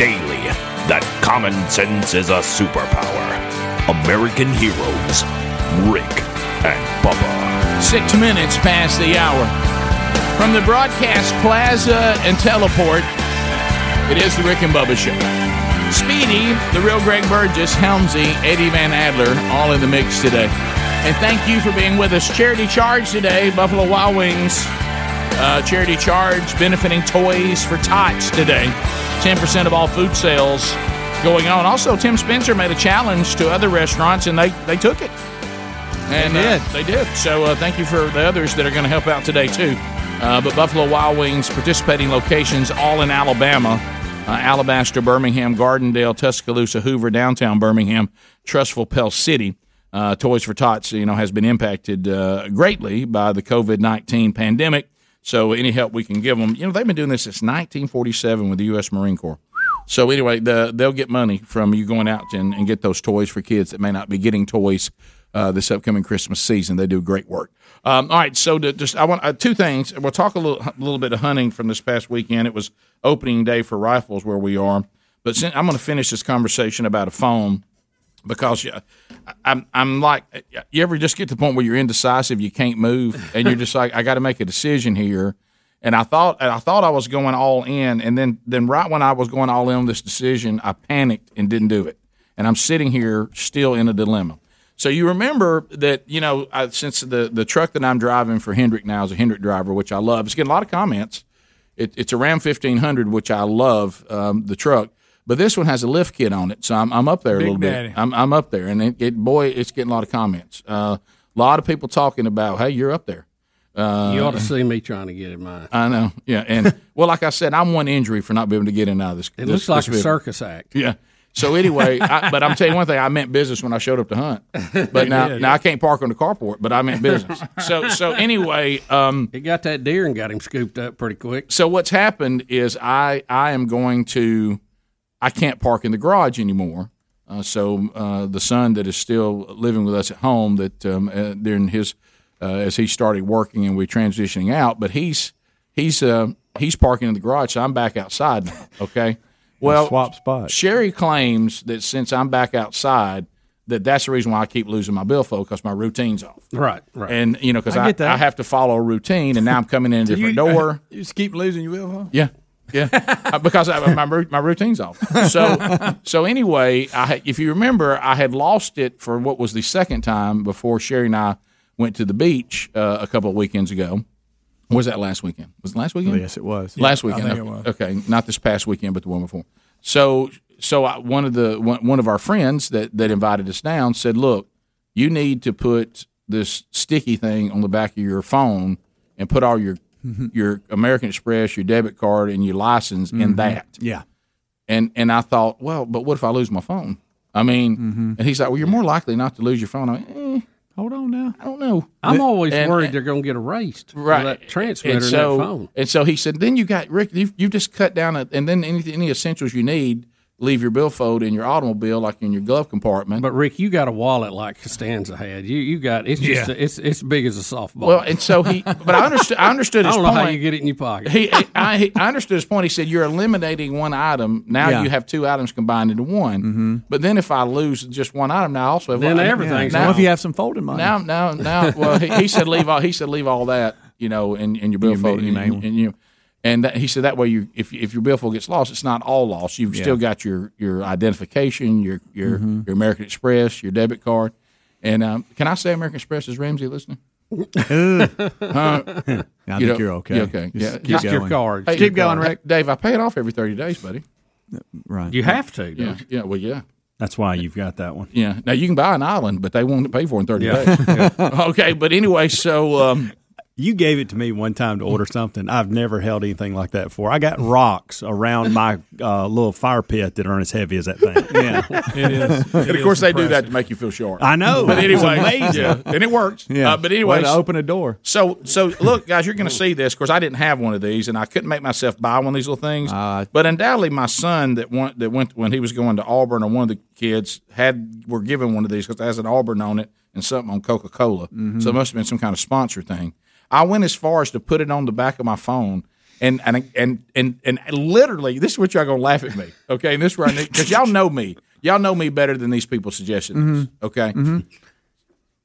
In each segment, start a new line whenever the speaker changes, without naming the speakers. daily that common sense is a superpower. American heroes, Rick and Bubba.
Six minutes past the hour. From the broadcast plaza and teleport, it is the Rick and Bubba Show. Speedy, the real Greg Burgess, Helmsy, Eddie Van Adler, all in the mix today. And thank you for being with us. Charity Charge today, Buffalo Wild Wings. Uh, charity Charge benefiting Toys for Tots today. 10% of all food sales going on. Also, Tim Spencer made a challenge to other restaurants, and they, they took it. And
They
uh,
did.
they did. So uh, thank you for the others that are going to help out today too. Uh, but Buffalo Wild Wings participating locations all in Alabama: uh, Alabaster, Birmingham, Gardendale, Tuscaloosa, Hoover, downtown Birmingham, Trustful, Pell City. Uh, Toys for Tots, you know, has been impacted uh, greatly by the COVID nineteen pandemic. So any help we can give them, you know, they've been doing this since 1947 with the U.S. Marine Corps. So anyway, the, they'll get money from you going out and, and get those toys for kids that may not be getting toys uh, this upcoming Christmas season. They do great work. Um, all right, so to just I want uh, two things. We'll talk a little a little bit of hunting from this past weekend. It was opening day for rifles where we are, but since, I'm going to finish this conversation about a phone because yeah, I- I'm I'm like you ever just get to the point where you're indecisive, you can't move, and you're just like I got to make a decision here. And I thought and I thought I was going all in, and then then right when I was going all in on this decision, I panicked and didn't do it, and I'm sitting here still in a dilemma. So you remember that you know I, since the the truck that I'm driving for Hendrick now is a Hendrick driver, which I love. It's getting a lot of comments. It, it's a Ram 1500, which I love um, the truck, but this one has a lift kit on it, so I'm, I'm up there a
Big
little
daddy.
bit. I'm, I'm up there, and it, it boy, it's getting a lot of comments. Uh, A lot of people talking about, hey, you're up there. Uh,
you ought to see me trying to get in mine.
I know, yeah, and well, like I said, I'm one injury for not being able to get in and out of this.
It
this-
looks like
this
a
vehicle.
circus act.
Yeah. So anyway, I, but I'm telling you one thing. I meant business when I showed up to hunt, but
You
now
did.
now I can't park on the carport. But I meant business. So so anyway, um,
he got that deer and got him scooped up pretty quick.
So what's happened is I I am going to I can't park in the garage anymore. Uh, so uh, the son that is still living with us at home that um, uh, during his uh, as he started working and we're transitioning out, but he's he's uh, he's parking in the garage. So I'm back outside now. Okay. Well, swap spot. Sherry claims that since I'm back outside, that that's the reason why I keep losing my billfold because my routine's off.
Right, right.
And you know, because
I
I,
get that.
I, have to follow a routine, and now I'm coming in a different
you,
door.
You just keep losing your will, huh?
Yeah. Yeah, Uh, because I, my rou- my routine's off. So so anyway, I had- if you remember, I had lost it for what was the second time before Sherry and I went to the beach uh, a couple of weekends ago. Was that last weekend? Was it last weekend?
Yes, it was.
Last
Yeah, I
weekend.
think it
okay.
was.
Okay, not this past weekend, but the one before. So so I, one of the one, one of our friends that that invited us down said, "Look, you need to put this sticky thing on the back of your phone and put all your your American Express, your debit card, Mm-hmm. and your license
Mm-hmm.
in that.
Yeah.
And and I thought, well, but what if I lose my phone? I mean,
Mm-hmm.
and he's like, well, you're more likely not to lose your phone. I went,
Mm.
eh,
Hold on now.
I don't know.
I'm always
and-
worried they're going to get erased. for
Right.
That transmitter and,
so,
that phone.
And so he said, then you got Rick. You've, you've just cut down, a, and then any, any essentials you need, leave your billfold in your automobile, like in your glove compartment.
But Rick, you got a wallet like Costanza had. You you got it's just
Yeah.
it's it's big as a softball.
well, and so he, but I understood. I understood
I
his
don't know
point.
how you get it in your pocket.
he, he- I, he, I understood his point. He said you're eliminating one item. Now
Yeah. Mm-hmm.
you have two items combined into one. But then if I lose just one item, now I also have
Then
I-
everything's
now,
gone.
Well, if you have some folding money,
now, now, now. Well, he, he said leave all. He said leave all that. You know, in, in your billfold,
ma- you
and,
may want-
and you, and that, he said that way you, if if your billfold gets lost, it's not all lost. You've still got your your identification, your your
Mm-hmm.
your American Express, your debit card, and um, can I say American Express is Ramsey listening?
I
you
think
know-
you're okay.
you're okay.
Just
Yeah.
keep
Just your
going.
cards.
Hey,
Keep going, Rick.
Dave. I pay it off every thirty days, buddy.
Right.
You have to. don't
Yeah,
you?
yeah. Well, yeah.
That's why you've got that one.
Yeah. Now you can buy an island, but they won't pay for it in thirty
Yeah.
days. okay, but anyway, so um,
You gave it to me one time to order something. I've never held anything like that before. I got rocks around my uh, little fire pit that aren't as heavy as that thing. Yeah,
It is.
and of course they do that to make you feel sharp.
I know.
But
It's
anyway,
amazing.
yeah, and it works.
Yeah.
Uh, but anyway,
Way to open a door.
so so look, guys, you're going to see this. Of course, I didn't have one of these, and I couldn't make myself buy one of these little things.
Ah.
but undoubtedly, my son that went that went when he was going to Auburn, or one of the kids had were given one of these because it has an Auburn on it and something on Coca Cola. So it must have been some kind of sponsor thing. I went as far as to put it on the back of my phone. and and and and and literally, this is what y'all gonna laugh at me, okay? And this is where I need because y'all know me, y'all know me better than these people suggesting this, okay?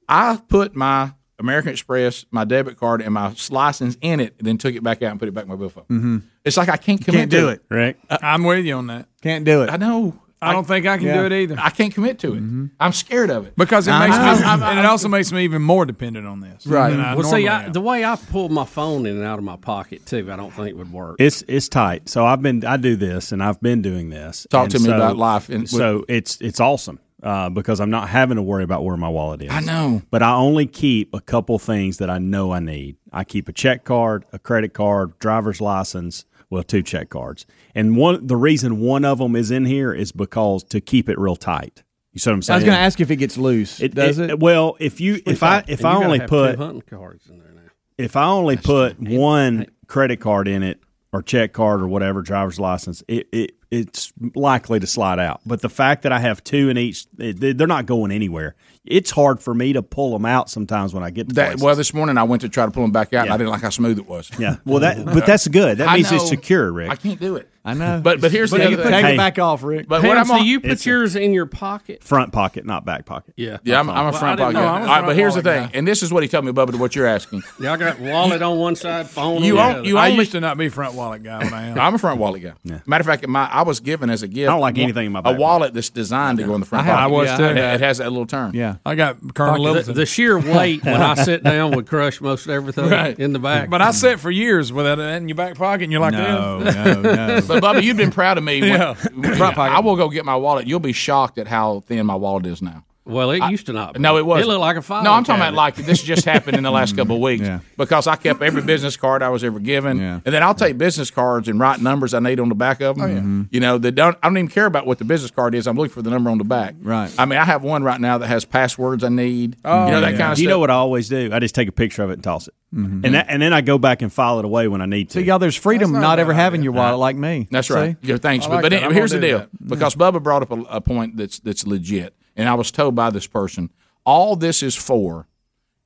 I put my American Express, my debit card, and my license in it, and then took it back out and put it back in my bill phone.
Mm-hmm.
It's like I can't commit
Can't
to Uh,
do it.
Right.
I'm with you on that.
Can't do it.
I know.
I don't think I can do
Yeah.
it either
I can't commit to it.
Mm-hmm.
I'm scared of it.
because it makes
I'm-
me, and it also makes me even more dependent on this.
Right.
than I
Well, see, I,
normally am.
the way I pull my phone in and out of my pocket too, I don't think would work.
It's it's tight. So I've been I do this and I've been doing this.
Talk
And
to me
so-
about life in-
so it's it's awesome uh, because I'm not having to worry about where my wallet is.
I know.
but I only keep a couple things that I know I need. I keep a check card, a credit card, driver's license. Well, two check cards, and one the reason one of them is in here is because to keep it real tight. You see what I'm saying?
I was going to ask you if it gets loose.
It,
Does it?
Well, if you if I
And
if
you
I
gotta
only
have
put
two hunting cards in there now.
if I only put one credit card in it or check card or whatever driver's license, it, it it's likely to slide out. But the fact that I have two in each, they- they're not going anywhere. It's hard for me to pull them out sometimes when I get to
That,
places.
well, this morning I went to try to pull them back out, and
Yeah.
I didn't like how smooth it was.
yeah. Well, that but that's good. That
I
means
know.
it's secure, Rick.
I can't do it.
I know.
But but here's the
take,
other
it,
thing.
take
Hey.
it back off, Rick.
But what
Pam,
I'm
so
on,
you put
It's a-
yours in your pocket?
Front pocket, not back pocket.
Yeah.
yeah, I'm, I'm a front
Well,
pocket.
I didn't know.
guy.
I'm a
All right, but
front
here's the
pocket
thing, and this is what he told me, Bubba, to what you're asking.
Y'all got wallet on one side, phone
You
on
own-
the other.
you own-
I
only-
used to not be front wallet guy when I am.
I'm a front wallet guy. Matter of fact, my I was given as a gift.
I don't like
wa-
anything in my
a
back
wallet that's designed to go in the front
I have-
pocket.
I was
Yeah,
too.
It, it has that little turn.
yeah.
I got Colonel
the,
Littleton.
the sheer weight when I sit down would crush most everything
Right.
in the back.
but I sat for years without it in your back pocket, and you're like,
No, no, no.
But Bubba, you've been proud of me. When,
Yeah.
when- I will go get my wallet. You'll be shocked at how thin my wallet is now.
well, it used to not. Be.
No, oh, it was.
It looked like a file.
No, I'm talking about
cabinet.
like this just happened in the
Mm.
last couple of weeks
Yeah.
because I kept every business card I was ever given,
Yeah.
and then I'll take business cards and write numbers I need on the back
Oh,
of them. Mm-hmm.
Mm-hmm.
You know, they don't. I don't even care about what the business card is. I'm looking for the number on the back.
Right.
I mean, I have one right now that has passwords I need.
Oh,
you know that kind of
Oh, Do you
stuff.
know what I always do? I just take a picture of it and toss it, and that, and then I go back and file it away when I need to.
See, Mm-hmm. y'all, there's freedom not, ever having your wallet like me.
That's
See?
right. Yeah, thanks.
I like
but it-
that. I'm
here's the
gonna do
deal. Because Bubba brought up a, a point that's that's legit, and I was told by this person, all this is for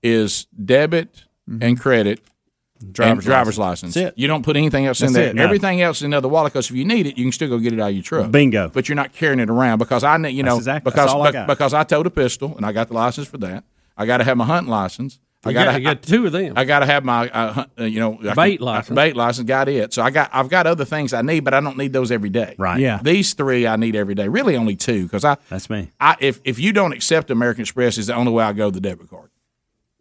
is debit and credit. Driver's, and driver's license.
Mm-hmm. That's it.
You don't put anything else in
That's
there.
it, no.
Everything else is in another wallet because if you need it, you can still go get it out of your truck.
Bingo.
But you're not carrying it around because I, ne- you know,
exact- that's
because
all I
be-
got.
because I towed a pistol and I got the license for that. I got to have my hunting license. I
You
got
got,
to
you got two of them.
I got to have my, uh, hunt- uh, you know, I
Bait license.
Bait license, got it. So I got, I've got other things I need, but I don't need those every day.
Right.
Yeah.
These three I need every day. Really, only two because I.
That's me.
I if if you don't accept American Express, is the only way I go the debit card.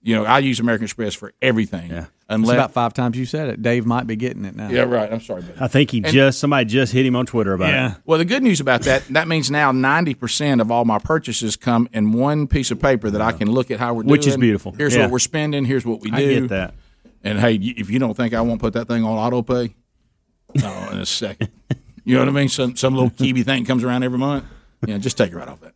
You know, I use American Express for everything. Yeah.
That's
Unless.
about five times you said it. Dave might be getting it now.
yeah. Right. I'm sorry. Buddy.
I think he just somebody just hit him on Twitter about it.
Well, the good news about that that means now 90 percent of all my purchases come in one piece of paper that I can look at how we're doing.
Which is beautiful.
Here's
Yeah.
what we're spending. Here's what we do.
I get that.
And hey, you- if you don't think I won't put that thing on auto pay, no, in a second. You know what I mean? Some some little keeby thing comes around every month. Yeah, just take it right off that.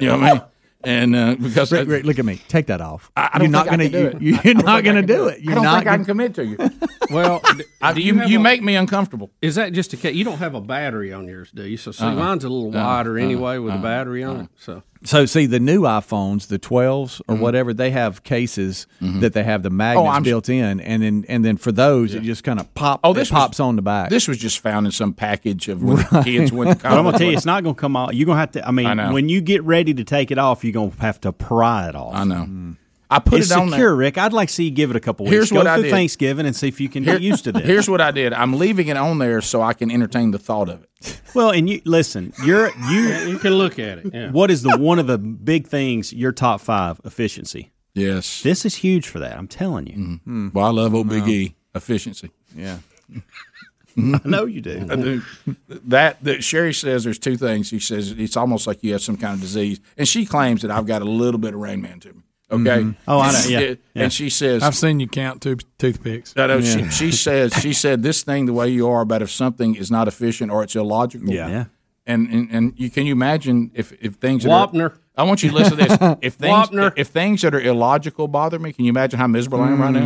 You know what I mean? And uh, because
Rick, Rick, look at me. Take that off.
I don't
you're not
think
gonna.
I can do
You,
it.
you're not gonna do it. You're
I don't
not
think
gonna,
I can commit to you.
well, d-
I-
do
you
have
you
a-
make me uncomfortable. Uh-uh.
Is that just a case? You don't have a battery on yours, do you? So see, mine's a little wider anyway with a battery on it. So
So see the new iPhones, the 12s or whatever, they have cases that they have the magnets
Mm-hmm. Oh, I'm-
built in, and then and then for those it just kind of pop. Oh,
this
this
was-
pops on the back.
This was just found in some package of when the kids went to college.
But I'm gonna tell you, it's not gonna come off. You're gonna have to. I mean,
know.
when you get ready to take it off, you're gonna have to pry it off.
I know. I put
It's
it on
secure,
there.
Rick. I'd like to see you give it a couple
Here's
weeks. Go
what I
through
did.
Thanksgiving and see if you can get used to this.
Here's what I did. I'm leaving it on there so I can entertain the thought of it.
well, and you listen. You're
Uh-uh.
you.
you can look at it. Yeah.
What is the one of the big things? Your top five efficiency.
Yes. Mm-hmm.
This is huge for that. I'm telling you.
Well, I love old Big E efficiency.
yeah.
I know you do.
that that Sherry says there's two things. She says it's almost like you have some kind of disease, and she claims that I've got a little bit of Rain Man to me. Okay.
Oh, I know. Yeah. Yeah.
And she says.
I've seen you count two toothpicks.
I know she, she says she said this thing the way you are about if something is not efficient or it's illogical.
Yeah. Yeah.
And, and and you can you imagine if if things that
Wapner.
Are, I want you to listen to this. If things
Wapner.
if things that are illogical bother me, can you imagine how miserable I am right now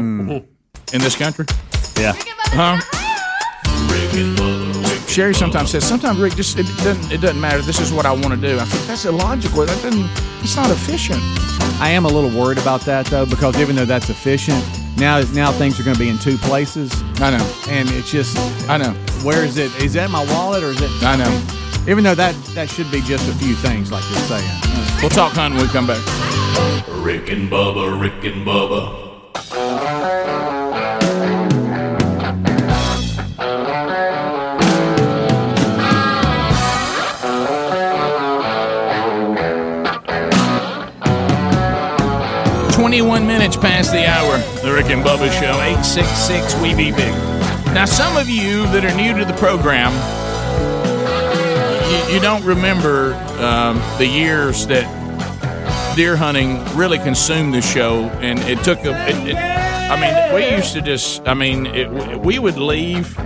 in this country?
Mm. Yeah.
Sherry sometimes says, sometimes Rick, just it doesn't it doesn't matter. This is what I want to do. I think that's illogical. That doesn't. It's not efficient.
I am a little worried about that though because even though that's efficient, Now, now things are going to be in two places,
I know.
and it's just
I know.
where is it? Is that my wallet or is it?
I know.
Even though that that should be just a few things, like you're saying.
We'll talk hunting when we come back.
Rick and Bubba, Rick and Bubba.
Twenty-one minutes past the hour. The Rick and Bubba Show. Eight six six. We be big. Now, some of you that are new to the program, you, you don't remember um, the years that deer hunting really consumed the show, and it took a. It, it, I mean, we used to just. I mean, it, we would leave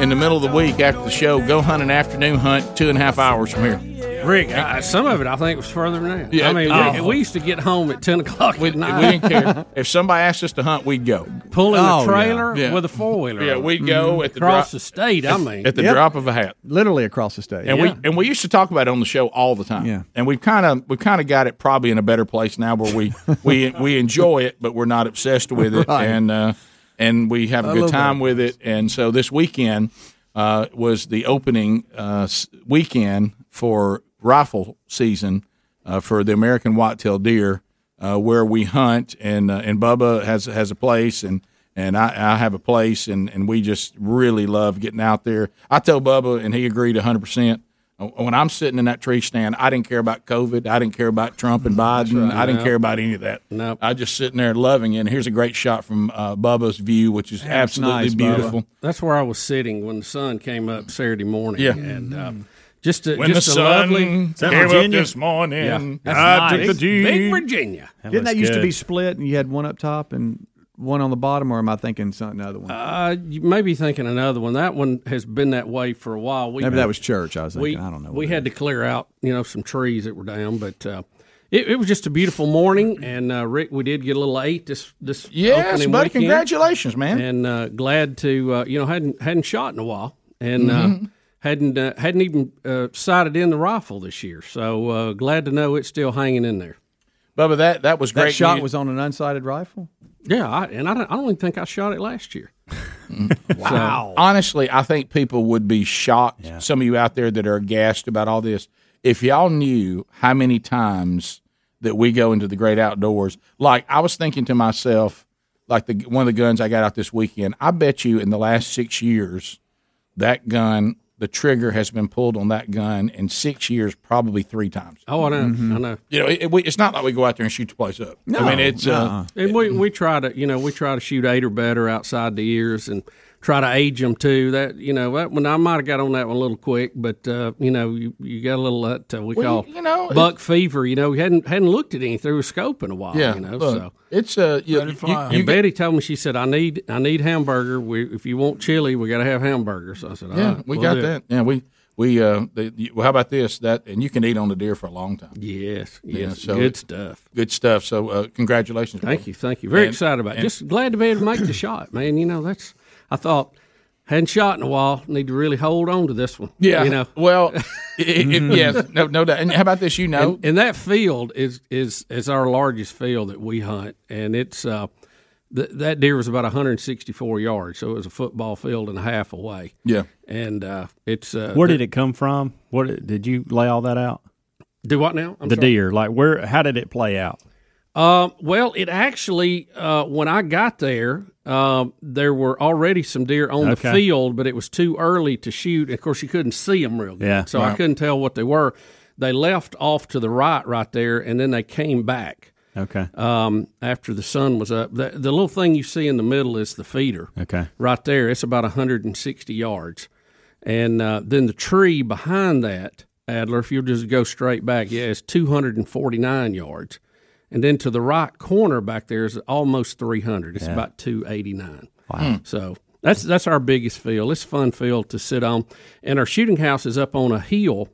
in the middle of the week after the show, go hunt an afternoon hunt, two and a half hours from here.
Rick, I, some of it I think was further than that.
Yeah,
I mean,
oh.
we, we used to get home at ten o'clock
We,
at
we
night,
didn't care. If somebody asked us to hunt, we'd go.
pulling
Oh,
a
yeah.
trailer
Yeah.
with a four wheeler.
Yeah, we'd go at the drop,
across the state. I mean,
at the drop of a hat.
Literally across the state.
And we and we used to talk about it on the show all the time.
Yeah.
And we've kind of we've kind of got it probably in a better place now where we we we enjoy it, but we're not obsessed with it,
Right.
and uh, and we have a good time with it. And so this weekend uh, was the opening uh, s- weekend for rifle season uh, for the American whitetail deer, uh, where we hunt and uh, and Bubba has has a place and. And I, I have a place, and, and we just really love getting out there. I told Bubba, and he agreed 100%. Uh, When I'm sitting in that tree stand, I didn't care about COVID. I didn't care about Trump and Biden. I didn't care about any of that.
Nope.
I just sitting there loving it. And here's a great shot from uh, Bubba's view, which is absolutely
nice, Bubba.
beautiful.
that's where I was sitting when the sun came up Saturday morning.
Yeah.
and uh, just a, just a lovely.
that Virginia?
morning,
That's nice. Big Virginia.
Didn't that used to be
good.
split, and you had one up top and one on the bottom, or am I thinking something another one?
Uh, you may be thinking another one. That one has been that way for a while. We,
Maybe that was church. I was
we,
thinking. I don't know.
We
what it
had to clear out, you know, some trees that were down, but uh, it, it was just a beautiful morning. And uh, Rick, we did get a little late this this
Yes,
opening
buddy.
weekend.
Congratulations, man.
And uh, glad to uh, you know hadn't hadn't shot in a while, and uh, hadn't uh, hadn't even uh, sighted in the rifle this year. So uh, glad to know it's still hanging in there.
Bubba, that, that was
that
great.
shot
news.
was on an unsighted rifle.
Yeah, I, and I don't, I don't even think I shot it last year. wow.
honestly, I think people would be shocked. Some of you out there that are aghast about all this, if y'all knew how many times that we go into the great outdoors. Like I was thinking to myself, like the one of the guns I got out this weekend. I bet you in the last six years, that gun, the trigger has been pulled on that gun in six years, probably three times.
oh, I know, I know.
You know, it, it- we- it's not like we go out there and shoot the place up. No, I mean, it's uh,
And we, we try to you know we try to shoot eight or better outside the ears and try to age them too. That you know that one I might have got on that one a little quick, but uh, you know you, you got a little that uh, we
Well,
call
you- you know,
buck fever. You know we hadn't hadn't looked at anything through a scope in a while.
yeah,
you know
look,
so.
it's uh, you, you,
fly.
you
And Betty told me she said I need I need hamburger. We, if you want chili, we got to have hamburger. So I said, All
Yeah,
right,
we
we'll
got
do it."
that. Yeah, we we uh. The, the- well, how about this? That and you can eat on the deer for a long time.
Yes, yes,
so
good
it-
stuff.
Good stuff. So uh, congratulations.
Thank you, thank you. Very
And-
excited about it.
and-
Just glad to be able to make the shot, man. You know, that's I thought hadn't shot in a while. Need to really hold on to this one.
Yeah.
you know.
Well, i it, yes. No. No doubt. And how about this? You know.
And, and that field is is is our largest field that we hunt, and it's uh, th- that deer was about 164 yards, so it was a football field and a half away.
yeah.
And uh, it's uh,
Where did it come from? What did you lay all that out?
do what now? I'm
The
sorry.
deer, like where? How did it play out?
Um, well, it actually, uh, when I got there, um, there were already some deer on the
Okay.
field, but it was too early to shoot. Of course, you couldn't see them real good,
Yeah,
so I couldn't tell what they were. They left off to the right, right there, and then they came back
Okay,
um, after the sun was up. The, the little thing you see in the middle is the feeder
okay.
right there. It's about 160 yards. And uh, then the tree behind that, Adler, if you'll just go straight back, yeah, it's 249 yards. And then to the right corner back there is almost 300. It's about 289. Wow. So that's that's our biggest field. It's a fun field to sit on. And our shooting house is up on a hill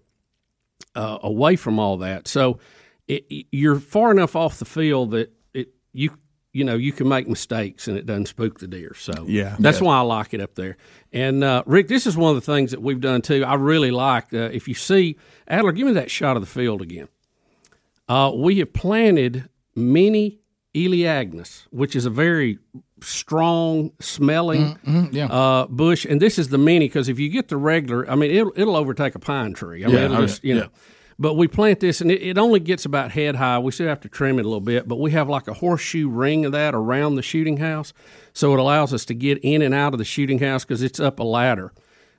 uh, away from all that. So it, it- you're far enough off the field that it you you know you can make mistakes and it doesn't spook the deer. So
Yeah.
that's why I like it up there. And uh, Rick, this is one of the things that we've done too. I really like uh, if you see Adler, give me that shot of the field again. Uh, we have planted many Eleagnus, which is a very strong smelling
Mm-hmm. yeah.
uh, bush. And this is the mini because if you get the regular, I mean, it'll, it'll overtake a pine tree. I mean,
Yeah,
it'll
oh,
just, you know. But we plant this and it, it only gets about head high. We still have to trim it a little bit, but we have like a horseshoe ring of that around the shooting house. So it allows us to get in and out of the shooting house because it's up a ladder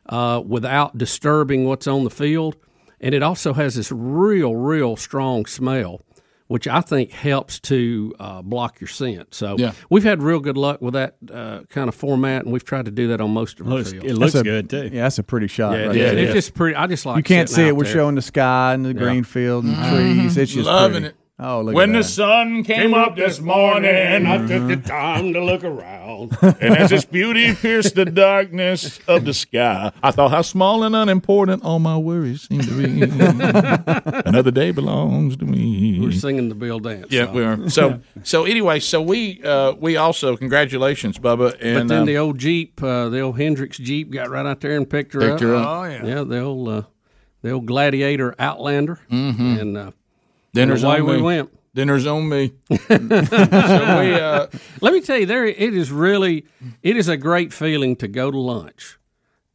uh, without disturbing what's on the field. And it also has this real, real strong smell, which I think helps to uh, block your scent. So
Yeah.
we've had real good luck with that uh, kind of format, and we've tried to do that on most of our
Looks,
fields.
it looks
That's a-
good too.
Yeah, that's a pretty shot.
Yeah,
right
it-
there.
it's just pretty. I just like
You can't
sitting
see it.
out
We're
there.
showing the sky and the green field and the trees. It's just
Mm-hmm. Loving
pretty.
it.
Oh, look
When
at
uh,
the
that.
sun came up this
And
morning,
I took
Uh-huh.
the time to look around.
and as its beauty pierced the darkness of the sky,
I thought how small and unimportant all my worries seem to be. Another day belongs to me.
We're singing the Bill dance.
yeah,
song.
we are. So, so anyway, so we uh, we also congratulations, Bubba,
But
and
then
um,
the old Jeep, uh, the old Hendrix Jeep, got right out there and picked her
Picked
up.
her up.
Oh, yeah.
Yeah, the old, uh, the old Gladiator Outlander, and uh,
Mm-hmm. dinner's
away
on
we
me.
went.
Dinner's on me. so we uh,
Let me tell you, there it is really, it is a great feeling to go to lunch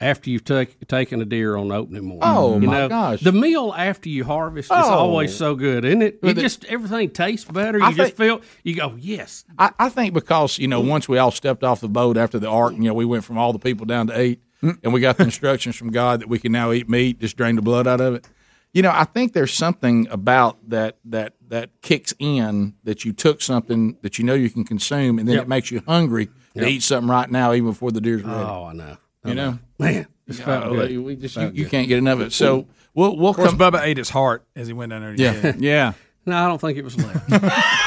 after you've take, taken a deer on opening morning.
Oh,
You
my
know,
gosh. Oh.
The meal after you harvest is always so good, isn't it? It just everything tastes better. You
I
just feel you go yes.
I, I think because you know once we all stepped off the boat after the ark, you know we went from all the people down to eight, and we got the instructions from God that we can now eat meat, just drain the blood out of it. You know, I think there's something about that that that kicks in that you took something that you know you can consume, and then it makes you hungry to eat something right now, even before the deer's ready.
Oh, I know.
you know,
Man, it's felt
Uh,
good.
we just- you, you can't get enough of it. So we'll we'll
Of course,
come.
Bubba ate his heart as he went down there. To
Yeah.
get it.
Yeah.
No, I don't think it was left.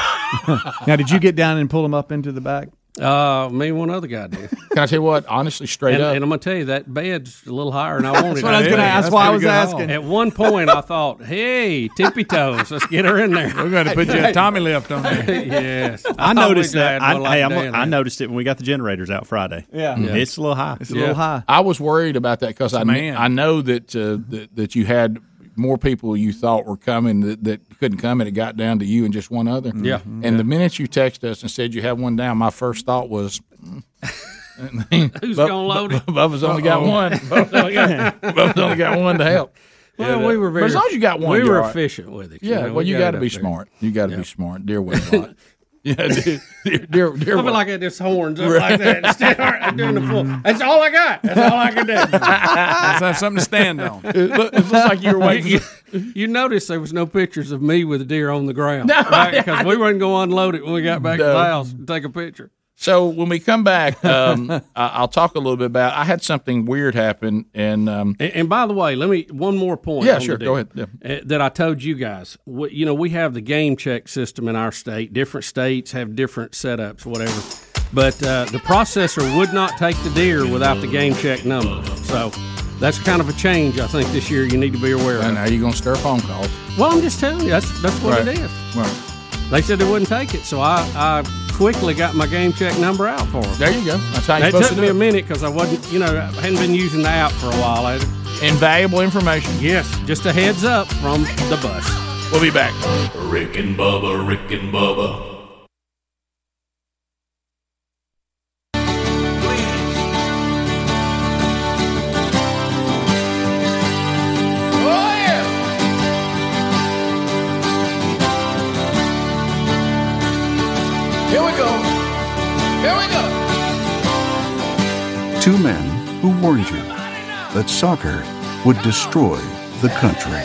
Now, did you get down and pull them up into the back?
Uh, me and one other guy did.
Can I tell you what? Honestly, straight
And,
up,
and I'm gonna tell you that bed's a little higher than I wanted.
I was
it
going to
be.
ask.
that's
Why I
pretty
was
good
asking.
At one point, I thought, "Hey, tippy toes, let's get her in there."
We're going to put you a Tommy lift on there.
yes,
I
thought
noticed
we
that.
glad
I,
we're like
hey, I'm-
Dan
I
there.
noticed it when we got the generators out Friday.
Yeah.
It's a little high.
It's a little high.
Mm-hmm. I was worried about that because I kn-
Man.
I know that, uh, that that you had more people you thought were coming that, that couldn't come, and it got down to you and just one other.
Mm-hmm. Yeah.
And the minute you texted us and said you had one down, my first thought was,
Who's
Bub-
gonna load it?
Bubba's only got one. Bubba's only got, Bubba's only got one to help.
Well, we were very.
But as long as you got one,
we
you're
were
all right.
efficient with it. you
Yeah.
know,
well,
we
you got to
it
be
up there.
smart. You got to be smart. Dear way a lot. Yeah, dear, dear, dear, dear
I feel
Will.
like I just horns up like that. Instead, all right, I'm doing the full. That's all I got. That's all I can do.
Let's have something to stand on.
it look- it looks like you were waiting.
you, you notice there was no pictures of me with a deer on the ground, right? Because we weren't going to unload it when we got back to
No.
the house and take a picture.
So when we come back, um, I- I'll talk a little bit about. I had something weird happen, and um,
And, and by the way, let me one more point.
Yeah,
on the
sure, go
deal,
ahead, yeah.
uh, That I told you guys. We, you know, we have the game check system in our state. Different states have different setups, whatever. But uh, the processor would not take the deer without the game check number. So that's kind of a change I think this year you need to be aware
and
of.
now you're gonna stir phone calls.
Well, I'm just telling you that's that's what
Right.
it is.
Right.
They said they wouldn't take it, so I, I quickly got my game check number out for them.
There you go. That's how you're
That
supposed
took
to
me a
do it.
minute because I wasn't, you know, I hadn't been using the app for a while. I,
Invaluable information.
yes, just a heads up from the bus.
We'll be back.
Rick and Bubba, Rick and Bubba.
Two men who warned you that soccer would destroy the country.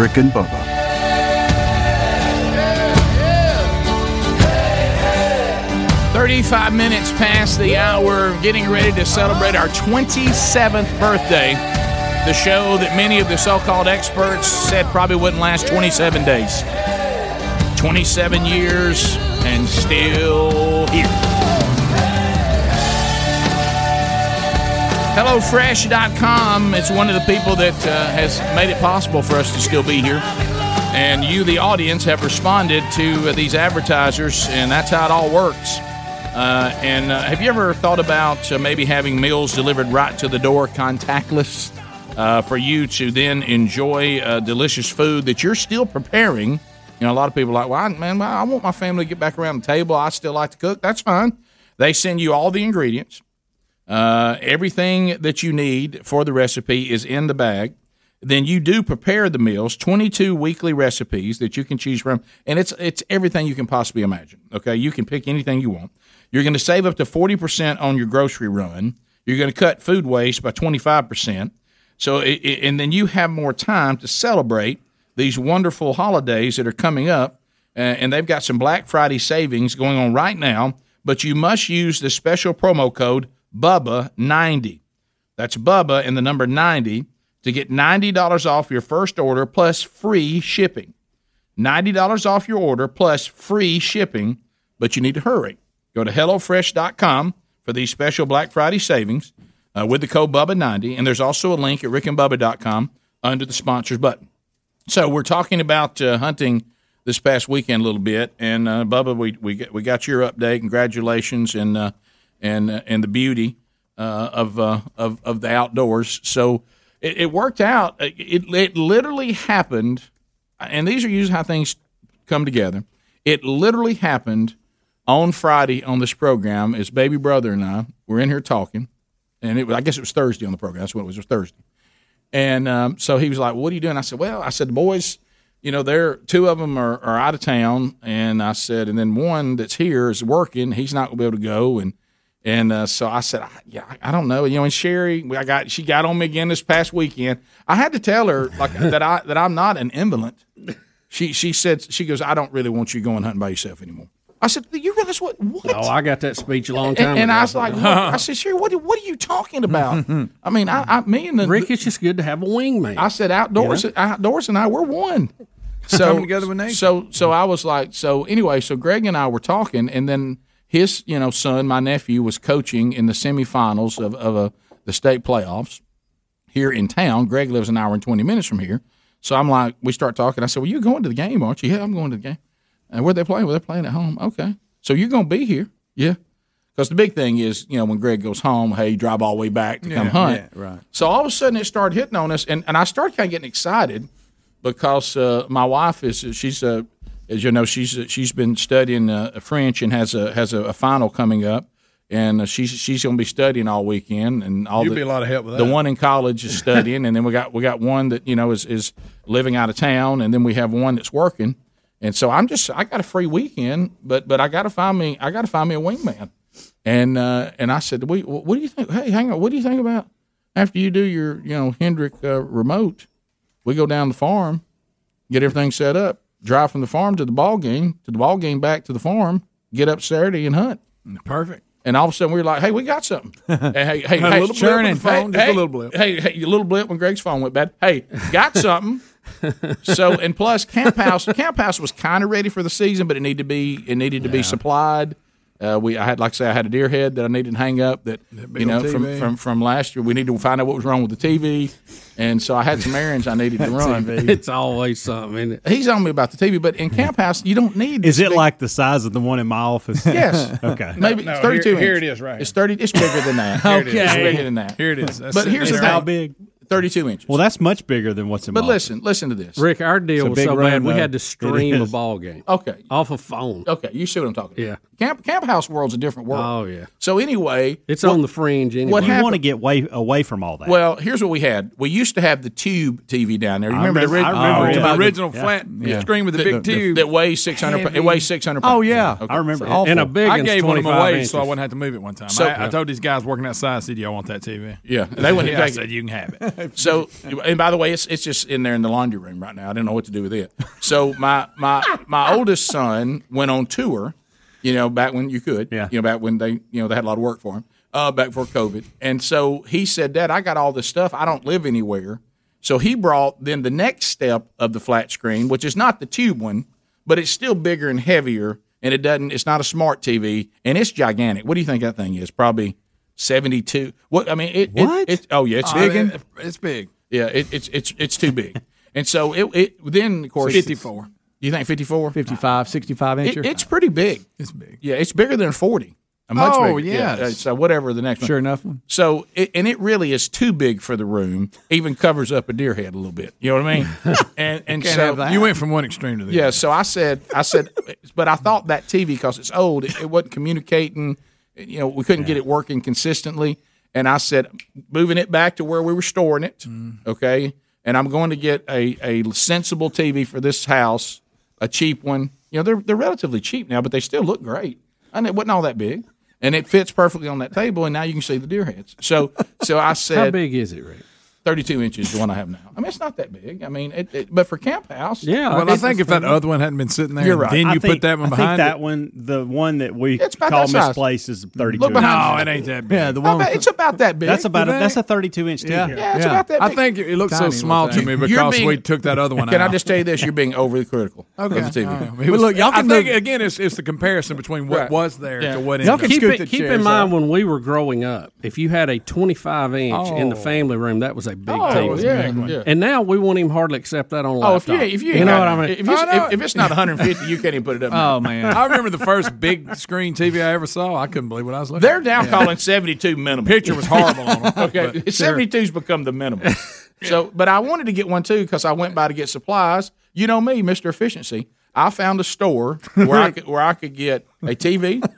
Rick and Bubba.
Thirty-five minutes past the hour, getting ready to celebrate our 27th birthday. The show that many of the so-called experts said probably wouldn't last 27 days. 27 years and still here. HelloFresh.com is one of the people that uh, has made it possible for us to still be here. And you, the audience, have responded to uh, these advertisers, and that's how it all works. Uh, and uh, have you ever thought about uh, maybe having meals delivered right to the door, contactless, uh, for you to then enjoy uh, delicious food that you're still preparing You know, a lot of people are like, well, I, man, I want my family to get back around the table. I still like to cook. That's fine. They send you all the ingredients. Uh, everything that you need for the recipe is in the bag. Then you do prepare the meals. Twenty-two weekly recipes that you can choose from, and it's it's everything you can possibly imagine. Okay, you can pick anything you want. You're going to save up to forty percent on your grocery run. You're going to cut food waste by twenty-five percent. So, it, it- and then you have more time to celebrate these wonderful holidays that are coming up. Uh, and they've got some Black Friday savings going on right now, but you must use the special promo code BUBBA90. That's Bubba and the number 90 to get $90 off your first order plus free shipping. $90 off your order plus free shipping, but you need to hurry. Go to HelloFresh.com for these special Black Friday savings uh, with the code Bubba90. And there's also a link at rickandbubba.com under the sponsors button. So we're talking about uh, hunting this past weekend a little bit, and uh, Bubba, we we got, we got your update. Congratulations, and uh, and uh, and the beauty uh, of uh, of of the outdoors. So it, it worked out. It it literally happened, and these are usually how things come together. It literally happened on Friday on this program. As baby brother and I were in here talking, and it was I guess it was Thursday on the program. That's what it was. It was Thursday. And um, so he was like, "What are you doing?" I said, "Well, I said the boys, you know, they're two of them are, are out of town, and I said, and then one that's here is working. He's not gonna be able to go, and and uh, so I said, I, yeah, I- I don't know, you know. And Sherry, I got she got on me again this past weekend. I had to tell her like that I that I'm not an invalid. She she said she goes, I don't really want you going hunting by yourself anymore. I said, you realize what what?
Oh, I got that speech a long time
and, and
ago.
I was like, what? I said, Sherry, what what are you talking about? I mean, I, I me and the
Rick, it's just good to have a wingman.
I said outdoors, outdoors, and I we're one. So
Coming together with nature.
So so I was like, so anyway, so Greg and I were talking, and then his you know son, my nephew, was coaching in the semifinals of of a, the state playoffs here in town. Greg lives an hour and twenty minutes from here, so I'm like, we start talking. I said, well, you're going to the game, aren't you? Yeah, I'm going to the game. And where they playing? Well, they're playing at home. Okay, so you're going to be here, yeah. Because the big thing is, you know, when Greg goes home, hey, you drive all the way back to come hunt. right. So all of a sudden it started hitting on us, and, and I started kind of getting excited because uh, my wife is she's uh, as you know she's uh, she's been studying uh, French and has a has a, a final coming up, and uh, she's she's going to be studying all weekend and all.
You'd
the-
be a lot of help with
The
that.
one in college is studying, and then we got we got one that you know is is living out of town, and then we have one that's working. And so I'm just I got a free weekend, but but I got to find me I got to find me a wingman. And uh, and I said, "We, what do you think? Hey, hang on. What do you think about after you do your, you know, Hendrick uh, remote? We go down the farm, get everything set up, drive from the farm to the ball game, to the ball game back to the farm, get up Saturday and hunt."
Perfect. And
And all of a sudden, we were like, "Hey, we got something!" And hey, hey,
Had a
hey,
little blip on the phone, just a
hey,
little blip.
Hey, hey, a little blip when Greg's phone went bad. Hey, got something. so, and plus, camp house, camp house was kind of ready for the season, but it needed to be, it needed to be supplied. Uh, we, I had, like I say, I had a deer head that I needed to hang up. That you know,
old
from,
TV.
from from last year, we needed to find out what was wrong with the TV, and so I had some errands I needed to run.
it's always something. Isn't it?
He's on me about the TV, but in camp house, you don't need.
Is
this
it
big-
like the size of the one in my office?
Yes.
Okay.
Maybe
No,
it's
here-
32
here
inch.
it is right
It's
here.
30. It's bigger than that.
Okay.
It's bigger than that.
here it is. That's
But
it.
here's the
It's
There it
thing.
how
is.
big?
32 inches.
Well, that's much bigger than what's in my
but listen, listen to this.
Rick, our deal was
big
so
run,
bad we
though.
had to stream
It
a
is.
ball game
Okay.
off a phone.
Okay. You see what I'm talking about.
Yeah.
Camp, camp house world's a different world.
Oh yeah,
So, anyway,
it's on the fringe anyway.
what
office. You want to
happened?
get way, away from all that.
Well, here's what we had. We used to have the tube TV down there. You remember,
remember-
the
I
ori-
remember
Oh,
it.
The
yeah.
original flat screen with the big tube.
that weighs 600 pounds. It weighs 600 pounds.
Oh yeah,
Okay.
I remember. it.
and a big
I
one's
gave one of
25
them away
inches.
so I wouldn't have to move it one time.
So-
I, I told these guys working outside, I said, "Do y'all want that TV?"
Yeah. They wouldn't
Yeah, I
take it.
said, "You can have it."
So, and by the way, it's it's just in there in the laundry room right now. I didn't know what to do with it. So my my my oldest son went on tour, you know, back when you could,
Yeah.
you know, back when they you know they had a lot of work for him, uh, back before COVID. And so he said, "Dad, I got all this stuff. I don't live anywhere." So he brought then the next step of the flat screen, which is not the tube one, but it's still bigger and heavier, and it doesn't. It's not a smart TV, and it's gigantic. What do you think that thing is? Probably. 72 what i mean it,
What?
it, it's oh yeah it's
I
big
mean, it's big.
yeah, it, it's it's it's too big. And so it, it then of course fifty four. You think fifty four?
55, 65
It,
incher.
it's pretty big.
It's big.
Yeah, it's bigger than forty. Uh, Much
Oh,
bigger.
yes.
uh, So whatever the next one.
Sure enough.
So, it, and it really is too big for the room. Even covers up a deer head a little bit. You know what I mean? and and
Can't
so
have that. You went from one extreme to the
yeah. So I said, I said, but I thought that TV because it's old, it, it wasn't communicating. You know, we couldn't get it working consistently. And I said, moving it back to where we were storing it.
Mm.
Okay. And I'm going to get a, a sensible TV for this house, a cheap one. You know, they're they're relatively cheap now, but they still look great. And it wasn't all that big. And it fits perfectly on that table, and now you can see the deer heads. So, so I said,
How big is it, Rick?
32 inches, the one I have now. I mean, it's not that big. I mean, it, it, but for camp house,
Yeah.
Well, I think if that other one hadn't been sitting there,
You're
and
right.
then
I
you
think-
put that one
I think
behind
that
it.
one, the one that we
It's about
call
that size.
misplaced, is thirty-two.
Look behind
inches.
No, it ain't that big.
Yeah, the
I
one.
bet it's about that big.
That's about a, that's a thirty-two inch TV.
Yeah.
yeah, it's
yeah.
about that
I
big.
think it looks
Tiny
so
little
small to
thing.
me
You're
because
being-
we took that other one
Can
out.
I just tell you this? You're being overly critical of the TV.
He was-
look, y'all
I
can
think
look-
again it's, it's the comparison between what
Right.
was there
Yeah.
to what
Y'all can
ended up.
keep
scoot
it-
the
keep in
chairs
mind
up.
when we were growing up, if you had a 25 inch in the family room, that was a big
Oh,
TV.
yeah, yeah.
And now we won't even hardly accept that on a
Oh, if you,
laptop.
if you,
you know what I mean?
If, you,
I know.
if, if it's not 150, you can't even put it up.
Oh man.
I remember the first big screen TV I ever saw. I couldn't believe what I was looking.
They're
at.
down calling 72 minimum.
Picture was horrible on them.
Okay,
But-
72's become the minimum. So, but I wanted to get one too because I went by to get supplies. You know me, Mister Efficiency. I found a store where I could, where I could get a TV.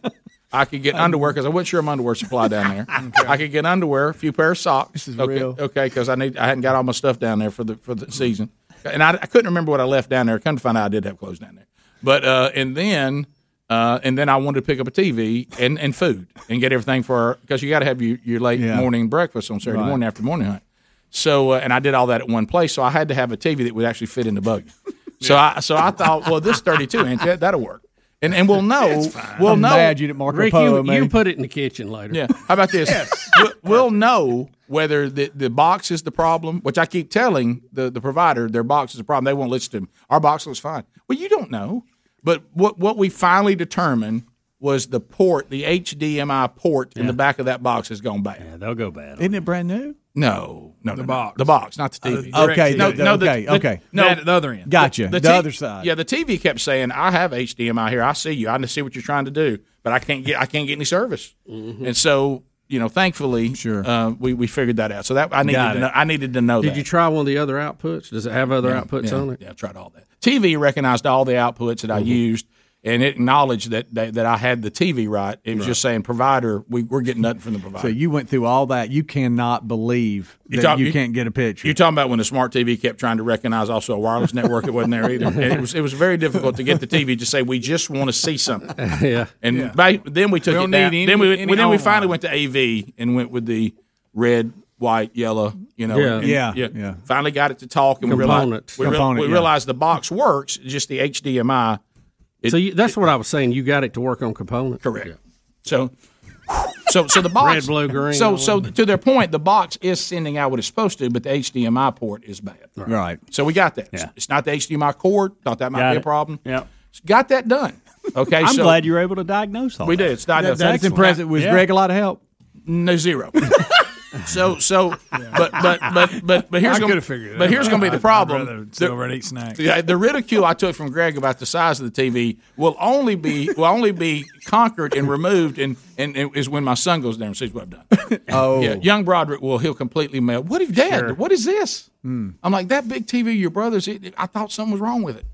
I could get underwear because I wasn't sure of my underwear supply down there. I could get underwear, a few pair of socks. This is okay,
real.
Okay, because I need I hadn't got all my stuff down there for the for the season, and I, I couldn't remember what I left down there. Come to find out, I did have clothes down there. But uh, and then uh, and then I wanted to pick up a TV and, and food and get everything for because you got to have your, your late morning breakfast on Saturday morning after morning hunt. So uh, and I did all that at one place. So I had to have a TV that would actually fit in the buggy. So I so I thought, well, this thirty two inch that, that'll work. And, and we'll know we'll
I'm
know
mad you didn't Marco
Rick,
Polo,
you,
man.
you put it in the kitchen later.
yeah. How about this? We'll, we'll know whether the, the box is the problem, which I keep telling the, the provider their box is the problem. They won't listen to me. Our box looks fine. Well, you don't know. But what, what we finally determined was the port, the HDMI port in the back of that box has gone bad.
They'll go bad.
Isn't it brand new?
No, no, the
box.
The box, not the TV.
Uh, Okay.
no,
the-
no, the-
okay.
the-
okay.
no.
That- the other end.
Gotcha. The,
T-
other side.
Yeah, the TV kept saying, "I have HDMI here. I see you. I see what you're trying to do, but I can't get I can't get any service." And so, you know, thankfully,
Sure.
uh, we we figured that out. So that I needed to know, I needed to know
Did
that.
you try one of the other outputs? Does it have other outputs
yeah,
on it?
Yeah, I tried all that. TV recognized all the outputs that
Mm-hmm.
I used. And it acknowledged that, that that I had the TV right. It was just saying provider. We we're getting nothing from the provider.
So you went through all that. You cannot believe
You
that
talk-
you,
you-
can't get a picture.
You're talking about when the smart TV kept trying to recognize also a wireless network that wasn't there either. And it was it was very difficult to get the TV to say we just want to see something.
Yeah.
And by, then we took
We
it
don't
down.
need
then we
any- any
then we
online.
finally went to AV and went with the red, white, yellow. You know,
Yeah.
and-
Yeah, yeah.
Finally got it to talk, and we realized
Components.
we, real-
Component,
we
yeah.
realized the box works. Just the HDMI
so you, that's what I was saying. You got it to work on components.
Correct. So, so, so the box
Red, blue, green,
So,
all
so to their point, the box is sending out what it's supposed to, but the HDMI port is bad.
Right.
So we got that.
Yeah.
It's not the HDMI cord. Thought that might
Got
be a
it.
problem.
Yep.
Got that done. Okay.
I'm
so
glad you were able to diagnose all
we
that.
did. It's not
That's impressive. Was
Yeah.
Greg a lot of help?
No zero. so so, but but but but but here's
I could
gonna
have figured it.
but here's gonna be the problem.
Still
The-
over and eat snacks.
the, the ridicule I took from Greg about the size of the TV will only be will only be conquered and removed, and, and, and is when my son goes there and sees what I've done.
Oh.
Yeah, young Broderick will he'll completely melt. What if Dad? What is this?
Hmm.
I'm like that big TV. Your brother's. It, I thought something was wrong with it.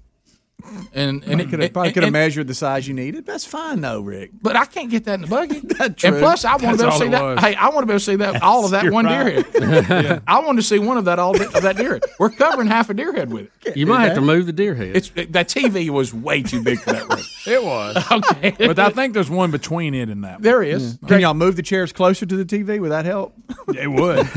And and it
Could have, probably
and-
could have
and-
measured the size you needed. That's fine though, Rick.
But I can't get that in the buggy.
true.
And plus, I want to be able to
all
see
it
that.
was.
Hey, I want to be able to see that all of that
You're
one
right.
deer head. I want to see one of that all of that deer head. We're covering half a deer head with it.
You might have to move the deer head.
It's that TV was way too big for that room.
It was.
Okay.
But I think there's one between it and that.
There he is.
Can y'all move the chairs closer to the TV? Would that help?
one. It would.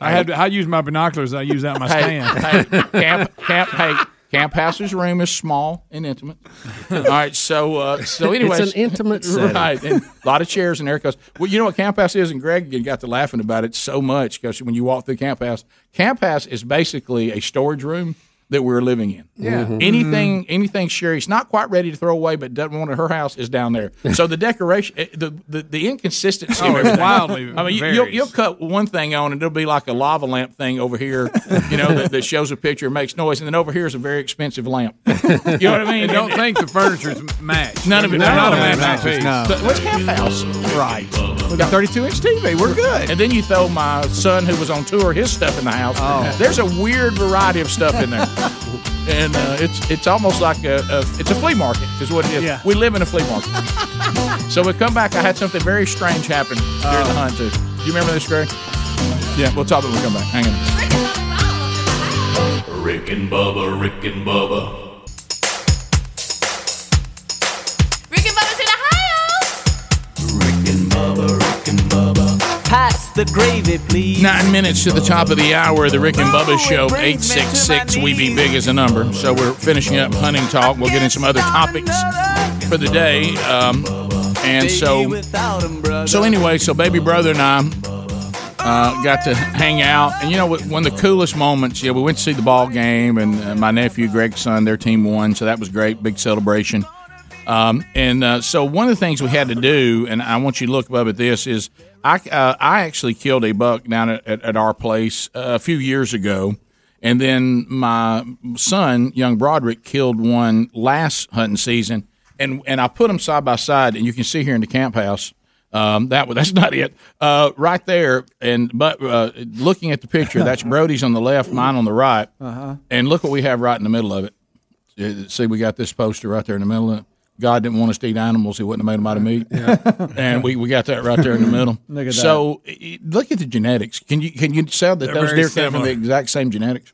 I had. I use my binoculars. I use out my
Hey,
stand.
hey, camp, camp, hey, camp pastor's room is small and intimate. All right, so uh, so anyways,
an intimate setting.
right? And a lot of chairs and there goes. Well, you know what camp house is, and Greg again got to laughing about it so much because when you walk through camp house, camp house is basically a storage room that we're living in. Yeah. Anything, anything Sherry's not quite ready to throw away, but doesn't want at her house is down there. So the decoration, eh, the the, the inconsistency. of
Oh, it's
everything.
wildly
I mean, you- you'll,
varies.
you'll cut one thing on, and it'll be like a lava lamp thing over here, you know, that, that shows a picture, makes noise, and then over here is a very expensive lamp. You know what I mean?
And don't think the furniture's matched.
None of it.
They're not a
No,
matching
no, no,
no.
piece.
So, what's half house? Right.
We've got 32 inch TV. We're good.
And then you throw my son who was on tour his stuff in the house.
Oh.
There's a weird variety of stuff in there. And uh, it's it's almost like a, a it's a flea market is what it is.
Yeah.
We live in a flea market. so we come back. I had something very strange happen during the hunt too. Do you remember this, Greg? Oh. Yeah, we'll talk when we come back. Hang on.
Rick and Bubba, Rick and Bubba,
Rick and Bubba's in Ohio.
Pass the gravy, please.
Nine minutes to the top of the hour, the Rick and Bubba Show, 866 We Be Big is a number. So we're finishing up hunting talk. We'll get in some other topics for the day. Um, and so So anyway, so baby brother and I uh, got to hang out, and you know, one of the coolest moments. Yeah, we went to see the ball game, and uh, my nephew Greg's son, their team won, so that was great, big celebration. Um, and uh, so one of the things we had to do, and I want you to look above at this, is I uh, I actually killed a buck down at, at, at our place uh, a few years ago, and then my son, young Broderick, killed one last hunting season, and and I put them side by side, and you can see here in the camp house. Um, that one, that's not it. Uh, right there, and but uh, looking at the picture, that's Brody's on the left, mine on the right, uh-huh. and look what we have right in the middle of it. Uh, See, we got this poster right there in the middle. of it. God didn't want us to eat animals; He wouldn't have made them out of meat. and we, we got that right there in the middle.
Look at
so i- look at the genetics. Can you can you tell that those
very
deer came from
similar.
the exact same genetics?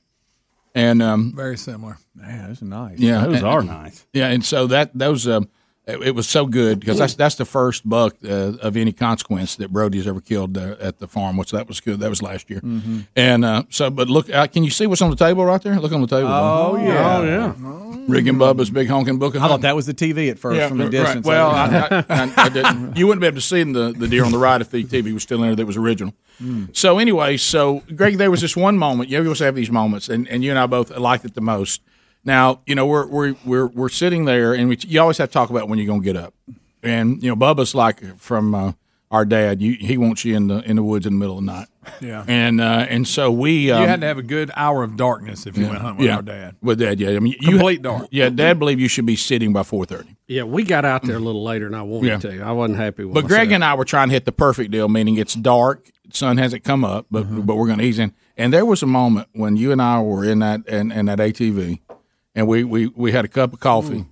And um,
Very similar.
Man, that's nice.
yeah,
Those
and-
are nice.
yeah, and so that those um, it, it was so good because that's that's the first buck uh, of any consequence that Brody's ever killed uh, at the farm, which that was good. That was last year,
Mm-hmm.
and uh, so but look, uh, can you see what's on the table right there? Look on the table. Oh
yeah.
Rick and Bubba's big honking book. Of
I thought that was the TV at first from the
right.
distance.
Well, I, I, I, I didn't. you wouldn't be able to see in the, the deer on the right if the TV was still in there that was original. So anyway, so Greg, there was this one moment. You always have these moments, and, and you and I both liked it the most. Now you know we're we're we're, we're sitting there, and we, you always have to talk about when you're going to get up. And you know, Bubba's like from uh, our dad. You, he wants you in the in the woods in the middle of the night.
Yeah.
And uh, and so we um,
You had to have a good hour of darkness if you went hunting with
yeah
our dad.
with dad. Yeah, I mean, you-
Complete dark.
Yeah, dad believed you should be sitting by four thirty.
Yeah, we got out there a little later than I wanted
Yeah.
to. I wasn't happy with
But Greg and I were trying to hit the perfect deal, meaning it's dark, sun hasn't come up, but
Mm-hmm.
but we're going to ease in. And there was a moment when you and I were in that in, in that ATV, and we, we we had a cup of coffee,
Mm.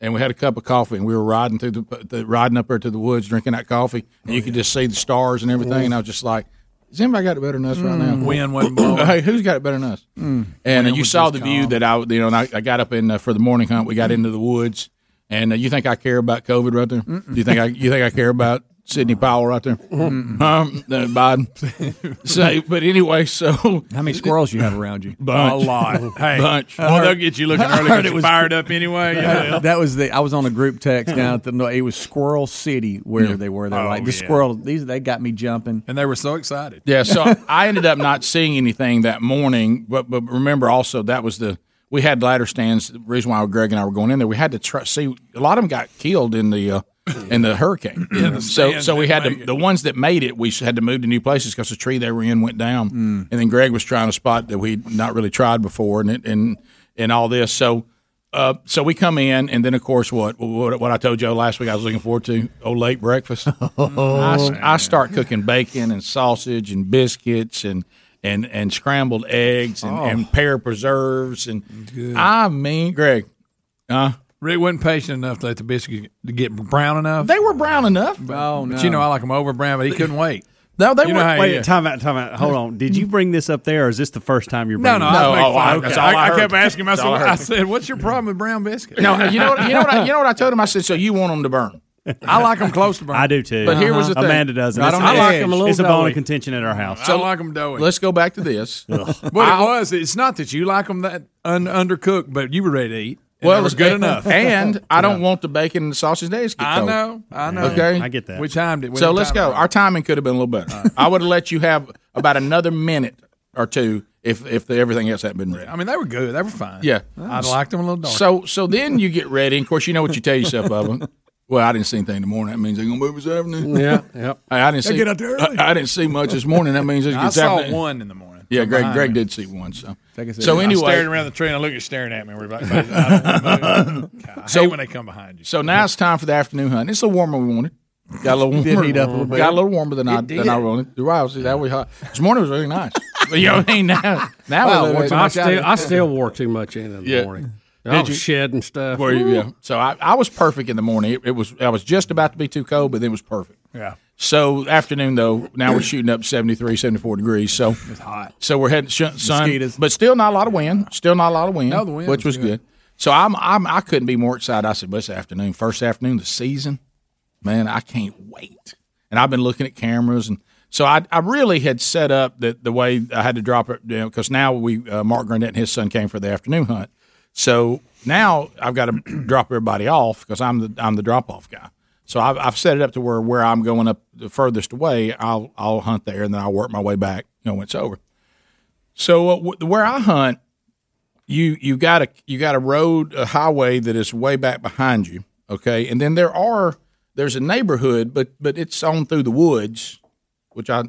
and we had a cup of coffee, and we were riding through the, the riding up there to the woods, drinking that coffee, and you could just see the stars and everything. And I was just like, "Has anybody got it better than us right now?"
Wind Mm. wasn't blowing.
hey, who's got it better than us?
Mm.
And uh, you saw the view that I, you know, and I, I got up in uh, for the morning hunt. We got
Mm-hmm.
into the woods, and uh, you think I care about COVID right there? Do you think I, you think I care about Sidney Powell right there? Um, uh, Biden. so, but anyway, so
How many squirrels you have around you?
a lot. Hey,
Bunch.
well, they'll get you looking early because you're fired up anyway. Yeah.
that was the. I was on a group text down at the. no, It was Squirrel City where they were. They're
Oh,
like the
yeah.
squirrel. These they got me jumping.
and they were so excited.
yeah, so I ended up not seeing anything that morning. But but remember also that was the we had ladder stands. The reason why Greg and I were going in there, we had to try, see a lot of them got killed in the. Uh, in the hurricane, so
stands
so we had
didn't
to
make it.
the ones that made it. We had to move to new places because the tree they were in went down, and then Greg was trying a spot that we'd not really tried before, and it, and and all this. So uh, so we come in, and then of course what what, what I told Joe last week I was looking forward to oh late breakfast.
Oh,
I, s- I start cooking bacon and sausage and biscuits and and and scrambled eggs and,
Oh.
and pear preserves and I mean Greg uh,
Rick wasn't patient enough to let the biscuit to get brown enough.
they were brown enough.
Oh no!
but you know, I like them over brown, but he couldn't wait.
No, they
You
were.
know how
wait,
he is.
Time out, time out. Hold on. Did you bring this up there, or is this the first time you're
No,
bringing
no,
it
I was
No,
making
oh, I-
fun. of
that's
him.
all I
I, I
heard.
kept asking him. I
That's all I
said,
heard.
I said, "What's your problem with brown biscuit?"
No, you know what? You know what? I, you know what I told him? I said, so you want them to burn?
I like them close to Uh-huh. brown.
I do too.
But here was the thing.
Amanda doesn't.
Right
It's-
on the
it's-
edge.
It's a bone
doughy.
of contention at our house.
I like them doughy.
Let's go back to this.
But it was. It's not that you like them that un, undercooked, but you were ready to eat. and
well,
they were
it's
good enough.
And I don't want the bacon and the sausage days. Get
I
cold.
know. I know.
Okay,
I get that.
We timed it. We
So
didn't
let's
time
go.
it right.
Our timing could have been a little better. I would have let you have about another minute or two if if the, everything else hadn't been read.
I mean, they were good. They were fine.
Yeah,
I liked them a little dark.
So so then you get ready. and Of course, you know what you tell yourself, Bubba. Well, I didn't see anything in the morning. That means they're gonna move this afternoon.
Yeah, yeah.
I, I didn't
They
see.
get out there early.
I, I didn't see much this morning. That means it's
I
it's
saw
afternoon.
one in the morning.
Yeah,
From
Greg.
behind
Greg
me.
did see one. So
Take
so
I
anyway,
stared around the tree and I look, you're staring at me. Everybody, I don't move. God, I hate when they come behind you.
So now it's time for the afternoon hunt. It's a little warmer we wanted. Got a little
Did
warmer.
heat up a little bit.
Got a little warmer than I
It
than I
did.
wanted. Right, see, that was hot. This morning was really nice. But you know what I mean? Now, now
Wow,
we're
wore too
I
much out of it. I still wore too much in in the
Yeah.
morning. Oh,
Did
I was
you?
shedding stuff.
Were you- yeah. So I, I was perfect in the morning. It, it was I was just about to be too cold, but then it was perfect.
Yeah.
So afternoon though, now we're shooting up 73, 74 degrees. So it's
hot.
So we're heading sh- sun, but still not a lot of wind. Still not a lot of wind.
No, the wind
which was
was
good. So I'm, I'm I couldn't be more excited. I said, "Well, this afternoon, first afternoon of the season, man, I can't wait." And I've been looking at cameras, and so I, I really had set up the the way I had to drop it down because now we uh, Mark Garnett and his son came for the afternoon hunt. So now I've got to drop everybody off because I'm the I'm the drop off guy. So I've, I've set it up to where where I'm going up the furthest away. I'll I'll hunt there and then I'll work my way back. You know, when it's over. So uh, w- where I hunt, you you got a you got a road a highway that is way back behind you. Okay, and then there are there's a neighborhood, but but it's on through the woods, which I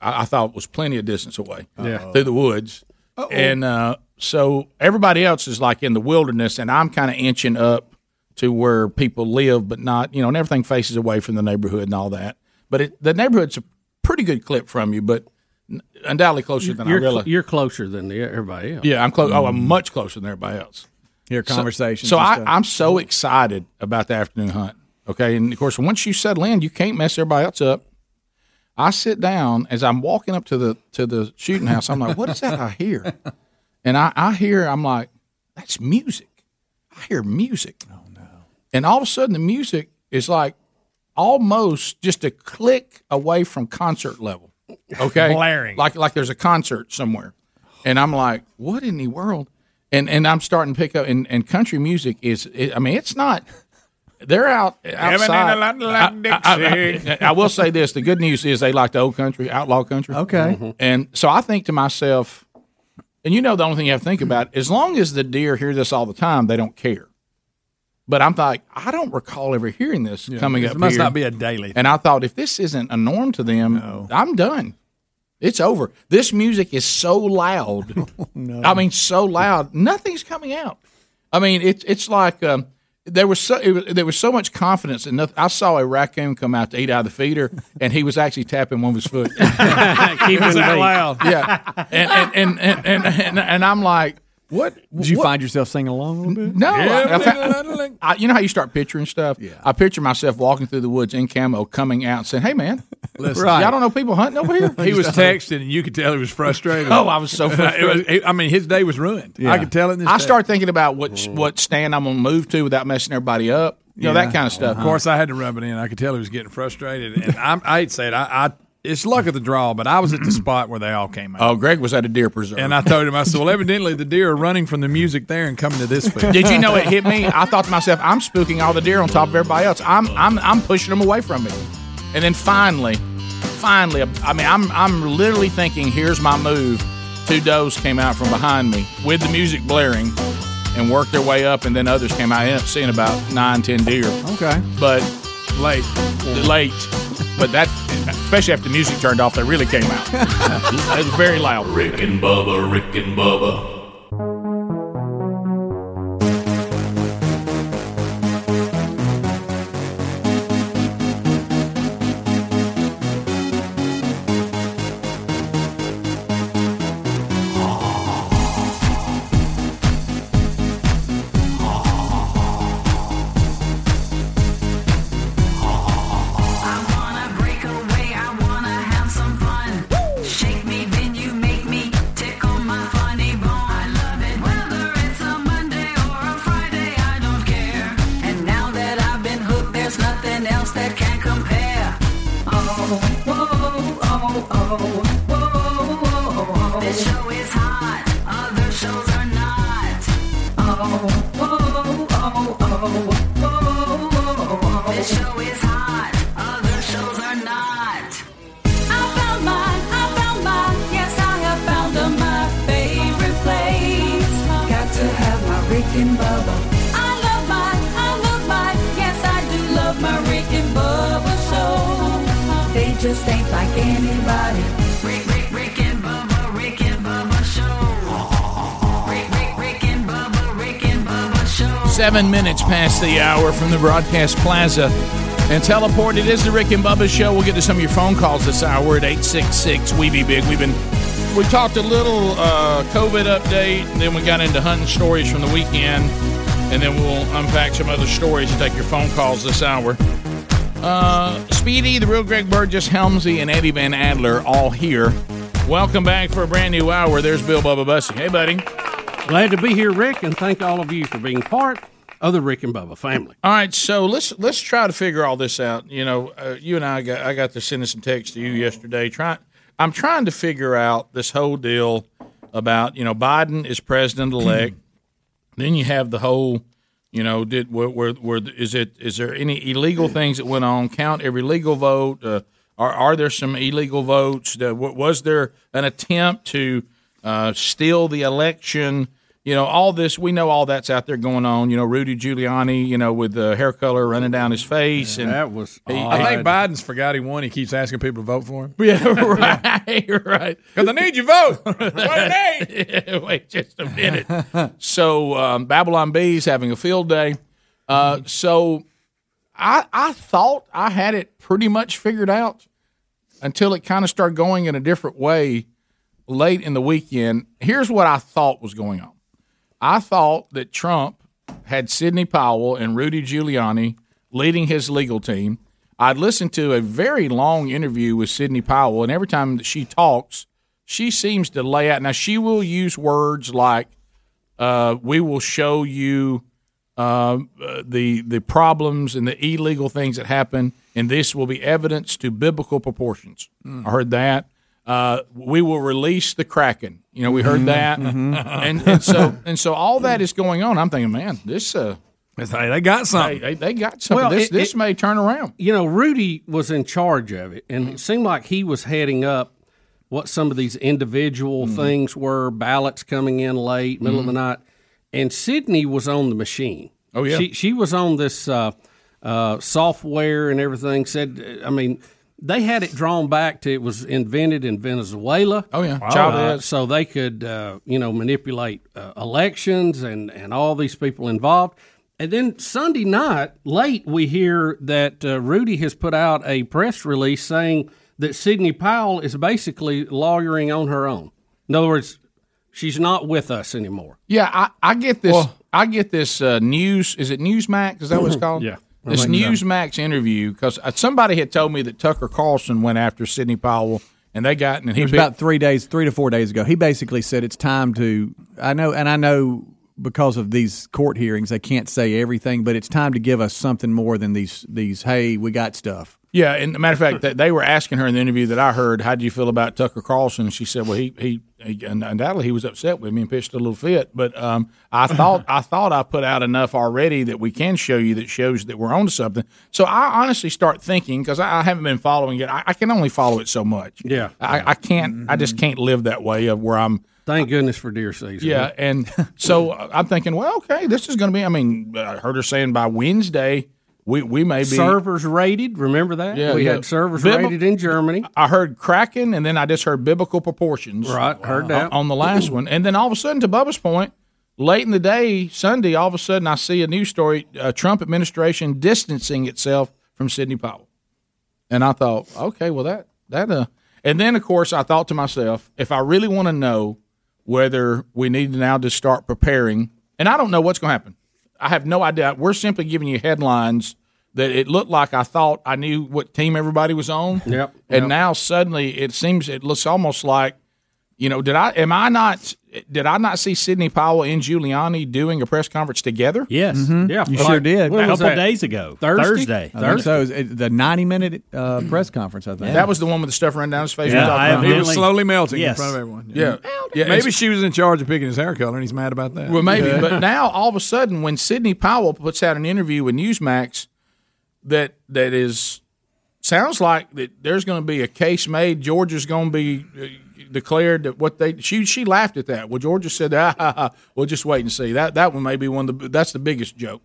I, I thought was plenty of distance away. Uh,
Yeah.
through the woods, and uh, so everybody else is like in the wilderness, and I'm kind of inching up to where people live, but not you know, and everything faces away from the neighborhood and all that. But it, the neighborhood's a pretty good clip from you, but n- undoubtedly closer than
you're,
I realized.
you're closer than the, everybody else. Mm.
Yeah, I'm close. Oh, I'm much closer than everybody else.
Hear
So-
Mm. conversations
So,
and
I,
stuff.
I'm so excited about the afternoon hunt. Okay, and of course, once you settle in, you can't mess everybody else up. I sit down as I'm walking up to the to the shooting house. I'm like, what is that I hear? And I, I hear, I'm like, that's music. I hear music. Oh no! And all of a sudden, the music is like almost just a click away from concert level. Okay,
Blaring.
like like there's a concert somewhere, and I'm like, what in the world? And and I'm starting to pick up. And, and country music is, I mean, it's not. They're out
Heaven in
outside.
a lot like
I- I- I will say this: the good news is they like the old country, outlaw country.
Okay.
And so I think to myself, and you know, the only thing you have to think about, as long as the deer hear this all the time, they don't care. But I'm like, I don't recall ever hearing this coming up.
It must
here.
not be a daily.
And I thought, if this isn't a norm to them, I'm done. It's over. This music is so loud. I mean, so loud. Nothing's coming out. I mean, it's it's like um, there was so it was, there was so much confidence in nothing. I saw a raccoon come out to eat out of the feeder, and he was actually tapping one of his foot.
Keep
It was
it
that
late.
loud.
yeah, and and and and, and, and, and I'm like, what?
Did you
what?
find yourself singing along a little bit?
No, I- I fa- I- you know how you start picturing stuff. Yeah. I picture myself walking through the woods in camo, coming out and saying, "Hey, man,
Listen,
y'all don't know people hunting over here."
He was texting, and you could tell he was frustrated.
Oh, I was so frustrated.
It was- it- I mean, his day was ruined. I could tell it. In his
I
text.
start thinking about what what stand I'm going to move to without messing everybody up. You know that kind of stuff.
Of course, I had to rub it in. I could tell he was getting frustrated, and I'm, I'd say it. I, I it's luck of the draw, but I was at the spot where they all came out,
Oh, Greg was at a deer preserve.
and I told him, I said, "Well, evidently the deer are running from the music there and coming to this field."
Did you know it hit me? I thought to myself, I'm spooking all the deer on top of everybody else. I'm I'm I'm pushing them away from me. And then finally, finally, I mean, I'm I'm literally thinking, here's my move. Two does came out from behind me with the music blaring, and worked their way up, and then others came out. I ended up seeing about nine, ten deer,
Okay.
but late, late. But that, especially after the music turned off, they really came out. it was very loud.
Rick and Bubba, Rick and Bubba,
I found mine, I found mine, yes I have found
just ain't like anybody.
Rick, Rick, Rick and Bubba, Rick and Bubba Show. Rick, Rick, Rick and Bubba, Rick and Bubba Show.
Seven minutes past the hour from the broadcast plaza. And teleport, it is the Rick and Bubba show. We'll get to some of your phone calls this hour. We're at 866 We Be Big. We've been we talked a little uh, COVID update, then we got into hunting stories from the weekend, and then we'll unpack some other stories and take your phone calls this hour. Uh, Speedy, the real Greg Burgess, Helmsy, and Eddie Van Adler all here. Welcome back for a brand new hour. There's Bill Bubba Bussy. Hey, buddy.
Glad to be here, Rick, and thank all of you for being part of the Rick and Bubba family.
All right, so let's let's try to figure all this out. You know, uh, you and I got I got to sending some text to you yesterday. Trying, I'm trying to figure out this whole deal about you know Biden is president elect. then you have the whole, you know, did were, were, were is it is there any illegal things that went on? Count every legal vote. Uh, are are there some illegal votes? That, wa- was there an attempt to uh, steal the election? You know, all this, we know all that's out there going on. You know, Rudy Giuliani, you know, with the hair color running down his face. and
that was
he-
I think Biden's forgot he won. He keeps asking people to vote for him.
Yeah, right, right.
Because I need your vote. Wait,
Wait just a minute. so um, Babylon B is having a field day. Uh, So I I thought I had it pretty much figured out until it kind of started going in a different way late in the weekend. Here's what I thought was going on. I thought that Trump had Sidney Powell and Rudy Giuliani leading his legal team. I'd listened to a very long interview with Sidney Powell, and every time that she talks, she seems to lay out. Now, she will use words like, uh, we will show you um, uh, the the problems and the illegal things that happen, and this will be evidence to biblical proportions.
Mm.
I heard that. Uh, we will release the kraken. You know, we heard
Mhm,
that,
mhm.
Uh,
and, and so and so all that is going on. I'm thinking, man, this uh,
hey, they got
something. They, they got something. this
it-
this
it-
may turn around. Mm.
You know, Rudy was in charge of it, and it seemed like he was heading up what some of these individual
Mhm.
things were ballots coming in late, middle of the
Mhm.
night. And Sydney was on the machine.
Oh, yeah.
She, she was on this uh, uh, software and everything. Said, I mean, they had it drawn back to it was invented in Venezuela.
Oh, yeah.
Uh,
Chavez.
so they could, uh, you know, manipulate uh, elections and, and all these people involved. And then Sunday night, late, we hear that uh, Rudy has put out a press release saying that Sidney Powell is basically lawyering on her own. In other words, she's not with us anymore.
Yeah, I, I get this. I get this uh, news. Is it Newsmax? Is that what it's called?
Yeah, I
This
think so.
Newsmax interview because somebody had told me that Tucker Carlson went after Sidney Powell, and they got and
it
he
was
picked-
about three days, three to four days ago. He basically said it's time to. I know, and I know because of these court hearings, they can't say everything, but it's time to give us something more than these. These hey, we got stuff.
Yeah, and matter of fact, that they were asking her in the interview that I heard, "How do you feel about Tucker Carlson?" She said, "Well, he he, he undoubtedly he was upset with me and pitched a little fit, but um, I thought I thought I put out enough already that we can show you that shows that we're on to something." So I honestly start thinking because I, I haven't been following it. I, I can only follow it so much.
Yeah.
I, I can't. I just can't live that way of where I'm.
Thank goodness for deer season.
Yeah, and so I'm thinking, well, okay, this is going to be. I mean, I heard her saying by Wednesday. We, we may be
servers raided. Remember that?
Yeah,
we
yeah.
had servers
Bibl-
raided in Germany.
I heard Kraken, and then I just heard biblical proportions.
Right, heard
on-
that.
on the last one, and then all of a sudden, to Bubba's point, late in the day Sunday, all of a sudden I see a news story: uh, Trump administration distancing itself from Sidney Powell, and I thought, okay, well that that uh, and then of course I thought to myself, if I really want to know whether we need now to start preparing, and I don't know what's going to happen. I have no idea. We're simply giving you headlines that it looked like I thought I knew what team everybody was on.
Yep.
And now suddenly it seems it looks almost like, you know, did I am I not did I not see Sidney Powell and Giuliani doing a press conference together?
Yes. Mhm. Yeah.
Mm-hmm. You sure did.
A couple days ago. Thursday? Thursday.
I think so. It was, uh, the ninety-minute uh,
Mm-hmm.
press conference. I think
That was the one with the stuff running down his face.
Yeah,
we talked
I
about.
evidently- He was
slowly melting in front of everyone.
Yeah. Yeah,
Maybe
it's-
she was in charge of picking his hair color, and he's mad about that.
Well, maybe, but now all of a sudden, when Sidney Powell puts out an interview with Newsmax, that that is sounds like that there's going to be a case made. Georgia's going to be uh, declared that what they she she laughed at that. Well, Georgia said, ah, ha, ha, "We'll just wait and see." That that one may be one of the that's the biggest joke.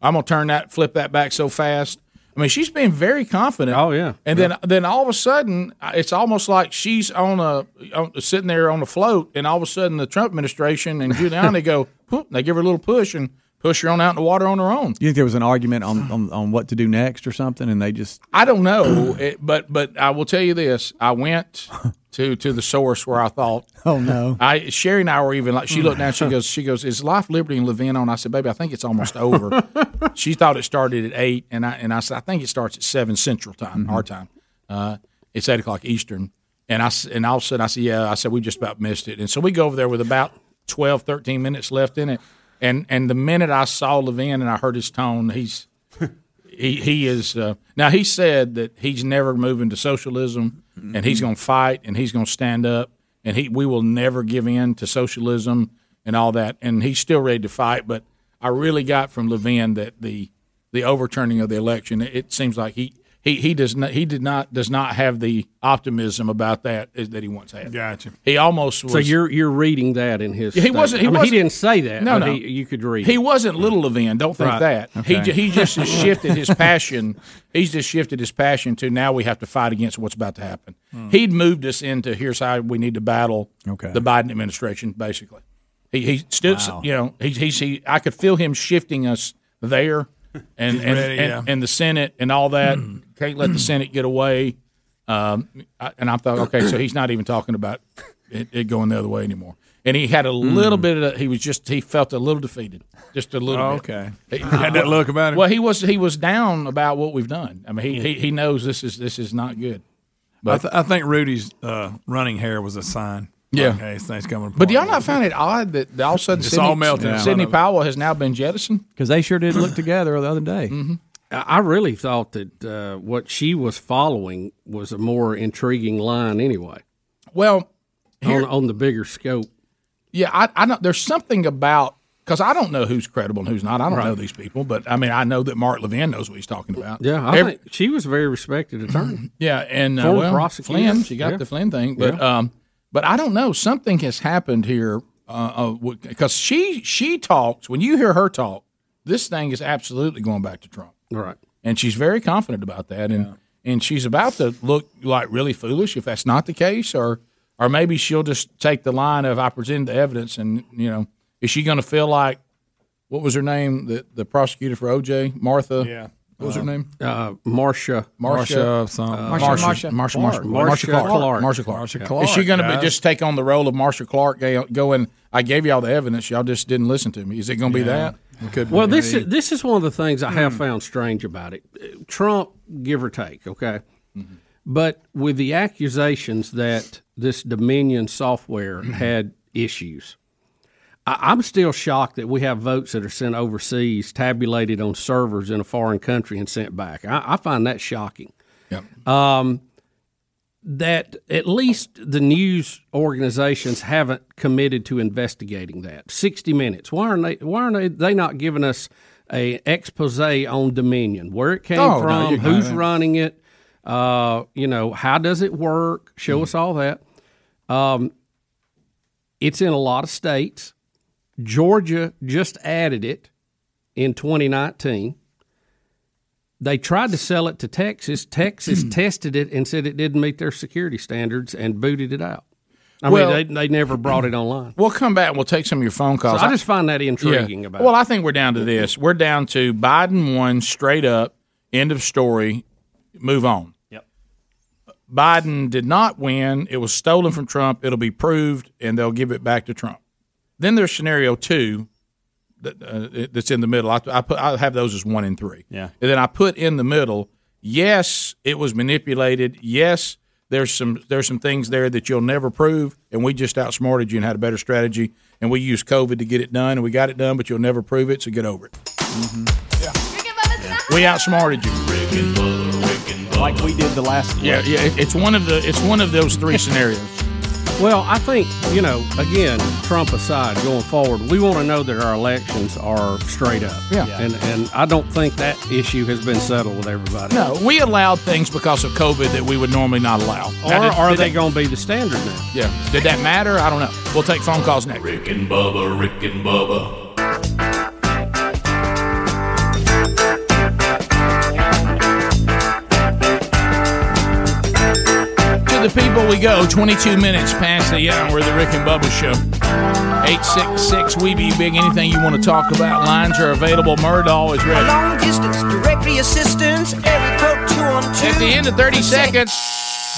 I'm gonna turn that flip that back so fast. I mean, she's been very confident.
Oh yeah.
And then, then all of a sudden, uh, it's almost like she's on a on, sitting there on a float, and all of a sudden, the Trump administration and Giuliani go, whoop, and they give her a little push and push her on out in the water on her own.
You think there was an argument on, on, on what to do next or something, and they just
I don't know, it, but but I will tell you this: I went to to the source where I thought,
oh no,
I Sherry and I were even like Uh, she looked down, she goes, she goes, is life, liberty, and Levin on? I said, baby, I think it's almost over. she thought it started at eight, and I and I said, I think it starts at seven Central Time, our time. Uh, it's eight o'clock Eastern, and I s- and all of a sudden I said, yeah, I said we just about missed it, and so we go over there with about 12, 13 minutes left in it, and and the minute I saw Levin and I heard his tone, he's he he is uh, now he said that he's never moving to socialism and
Mm-hmm.
he's going to fight and he's going to stand up and he we will never give in to socialism and all that and he's still ready to fight but I really got from Levin that the the overturning of the election it, it seems like he he, he does not he did not does not have the optimism about that as, that he once had. Gotcha. He almost was
So you're you're reading that in his.
Yeah, he
statement.
wasn't- he
I mean,
wasn't-
he didn't say that.
No,
but
no.
He, you could read.
He wasn't little Levin. Don't think
Right.
that. He
Okay.
ju- he just has shifted his passion. He's just shifted his passion to now we have to fight against what's about to happen.
Hmm.
He'd moved us into here's how we need to battle
Okay.
the Biden administration. Basically, he he stood. You know, he, he's he. I could feel him shifting us there, and
He's
and,
ready,
and,
yeah.
and the Senate and all that.
Hmm.
Can't let the Senate get away. Um, I, and I thought, okay, so he's not even talking about it, it going the other way anymore. And he had a
Hmm.
little bit of he was just he felt a little defeated, just a little.
Oh,
bit.
okay.
He-
Uh,
Had that look about him?
Well, he was he was down about what we've done. I mean, he he, he knows this is this is not good.
I, th- I think Rudy's uh, running hair was a sign.
Yeah.
Okay, this thing's coming.
But do y'all not find it odd that all of a sudden
It's
Sidney,
all melting in front
Sidney
of it.
Powell has now been jettisoned? Mm-hmm.
because they sure did look together the other day.
I I really thought that uh, what she was following was a more intriguing line, anyway.
Well, here-
on, on the bigger scope.
Yeah, I, I know there's something about because I don't know who's credible and who's not. I don't
Right.
know these people, but I mean, I know that Mark Levin knows what he's talking about.
Yeah, I
Every-
think she was a very respected attorney.
yeah, and uh,
Former
well,
prosecutor.
Flynn, she got
Yeah.
the Flynn thing, but um, but I don't know. Something has happened here because uh, because she she talks when you hear her talk, this thing is absolutely going back to Trump,
right?
And she's very confident about that, and and she's about to look like really foolish if that's not the case, or or maybe she'll just take the line of I presented the evidence, and you know, is she going to feel like what was her name the the prosecutor for OJ Martha? Yeah, what was her name?
Uh, Marsha.
Marsha,
uh,
Marsha, Marsha, Marsha, Marsha Clark. Marsha Clark.
Yeah.
Is she going to just take on the role of Marsha Clark? go- Going, I gave y'all the evidence. Y'all just didn't listen to me. Is it going to be Hmm. that?
well, this is, this is one of the things I have found strange about it. Uh, Trump, give or take, okay, but with the accusations that this Dominion software
Hmm.
had issues, I, I'm still shocked that we have votes that are sent overseas, tabulated on servers in a foreign country, and sent back. I, I find that shocking. Um, that at least the news organizations haven't committed to investigating that. 60 Minutes. Why aren't they, why aren't they, they not giving us a expose on Dominion, where it came
Oh, no,
from,
you're not.
who's running it, uh, you know, how does it work?
Hmm.
Show us all that. Um, it's in a lot of states. Georgia just added it in 2019. They tried to sell it to Texas.
Hmm.
Texas tested it and said it didn't meet their security standards and booted it out. I
Well-
mean, they, they never brought it online.
We'll come back and we'll take some of your phone
So
calls.
I just find that intriguing
Yeah.
about
Well,
it.
I think we're down to this. We're down to Biden won straight up, end of story, move on.
Yep.
Biden did not win. It was stolen from Trump. It'll be proved, and they'll give it back to Trump. Then there's scenario two that, uh, it- that's in the middle. I, I put I have those as one and three.
Yeah.
And then I put in the middle. Yes, it was manipulated. Yes, there's some there's some things there that you'll never prove, and we just outsmarted you and had a better strategy, and we used COVID to get it done, and we got it done, but you'll never prove it, so get over it. Mm-hmm. We outsmarted you.
Like we did the last
Yeah, yeah. it- It's one of the it's one of those three scenarios.
Well, I think, you know, again, Trump aside, going forward, we want to know that our elections are straight up.
Yeah.
And, and I don't think that issue has been settled with everybody.
No, we allowed things because of COVID that we would normally not allow.
Or are they going to be the standard now?
Yeah. Did that matter? I don't know. We'll take phone calls next.
Rick and Bubba, Rick and Bubba,
the people we go. 22 minutes past the hour of the Rick and Bubba Show. 866 We Be Big. Anything you want to talk about, lines are available. Murdahl is ready.
Long distance directory assistance, every code two on two.
At the end of 30 seconds,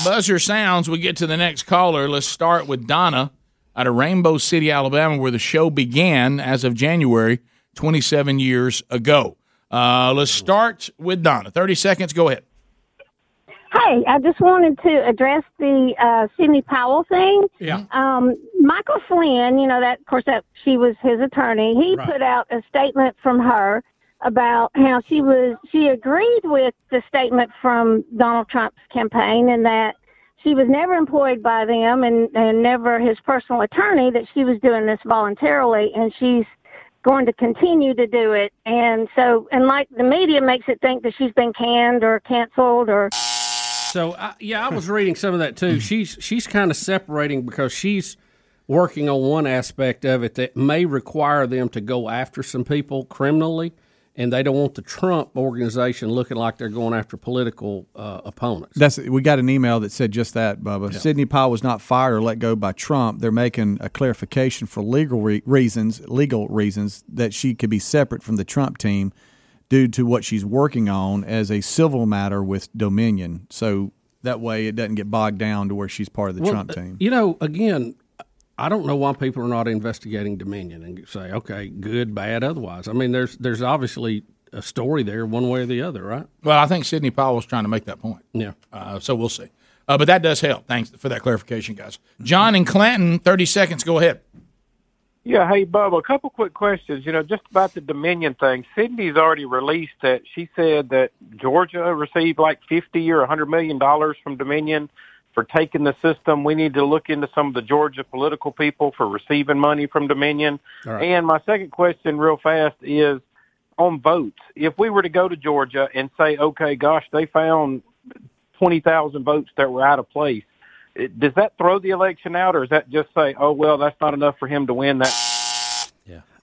buzzer sounds. We get to the next caller. Let's start with Donna out of Rainbow City, Alabama, where the show began as of January 27 years ago. Uh, let's start with Donna. 30 seconds. Go ahead.
Hey, I just wanted to address the uh, Sidney Powell thing.
Yeah.
Um, Michael Flynn, you know that, of course, that she was his attorney. He
Right.
put out a statement from her about how she was she agreed with the statement from Donald Trump's campaign and that she was never employed by them and, and never his personal attorney that she was doing this voluntarily and she's going to continue to do it and so and like the media makes it think that she's been canned or canceled or
So I, yeah, I was reading some of that
Mm-hmm.
too. She's she's kind of separating because she's working on one aspect of it that may require them to go after some people criminally, and they don't want the Trump organization looking like they're going after political uh, opponents.
That's we got an email that said just that, Bubba. Sidney Powell was not fired or let go by Trump. They're making a clarification for legal re- reasons, legal reasons that she could be separate from the Trump team due to what she's working on as a civil matter with Dominion. So that way it doesn't get bogged down to where she's part of the
Well,
Trump
uh,
team.
You know, again, I don't know why people are not investigating Dominion and say, okay, good, bad, otherwise. I mean, there's there's obviously a story there, one way or the other, right?
Well, I think Sidney Powell was trying to make that point.
Yeah.
Uh, so we'll see. Uh, but that does help. Thanks for that clarification, guys. John and Clanton, 30 seconds. Go ahead.
Yeah, hey Bubba, a couple quick questions. You know, just about the Dominion thing. Sydney's already released that she said that Georgia received like fifty or a hundred million dollars from Dominion for taking the system. We need to look into some of the Georgia political people for receiving money from Dominion.
All right.
And my second question, real fast, is on votes. If we were to go to Georgia and say, okay, gosh, they found twenty thousand votes that were out of place. it- Does that throw the election out, or is that just say, "Oh well, that's not enough for him to win"? That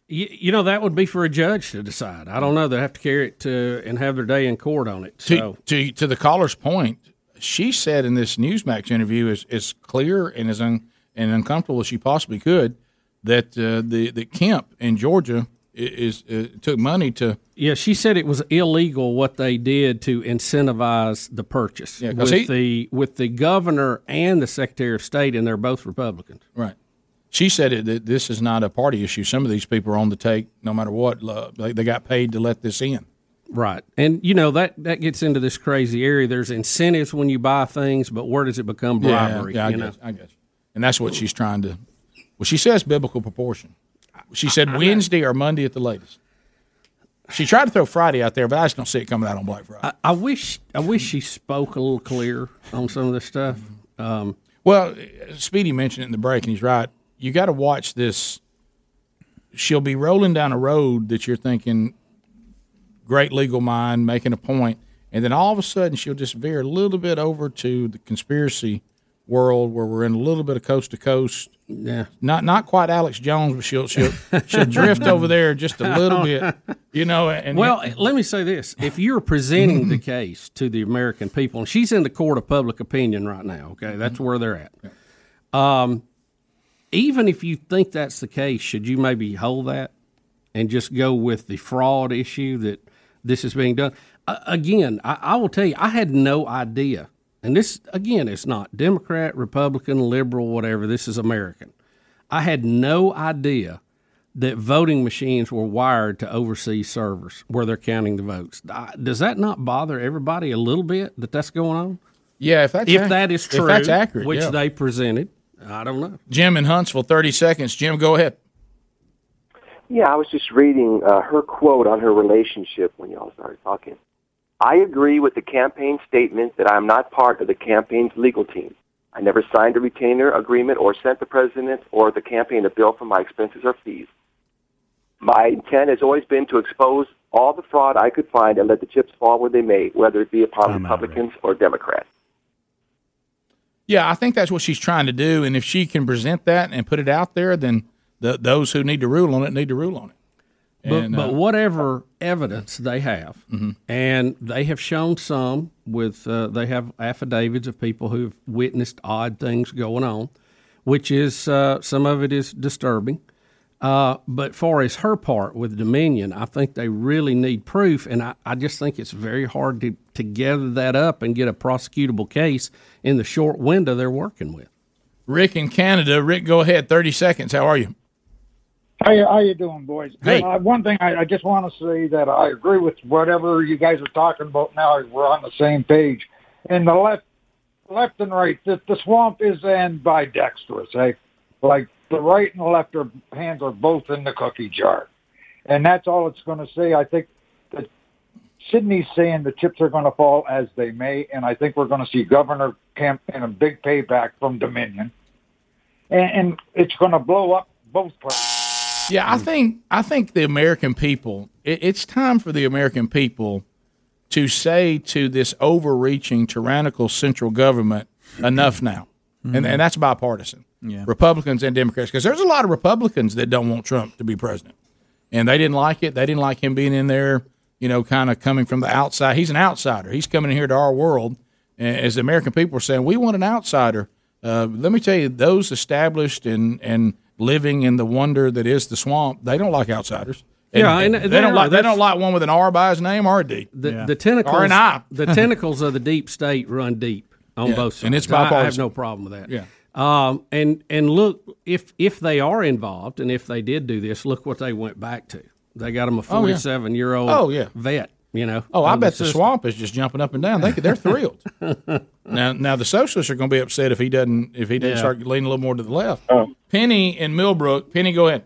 You, you know, that would be for a judge to decide. I don't know. They have to carry it to and have their day in court on it.
To,
So
to, to the caller's point, she said in this Newsmax interview, as, as clear and as un, and uncomfortable as she possibly could, that uh, the, the Kemp in Georgia i- is, is uh, took money to.
yeah, she said it was illegal what they did to incentivize the purchase
'cause
with
he-
the with the governor and the secretary of state, and they're both Republicans.
Right. She said it, that this is not a party issue. Some of these people are on the take no matter what. lo- They, they got paid to let this in.
Right. And you know that that gets into this crazy area. There's incentives when you buy things, but where does it become
Yeah,
bribery?
yeah, I
you know?
guess, I guess. And that's what she's trying to. Well, she says biblical proportion. She said Wednesday or Monday at the latest. She tried to throw Friday out there, but I just don't see it coming out on Black Friday.
I, I wish I wish she spoke a little clearer on some of this stuff. Um,
Well, Speedy mentioned it in the break, and he's right. You got to watch this. She'll be rolling down a road that you're thinking, great legal mind, making a point, and then all of a sudden she'll just veer a little bit over to the conspiracy world where we're in a little bit of coast to coast.
Yeah.
Not not quite Alex Jones, but she'll she'll she'll drift over there just a little bit, you know. And
well, let me say this: if you're presenting the case to the American people, and she's in the court of public opinion right now,
Mm-hmm.
okay, that's where they're at. Um, even if you think that's the case, should you maybe hold that and just go with the fraud issue that this is being done? Uh, again, I, I will tell you, I had no idea, and this again, it's not Democrat, Republican, liberal, whatever. This is American. I had no idea that voting machines were wired to oversee servers where they're counting the votes. I- Does that not bother everybody a little bit that that's going on?
yeah, if that's
if
ac-
that is true,
if that's accurate,
which
yeah.
they presented, I don't know.
Jim in Huntsville, thirty seconds. Jim, go ahead.
Yeah, I was just reading uh, her quote on her relationship when y'all started talking. I agree with the campaign statement that I'm not part of the campaign's legal team. I never signed a retainer agreement or sent the president or the campaign a bill for my expenses or fees. My intent has always been to expose all the fraud I could find and let the chips fall where they may, whether it be upon Republicans or Democrats.
Yeah, I think that's what she's trying to do, and if she can present that and put it out there, then the, those who need to rule on it need to rule on it.
But,
And, uh,
but whatever evidence they have,
Mhm.
and they have shown some with, uh, they have affidavits of people who've witnessed odd things going on, which is, uh, some of it is disturbing. Uh, but far as her part with Dominion, I think they really need proof, and I, I just think it's very hard to, to gather that up and get a prosecutable case in the short window they're working with.
Rick in Canada. Rick, go ahead. Thirty seconds. How are you?
How you, how you doing, boys?
Hey.
Uh, one thing I, I just want to say that I agree with whatever you guys are talking about now. We're on the same page. And the left, left and right, the, the swamp is and bidextrous. Eh? Like the right and left are, hands are both in the cookie jar, and that's all it's going to say. I think that Sydney's saying the chips are going to fall as they may, and I think we're going to see Governor Kemp and a big payback from Dominion, and, and it's going to blow up both places.
Yeah, I think I think the American people. It, it's time for the American people to say to this overreaching, tyrannical central government, enough now, and and that's bipartisan.
Yeah.
Republicans and Democrats, because there's a lot of Republicans that don't want Trump to be president, and they didn't like it. They didn't like him being in there, you know, kind of coming from the outside. He's an outsider. He's coming in here to our world, and as the American people are saying, we want an outsider. Uh, let me tell you, those established and and living in the wonder that is the swamp, they don't like outsiders. And-
Yeah, and
and
they
they don't
are.
like they
That's-
don't like one with an R by his name or a D.
The, the tentacles,
or an I.
the tentacles of the deep state run deep on
Yeah,
both sides.
and it's
I- I, have
bipartisan.
no problem with that.
Yeah.
Um, and and look, if if they are involved, and if they did do this, look what they went back to. They got them
Oh,
a
yeah.
forty-seven year old.
Oh, yeah.
vet. You know. Um,
Oh, I
of the
bet the
system.
swamp is just jumping up and down. They could- they're thrilled. now, now the socialists are going to be upset if he doesn't if he doesn't
Yeah.
start leaning a little more to the left. Penny in Millbrook. Penny, go ahead.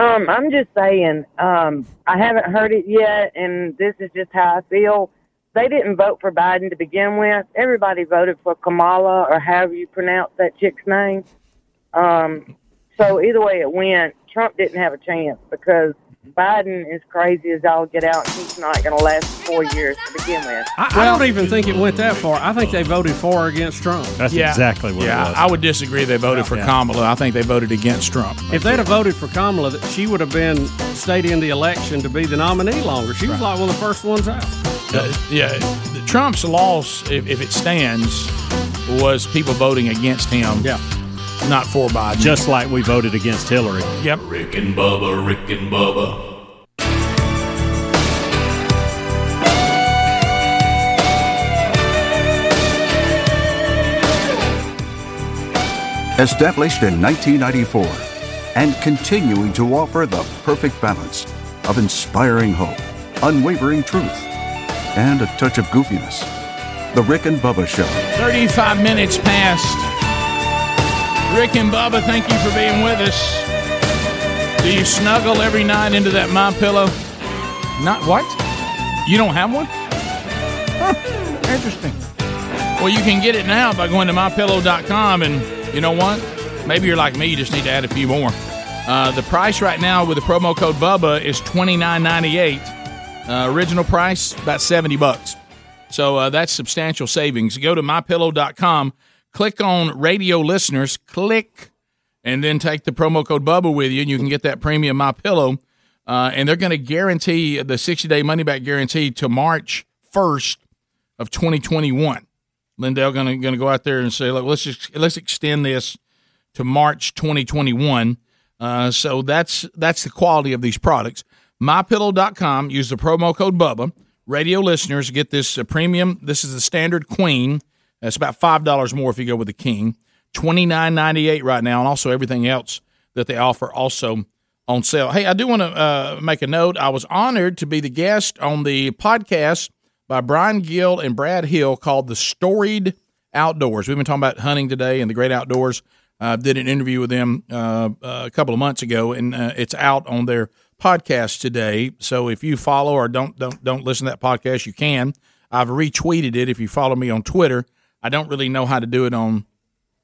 Um, I'm just saying, um, I haven't heard it yet, and this is just how I feel. They didn't vote for Biden to begin with. Everybody voted for Kamala, or however you pronounce that chick's name. Um, so either way it went, Trump didn't have a chance because Biden is crazy as all get out, and he's not going to last four years to begin with.
I, I don't even think it went that far. I think they voted for or against Trump.
Yeah. yeah, I would disagree. They voted for
Yeah.
Kamala. I think they voted against Trump.
If they'd have voted for Kamala, that she would have been stayed in the election to be the nominee longer. She was like, well, the first one's out.
Uh, yeah, the- Trump's loss, if, if it stands, was people voting against him. Yeah, not for Biden.
Just like we voted against Hillary.
Yep.
Rick and Bubba, Rick and Bubba.
Established in 1994 and continuing to offer the perfect balance of inspiring hope, unwavering truth, and a touch of goofiness. The Rick and Bubba Show.
35 minutes past. Rick and Bubba, thank you for being with us. Do you snuggle every night into that my pillow? Not what? You don't have one? Huh, interesting. Well, you can get it now by going to mypillow.com and you know what? Maybe you're like me, you just need to add a few more. Uh, the price right now with the promo code Bubba is $29.98. Uh, original price about 70 bucks. So uh, that's substantial savings. Go to mypillow.com, click on radio listeners, click, and then take the promo code Bubba with you, and you can get that premium My Pillow. Uh, and they're going to guarantee the 60 day money back guarantee to March 1st of 2021. Lindell going to going to go out there and say, look, let's just, let's extend this to March 2021. Uh, so that's that's the quality of these products. MyPillow.com. Use the promo code Bubba. Radio listeners get this uh, premium. This is the standard queen. That's about five dollars more if you go with the king. Twenty nine ninety eight right now, and also everything else that they offer also on sale. Hey, I do want to uh, make a note. I was honored to be the guest on the podcast by Brian Gill and Brad Hill called The Storied Outdoors. We've been talking about hunting today and the great outdoors. I did an interview with them uh, a couple of months ago, and uh, it's out on their podcast today. So if you follow or don't don't don't listen to that podcast, you can. I've retweeted it. If you follow me on Twitter, I don't really know how to do it on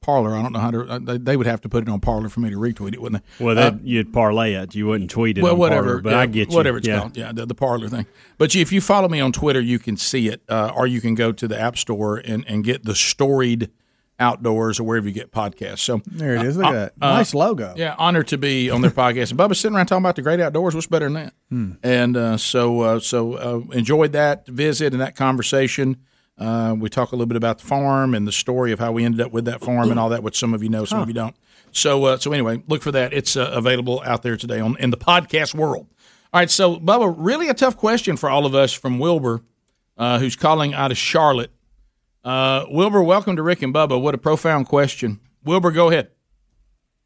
Parlor. I don't know how to. uh, they- They would have to put it on Parlor for me to retweet it, wouldn't they?
Well,
Uh,
that, you'd parlay it. You wouldn't tweet it.
well,
on
whatever,
Parler, but
yeah,
I get you.
Whatever it's
yeah.
called, yeah, the, the parlor thing. But if you follow me on Twitter, you can see it, uh, or you can go to the App Store and, and get the storied Outdoors or wherever you get podcasts. So
There it is. Look at that. Nice logo.
uh, Yeah, honored to be on their podcast. And Bubba's sitting around talking about the great outdoors. What's better than that?
Hmm.
And uh, so, uh, so uh, enjoyed that visit and that conversation. Uh, we talk a little bit about the farm and the story of how we ended up with that farm and all that, which some of you know, some of
Huh.
you don't. So, uh, so anyway, look for that. It's uh, available out there today on in the podcast world. All right, so Bubba, really a tough question for all of us from Wilbur, uh, who's calling out of Charlotte. Uh, Wilbur, welcome to Rick and Bubba. What a profound question. Wilbur, go ahead.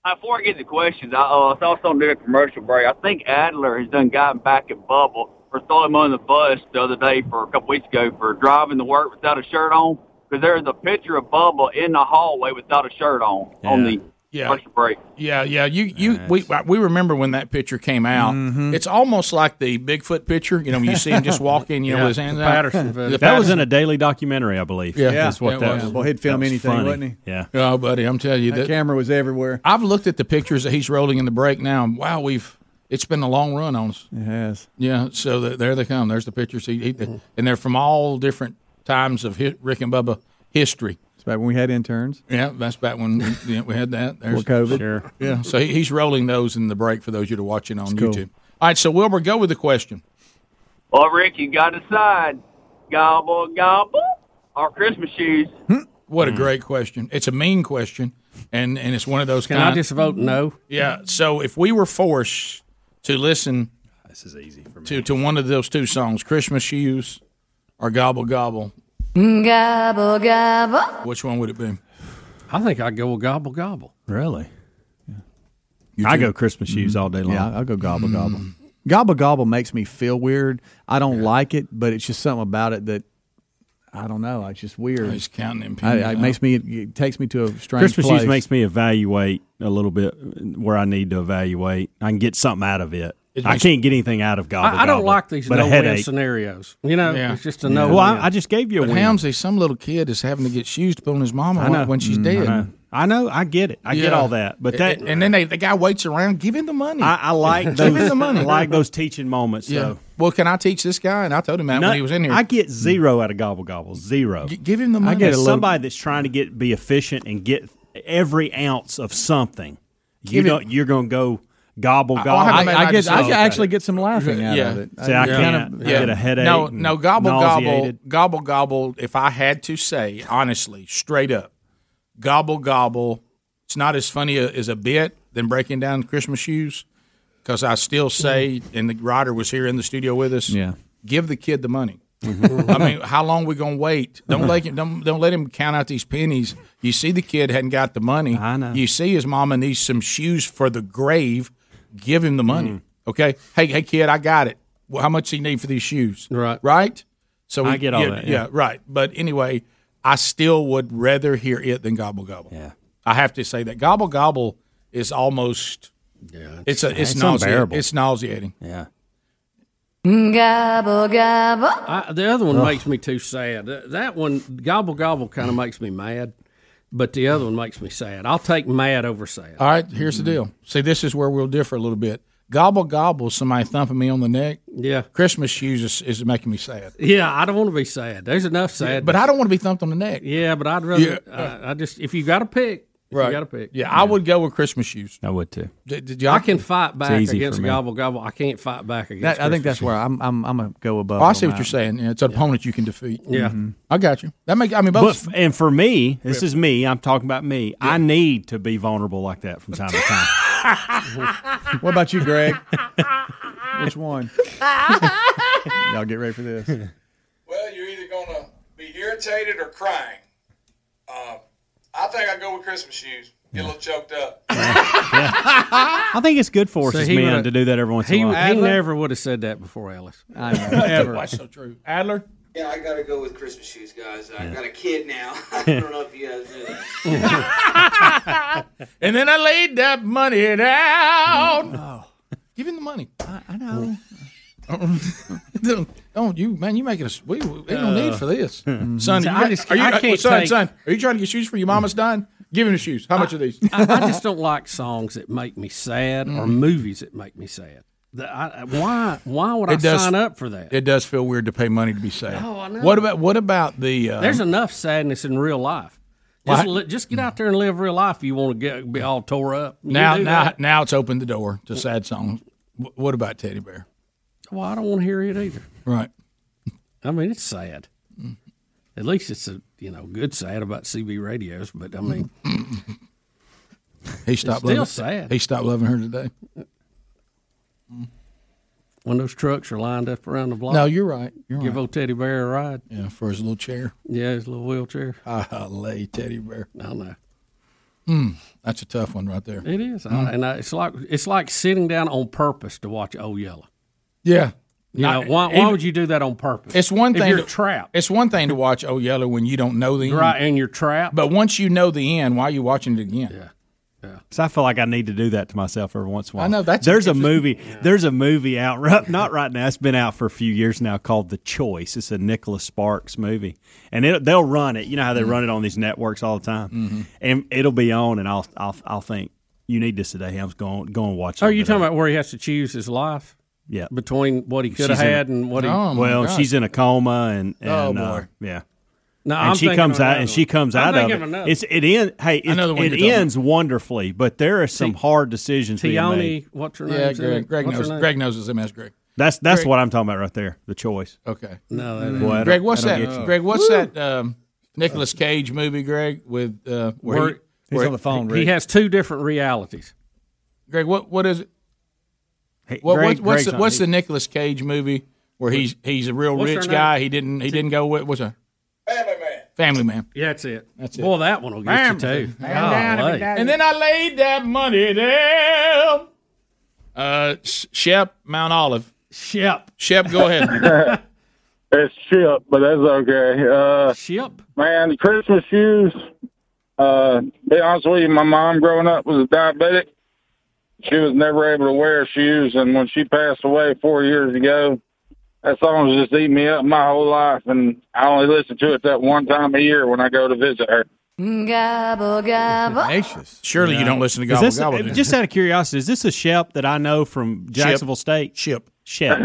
Uh, Before I get to questions, I uh, saw something during commercial break. I think Adler has done gotten back at Bubble for throwing him on the bus the other day for a couple weeks ago for driving to work without a shirt on. Because there is a picture of Bubble in the hallway without a shirt on on the
Yeah.
commercial break.
Yeah, yeah. You, you, we, we remember when that picture came out. It's almost like the Bigfoot picture. You know, when you see him just walking, you know, with his hands out. The
That was in
Patterson-
a daily documentary, I believe.
Yeah,
is what that was.
Well,
That was funny. Yeah.
Oh, buddy, I'm telling you,
That
camera
was everywhere.
I've looked at the pictures that he's rolling in the break now. and Wow, we've it's been a long run on us.
It has.
Yeah, so th there they come. There's the pictures, he, he, and they're from all different times of hit, Rick and Bubba history.
It's back when we had interns.
Yeah, that's back when we- yeah, we had that.
Before COVID. Sure.
Yeah, so he, he's rolling those in the break for those you that are watching on
It's cool.
YouTube. All right, so Wilbur, go with the question.
Well, Rick, you got to decide. Gobble, gobble, or Christmas shoes.
Mm.
What a great question! It's a mean question, and and it's one of those.
Can I
kind-
just vote no?
Yeah. So if we were forced to listen, this is easy for me. to to one of those two songs, Christmas shoes or Gobble Gobble,
Gobble, gobble.
which one would it be?
I think I go with gobble gobble.
Really? I
too? Mm-hmm.
go Christmas shoes all day long.
Yeah, I'll go gobble gobble. Gobble gobble makes me feel weird. I don't like it, but it's just something about it that I don't know. It's just weird.
He's counting them.
I, I-
peanuts.
it makes me. It takes me to a strange
Christmas
place.
shoes makes me evaluate a little bit where I need to evaluate. I can get something out of it.
It
I
makes-
can't get anything out of gobble.
I, I don't
Gobble,
like these
but a
no win
headache.
scenarios. You know,
Yeah.
it's just a
Yeah.
no.
Well, I-
win.
I just gave you a
But
win.
Hamsey, some little kid is having to get shoes to put on his mama
I know.
when she's
Mm, I
dead.
know. I know. I get it. I get all that. But that-
and, and then they, the guy waits around. Give him the money.
I, I like
give him
those.
the money.
I like those teaching moments.
Yeah.
though.
Well, can I teach this guy? And I told him that
None-
when he was in here.
I get zero out of gobble gobble. Zero.
give him the money.
I get somebody that's trying to get be efficient and get every ounce of something. You
Give it-
know, you're going to go gobble
I'll
gobble.
have a man I
get- I actually get some laughing out
yeah.
of it.
See, I
Yeah.
can't. I get a headache.
No,
and
no, gobble,
nauseated.
gobble, gobble, gobble. If I had to say honestly, straight up, gobble, gobble. It's not as funny a, as a bit than breaking down Christmas shoes, because I still say, and the rider was here in the studio with us.
Yeah.
give the kid the money.
Mm-hmm.
I mean, how long we gonna wait? Don't let him don't, don't let him count out these pennies. You see, the kid hadn't got the money. I know. You see, his mama needs some shoes for the grave. Give him the money. Okay. Hey, hey, kid, I got it. Well, how much do you need for these shoes? Right. Right. So
I get all
yeah,
that, yeah.
Right. But anyway, I still would rather hear it than gobble gobble. Yeah. I have to say that gobble gobble is almost. Yeah. It's a, it's,
it's
nauseating.
unbearable.
It's nauseating. Yeah.
Gobble, gobble.
I, the other one
Ugh.
makes me too sad. Th- That one, gobble gobble,
Mm.
kind of makes me mad, but the other one makes me sad. I'll take mad over sad.
All right, here's the deal. See, this is where we'll differ a little bit. Gobble gobble, somebody thumping me on the neck.
Yeah.
Christmas shoes is, is making me sad.
Yeah, I don't want to be sad. There's enough sad.
but I don't want to be thumped on the neck.
Yeah, but I'd rather.
Yeah.
I, I just if you got to pick, if
Right.
you got to pick.
Yeah, I would go with Christmas shoes.
I would too.
Did, did y'all-
I can fight back
easy
against
for
a
me.
gobble gobble. I can't fight back against.
That, I think
Christmas.
that's where I'm. I'm. I'm gonna go above.
Oh, I see
on
what
that.
you're saying. Yeah, it's an opponent you can defeat.
Yeah.
Mhm. I got you. That make I mean
But
both.
f- and for me, this is me. I'm talking about me. I need to be vulnerable like that from time to time.
What about you, Greg? Which one? Y'all get ready for this.
Well, you're either going to be irritated or crying. Um, I think I go with Christmas shoes. Get a little choked up.
I think it's good for us
So
as
he
men
would've-
to do that every once
He,
in a while.
he never would have said that before, Alice.
I
That's so true. Adler.
Yeah, I gotta go with Christmas shoes, guys. I got a kid now. I don't know if you guys knew that.
And then I laid that money down. Mm. Oh. Give him the money. I, I know. don't, don't you, man? You making us? We, we ain't no need for this,
Mhm.
Uh. son.
So
you
I
got-
just-
are you, uh,
I can't
son,
take-
son, are you trying to get shoes for your mama's dying? Give him the shoes. How much are these?
I, I just don't like songs that make me sad
Mm.
or movies that make me sad. The- I- I- why? Why would I sign up for that?
It does feel weird to pay money to be saved.
Oh, I know.
What about what about the? Uh,
There's enough sadness in real life. Just,
Well,
li- just get out there and live real life. If you want to get be all tore up You
Now,
do
now,
that.
now it's opened the door to sad songs. Wh- What about Teddy Bear?
Well, I don't want to hear it either.
Right.
I mean, it's sad.
Mm.
At least it's a you know good sad about CB radios, but I mean,
He stopped
still
loving.
sad.
He stopped loving her today.
when those trucks are lined up around the block.
No, you're right. You're
Give
right.
old Teddy Bear a ride.
Yeah, for his little chair.
Yeah, his little wheelchair.
I lay Teddy Bear.
I know.
Mm, that's a tough one right there.
It is, I-
Mm.
and I, it's like it's like sitting down on purpose to watch Old Yellow.
Yeah.
You know,
Not-
why, why
even-
would you do that on purpose?
It's one
If
thing
you're
to
trapped.
It's one thing to watch Oh Yellow when you don't know the end,
Right, and you're trapped.
But once you know the end, why are you watching it again? Yeah.
Because I feel like I need to do that to myself every once in a while.
I know, that's-
there's a
it's a-
movie. There's a movie out right, not right now. It's been out for a few years now called The Choice. It's a Nicholas Sparks movie, and it, they'll run it. You know how they run it on these networks all the time,
Mm.
Mm-hmm.
Mhm.
and it'll be on, and I'll I'll, I'll think you need this today. I'm going go and watch.
So are
it
Oh, you
today."
talking about where he has to choose his life?
Yeah.
Between what he could have
She's in- Oh,
had and what he.
Oh,
well, she's in a coma, and, and
Oh,
uh,
boy.
yeah.
No,
and
I'm
she
thinking
comes
of
out,
another
and she
one.
comes
I'm
out of
thinking
it.
of another.
it's it ends. Hey,
I know the one
it,
you're
it
talking
ends wonderfully, but there are some hard decisions being made.
Tione, what's her name?
Yeah, Greg, Greg
What's her
knows.
name?
Greg knows his MS Greg.
That's that's
Greg-
what I'm talking about right there. The choice.
Okay.
No,
Boy,
that
I don't-
Greg, what's
I don't
that?
get you.
Greg, what's
Woo.
that? Um, Nicholas Cage movie, Greg, with uh, where,
Where-
he-
He's
where-
on the phone, He Rick. has two different realities.
Greg, what what is it? What,
Greg-
what, what's
Greg's
the,
on-
what's
he-
the Nicholas Cage movie where he's he's a real
What's her
rich
name?
guy? He didn't he didn't go with what's a Family Man. Family Man.
Yeah, that's it.
That's it.
Boy, that one will get
Bam.
you too.
Bam, down,
Golly.
down. And then I laid that money down. Uh, Sh- Shep Mount Olive.
Shep.
Shep, go ahead.
it's Ship, but that's okay. Uh,
Ship.
Man, Christmas shoes. Uh, be honest with you, my mom growing up was a diabetic. She was never able to wear shoes, and when she passed away four years ago, that song was just eating me up my whole life, and I only listen to it that one time a year when I go to visit her.
Gobble, gobble.
Surely you don't listen to
Is
Gobble
this-
Gobble, do you?
Just out of curiosity, is this a Shep that I know from Jacksonville State?
Ship.
Shep.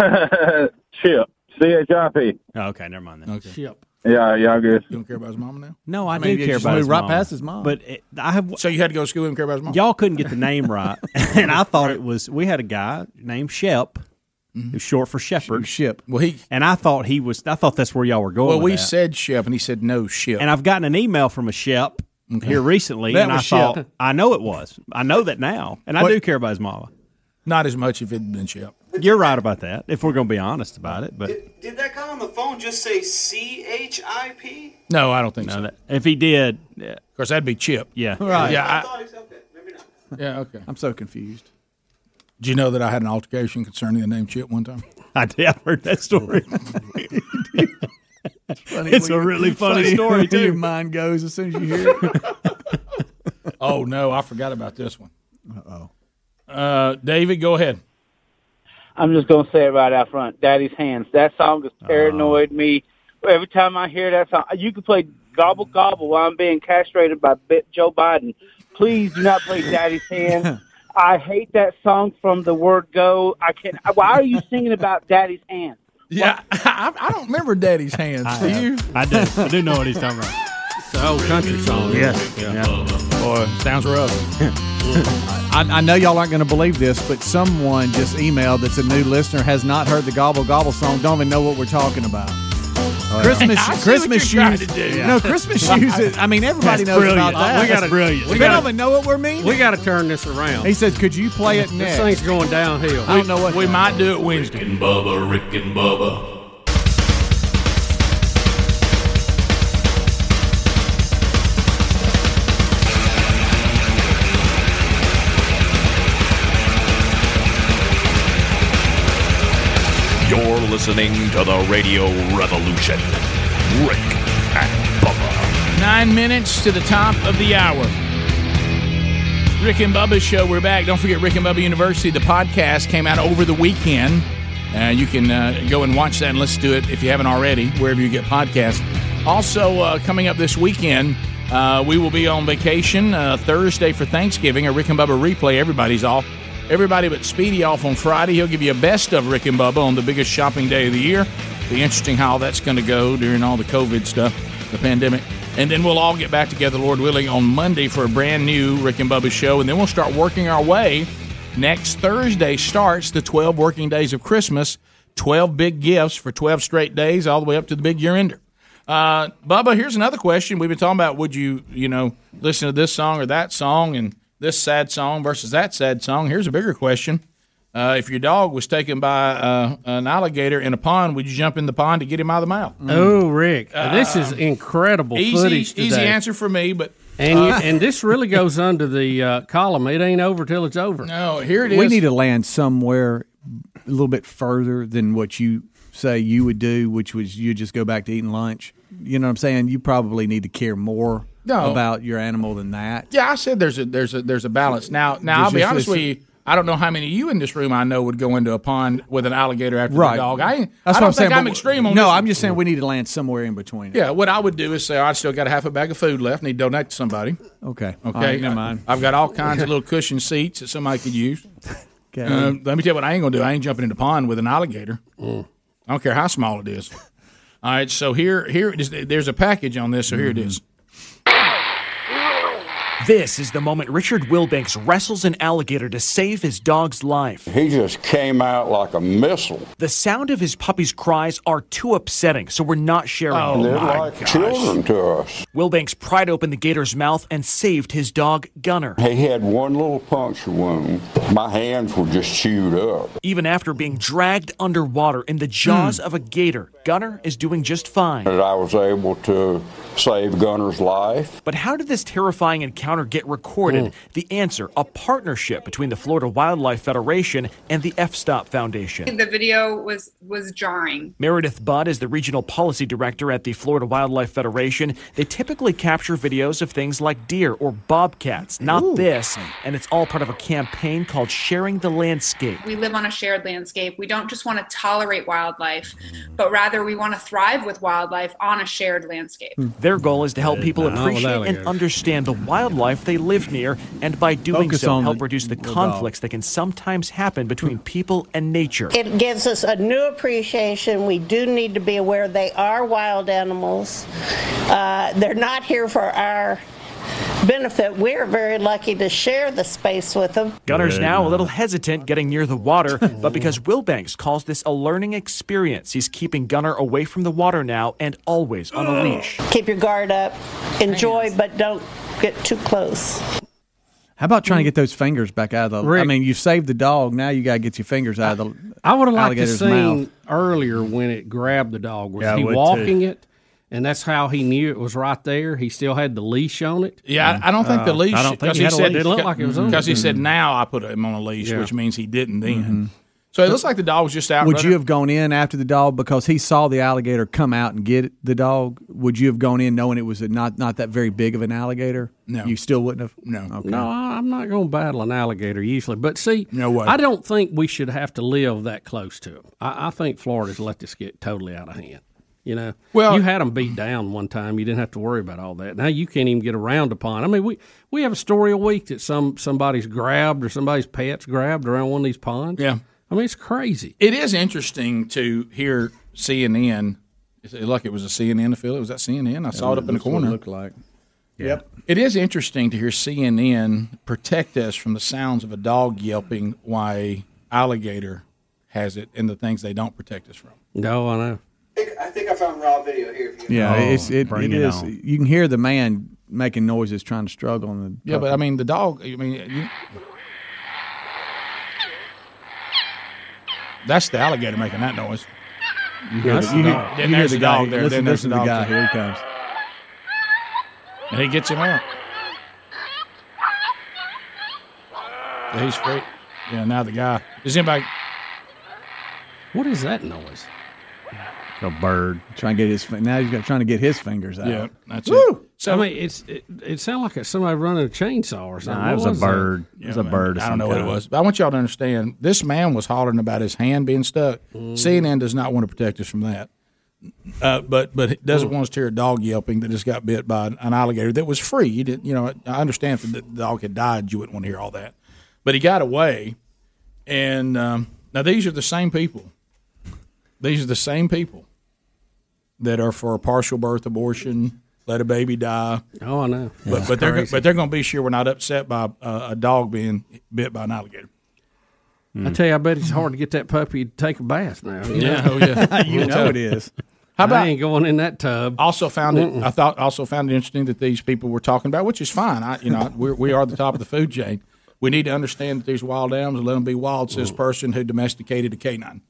Chip, C H I P.
Oh, Okay, never mind then.
Okay.
Ship.
Yeah, yeah, good.
You don't care about his mama now?
No, I,
I mean,
do
you
care
just
about
moved
his
right
mom.
past his mom.
But it, I have,
so you had to go to school and care about his mom.
y'all couldn't get the name right, and I thought it was. We had a guy named Shep, who's short for Shepherd.
Shep.
Mm-hmm. Well, he
and I thought he was. I thought that's where y'all were going.
Well,
with
we
that.
said Shep, and he said no Shep.
And I've gotten an email from a Shep here recently,
That
and I
was Shep.
thought I know it was. I know that now, and I
What-
do care about his mama.
Not as much if it had been Shep.
You're right about that. If we're going to be honest about it, but
Did that guy on the phone just say C H I P?
no, I don't think
so. if he did, of
course that'd be Chip.
Yeah,
Yeah.
I
I,
thought he said that. Maybe not.
yeah. Okay.
I'm so confused.
Do you know that I had an altercation concerning the name Chip one time?
I did. I've heard that story.
It's, funny
It's
when
a
you-
really funny
when
story, too.
Your mind goes as soon as you hear it.
oh no, I forgot about this one. Uh oh. Uh, David, go ahead.
I'm just gonna say it right out front, Daddy's hands. That song has paranoid me. Every time I hear that song, you can play "Gobble Gobble" while I'm being castrated by Bi- Joe Biden. Please do not play "Daddy's Hands." I hate that song from the word go. I can. Why are you singing about Daddy's hands?
Yeah, I, I don't remember Daddy's hands.
I
do
have.
you?
I do. I do know what he's talking about.
It's an old country song. isn't
Yeah.
it?
Boy, sounds rough.
I, I know y'all aren't going to believe this, but someone just emailed that's a new listener has not heard the Gobble Gobble song, don't even know what we're talking about. Christmas,
I see what
Christmas
you're trying
shoes.
to do.
No, Christmas shoes. is- I mean, everybody
That's
knows
brilliant.
about that.
We gotta-
That's
brilliant.
We
We
don't
gotta-
even know what we're meaning.
We got to turn this around.
He says, "Could you play it
This
next?"
thing's going downhill.
I don't know what
we might do it Wednesday.
Rick and Bubba, Rick and Bubba.
You're listening to the Radio Revolution. Rick and Bubba.
Nine minutes to the top of the hour. Rick and Bubba show. We're back. Don't forget Rick and Bubba University. The podcast came out over the weekend. Uh, you can uh, go and watch that and listen to it if you haven't already, wherever you get podcasts. Also, uh, coming up this weekend, uh, we will be on vacation uh, Thursday for Thanksgiving. A Rick and Bubba replay. Everybody's off. Everybody but Speedy off on Friday. He'll give you a best of Rick and Bubba on the biggest shopping day of the year. Be interesting how that's going to go during all the COVID stuff, the pandemic. And then we'll all get back together, Lord willing, on Monday for a brand new Rick and Bubba show. And then we'll start working our way. Next Thursday starts the 12 working days of Christmas, 12 big gifts for 12 straight days, all the way up to the big year ender. Uh, Bubba, here's another question. We've been talking about would you, you know, listen to this song or that song and this sad song versus that sad song. Here's a bigger question. Uh, if your dog was taken by uh, an alligator in a pond, would you jump in the pond to get him out of the mouth?
Oh, Rick, this is
Um,
incredible
easy,
footage today.
easy answer for me, but
And,
uh,
and this really goes under the uh, column. It ain't over till it's over.
No, here
we need to land somewhere a little bit further than what you say you would do, which was you just go back to eating lunch. You know what I'm saying? You probably need to care more
No.
about your animal than that.
yeah, I said there's a there's a there's a balance. Now, now I'll
There's
be
just-
honest with
it's-
you. I don't know how many of you in this room I know would go into a pond with an alligator after
Right.
the dog. I, ain't-
That's
I
what
don't
I'm
think
saying.
I'm
but-
extreme on
No,
this
I'm just saying we need to land somewhere in between.
Yeah, what I would do is say, I still got a half a bag of food left, need to donate to somebody.
Okay.
Okay,
All right,
I-
never mind.
I've got all kinds of little cushion seats that somebody could use.
Okay.
Um, let me tell you what I ain't gonna do. I ain't jumping in the pond with an alligator.
Mm.
I don't care how small it is. All right, so here, here it is. There's a package on this, so here it is.
This is the moment Richard Wilbanks wrestles an alligator to save his dog's life.
He just came out like a missile.
The sound of his puppy's cries are too upsetting, so we're not sharing.
Oh
Oh,
And they're like children to us.
Wilbanks pried open the gator's mouth and saved his dog, Gunner.
He had one little puncture wound. My hands were just chewed up.
Even after being dragged underwater in the jaws of a gator, Gunner is doing just fine.
That I was able to save Gunner's life.
But how did this terrifying encounter get recorded? The answer a partnership between the Florida Wildlife Federation and the F Stop Foundation.
The video was was jarring.
Meredith Budd is the regional policy director at the Florida Wildlife Federation. They typically capture videos of things like deer or bobcats, not this, and it's all part of a campaign called Sharing the Landscape.
We live on a shared landscape. We don't just want to tolerate wildlife, but rather we want to thrive with wildlife on a shared landscape.
Their goal is to help people
not with
appreciate and
alligators.
understand the wildlife they live near, and by doing
Focus
so,
on
help
the
reduce the
little
conflicts that can sometimes happen between people and nature.
It gives us a new appreciation. We do need to be aware they are wild animals. Uh, they're not here for our benefit. We're very lucky to share the space with them.
Gunner's now a little hesitant getting near the water, but because Wilbanks calls this a learning experience, he's keeping Gunner away from the water now and always on a leash.
Keep your guard up, enjoy, but don't get too close.
How about trying to get those fingers back out of the? I
Rick.
mean, you saved the dog. Now you got to get your fingers out of the.
I would have liked to
alligator's
seen
mouth.
earlier when it grabbed the dog. Was
Yeah, I
he
would,
walking
too.
it? And that's how he knew it was right there. He still had the leash on it.
Yeah, I, I don't
Uh,
Uh,
think the leash. because he, said
it looked like
Mm-hmm.
it was on.
Because he said now I put him on a leash,
Mm-hmm. Yeah.
which means he didn't then. So it looks like the dog was just out.
Would
running.
you have gone in after the dog because he saw the alligator come out and get the dog? Would you have gone in knowing it was a not not that very big of an alligator?
No.
you still wouldn't have.
No,
okay.
No, I- I'm not going to battle an alligator usually. But see, no
way.
I don't think we should have to live that close to them. I, I think Florida's let this get totally out of hand. You know, well, you had them beat down one time. You didn't have to worry about all that. Now you can't even get around a pond. I mean, we we have a story a week that some somebody's grabbed or somebody's pets grabbed around one of these ponds.
Yeah.
I mean it's crazy.
It is interesting to hear CNN. It looked like it was a CNN affiliate. Was that CNN? I saw it up in the
That's what it
corner.
looked like. Yep.
It is interesting to hear CNN protect us from the sounds of a dog yelping while a alligator has it and the things they don't protect us from.
No, I know.
I think I found raw video here. If you
Yeah,
Oh,
it's it,
bring
it
it
is.
on.
You can hear the man making noises trying to struggle. And the
Yeah, but I mean the dog. I mean, you, that's the alligator making that noise.
You hear
That's
the- you
the
hear-
dog.
you
Then
hear
there's
the
the
guy.
dog there.
Listen-
Then there's the
listen to the
dog.
guy.
there.
Here he comes.
And he gets him out. Yeah, he's free. Yeah, now the guy. Is anybody?
What is that noise?
a bird trying to get his. fin- Now he's got trying to get his fingers out.
Yeah,
that's
Woo! So I mean, it's it, it sounded like it's somebody running a chainsaw or something.
Nah, it was
What
a bird.
That?
It was a bird. of
I don't
some
know what it
kind.
was. But I want y'all to understand this man was hollering about his hand being stuck.
Mm.
CNN does not want to protect us from that. Uh, but but it doesn't want us to hear a dog yelping that just got bit by an alligator that was free. You didn't, you know, I understand if the dog had died, you wouldn't want to hear all that. But he got away. And um, now these are the same people. These are the same people that are for a partial birth abortion, let a baby die.
Oh, I know.
But but they're but they're going to be sure we're not upset by uh, a dog being bit by an alligator.
I tell you, I bet it's hard to get that puppy to take a bath now. you
Yeah,
know?
oh, yeah. You know it
is.
How about
I ain't going in that tub?
Also found it.
Mm-mm.
I thought also found it interesting that these people were talking about, which is fine. I, you know, we're, we are the top of the food chain. We need to understand that these wild animals and let them be wild. Says person who domesticated a canine.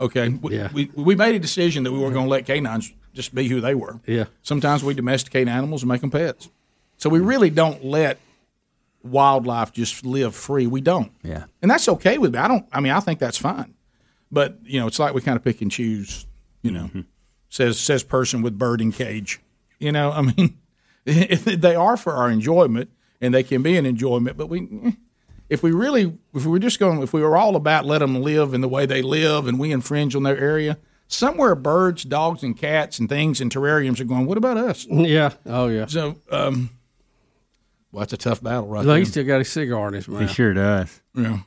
Okay, we, we, we made a decision that we were going to let canines just be who they were.
Yeah.
Sometimes we domesticate animals and make them pets. So we really don't let wildlife just live free. We don't.
Yeah.
And that's okay with me. I don't. I mean, I think that's fine. But you know, it's like we kind of pick and choose. You know,
Mm-hmm.
says says person with bird in cage. You know, I mean, they are for our enjoyment, and they can be an enjoyment. But we, eh, if we really, if we were just going, if we were all about let them live in the way they live, and we infringe on their area. Somewhere, birds, dogs, and cats and things in terrariums are going. What about us?
Yeah. Oh, yeah.
So, um, well, that's a tough battle, right?
Look,
there.
he still got a cigar in his mouth.
does. Hmm.
Yeah.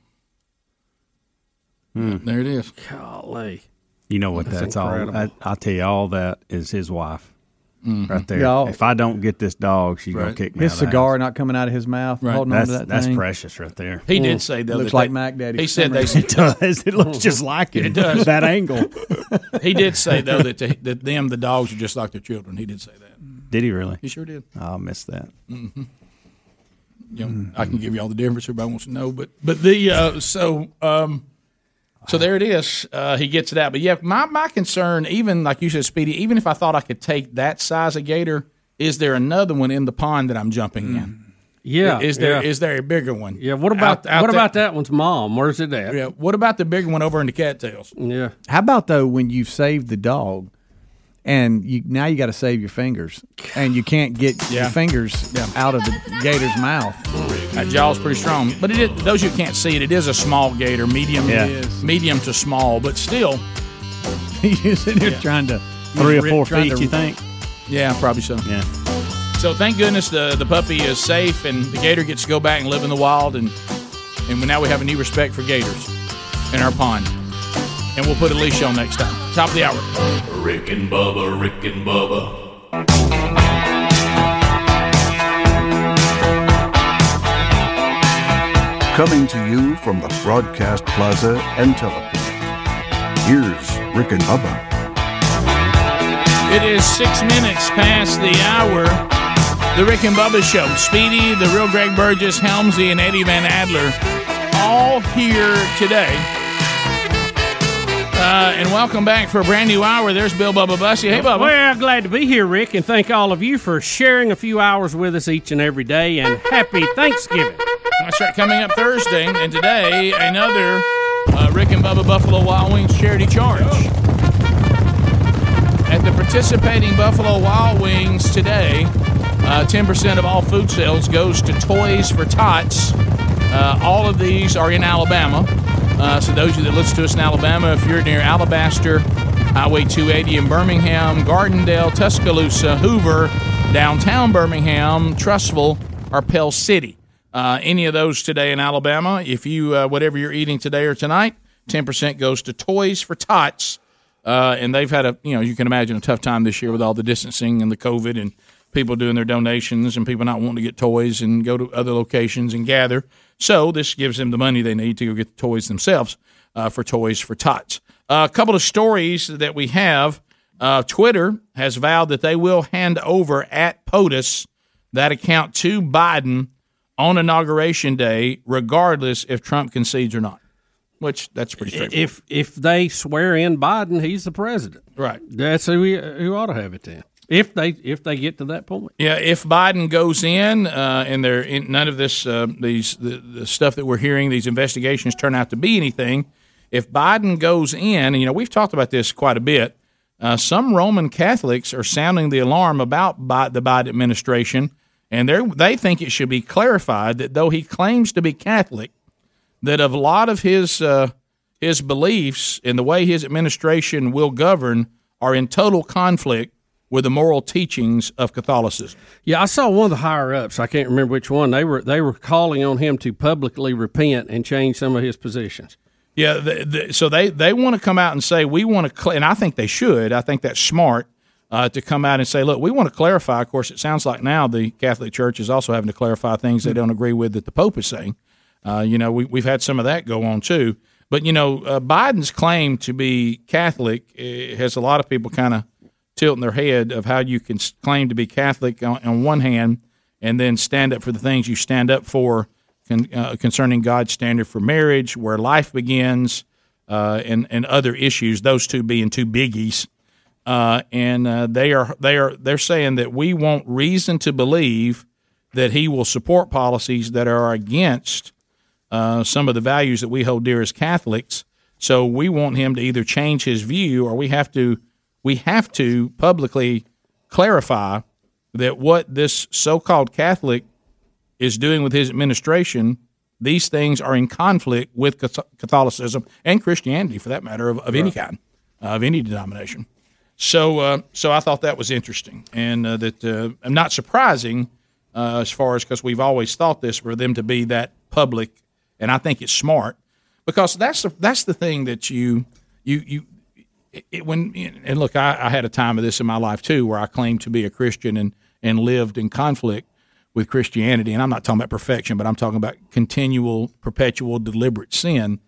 There it is.
Golly.
You know what?
That's
That's, all.
incredible.
I, I'll tell you, all that is his wife,
Mm-hmm.
Mhm.
right there.
Y'all-
if I don't get this dog, she's gonna
Right.
kick me.
His
out of the
cigar not coming out of his mouth,
Right.
holding on to
That's-
that
that's
thing.
precious right there.
He did say though.
Looks
that
like
they-
Mac Daddy.
He
for
said
some
they. Mm-hmm.
reason.
It does. It looks just like him.
It does.
That angle.
he did say though that they, that them the dogs are just like their children. He did say that.
house. Did he really?
He sure did.
I missed that. Mm-hmm.
hmm You know, I can give you all the difference. Everybody wants to know, but but the uh, so um, so there it is. Uh, he gets it out. But yeah, my my concern, even like you said, Speedy, even if I thought I could take that size of gator, is there another one in the pond that I'm jumping in?
Yeah,
I- Is there is
yeah.
there a bigger one?
Yeah. What about
Out- out
what
there-
about that one's mom? Where's it at?
Yeah. What about the bigger one over in the cattails?
Yeah.
How about though when you've saved the dog, and you now you got to save your fingers, and you can't get
Yeah.
your fingers out of the gator's mouth.
That jaw's pretty strong, but it is, those who can't see it, it is a small gator, medium,
Yeah. It is.
medium to small, but still.
You're sitting here
Yeah.
trying to
Three or
rip-
four
trying
feet,
to-
you think?
Yeah, probably so.
Yeah.
So thank goodness the the puppy is safe, and the gator gets to go back and live in the wild, and and now we have a new respect for gators in our pond, and we'll put a leash on next time. Top of the hour.
Rick and Bubba, Rick and Bubba,
Coming to you from the Broadcast Plaza and Telephone. Here's Rick and Bubba.
It is six minutes past the hour. The Rick and Bubba Show. Speedy, the real Greg Burgess, Helmsy, and Eddie Van Adler, all here today. Uh, and welcome back for a brand new hour. There's Bill Bubba Bussy. Hey, Bubba.
Well, glad to be here, Rick, and thank all of you for sharing a few hours with us each and every day. And happy Thanksgiving.
That's right. Coming up Thursday and today, another uh, Rick and Bubba Buffalo Wild Wings charity charge. At the participating Buffalo Wild Wings today, uh, 10% of all food sales goes to Toys for Tots. Uh, all of these are in Alabama. Uh, so those of you that listen to us in Alabama, if you're near Alabaster, Highway 280 in Birmingham, Gardendale, Tuscaloosa, Hoover, downtown Birmingham, Trustville, or Pell City. Uh, any of those today in Alabama, if you uh, whatever you're eating today or tonight, 10% goes to Toys for Tots. Uh, and they've had a you know you can imagine a tough time this year with all the distancing and the COVID and people doing their donations and people not wanting to get toys and go to other locations and gather. So this gives them the money they need to go get the toys themselves uh, for Toys for Tots. Uh, a couple of stories that we have. Uh, Twitter has vowed that they will hand over at POTUS that account to Biden on inauguration day, regardless if Trump concedes or not. Which that's pretty straightforward.
If if they swear in Biden, he's the president.
Right.
That's who we, who ought to have it then. If they if they get to that point.
Yeah, if Biden goes in uh, and there in none of this uh, these the, the stuff that we're hearing these investigations turn out to be anything, if Biden goes in, and you know we've talked about this quite a bit, uh, some Roman Catholics are sounding the alarm about Bi- the Biden administration, and they they think it should be clarified that though he claims to be Catholic, that of a lot of his uh, his beliefs and the way his administration will govern are in total conflict with the moral teachings of Catholicism.
Yeah, I saw one of the higher ups. I can't remember which one. They were they were calling on him to publicly repent and change some of his positions.
Yeah, the, the, so they they want to come out and say we want to, cl-, and I think they should. I think that's smart. uh, to come out and say, look, we want to clarify. Of course, it sounds like now the Catholic Church is also having to clarify things they don't agree with that the Pope is saying. Uh, you know, we, we've had some of that go on too. But, you know, uh, Biden's claim to be Catholic eh, has a lot of people kind of tilting their head of how you can s- claim to be Catholic on, on one hand and then stand up for the things you stand up for con, uh, concerning God's standard for marriage, where life begins, uh, and, and other issues, those two being two biggies. Uh, and uh, they are they are they're saying that we want reason to believe that he will support policies that are against uh, some of the values that we hold dear as Catholics. So we want him to either change his view, or we have to we have to publicly clarify that what this so-called Catholic is doing with his administration, these things are in conflict with Cath- Catholicism and Christianity, for that matter, of, of any kind, uh, of any denomination. So, uh, so I thought that was interesting, and uh, that uh, not surprising uh, as far as because we've always thought this for them to be that public, and I think it's smart because that's the that's the thing that you you you it- it, when and look, I, I had a time of this in my life too, where I claimed to be a Christian and and lived in conflict with Christianity, and I'm not talking about perfection, but I'm talking about continual, perpetual, deliberate sin.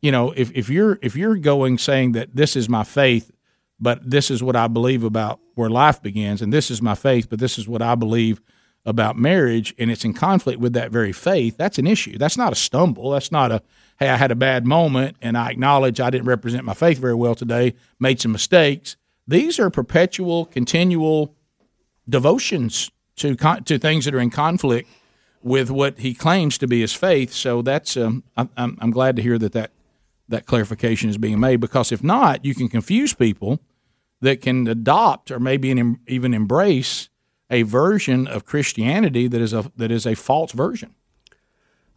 You know, if, if you're if you're going saying that this is my faith, but this is what I believe about where life begins, and this is my faith, but this is what I believe about marriage, and it's in conflict with that very faith, that's an issue. That's not a stumble. That's not a hey, I had a bad moment, and I acknowledge I didn't represent my faith very well today, made some mistakes. These are perpetual, continual devotions to con- to things that are in conflict with what he claims to be his faith. So that's um, I'm, I'm I'm glad to hear that that that clarification is being made because if not, you can confuse people that can adopt or maybe en- even embrace a version of Christianity that is a that is a false version.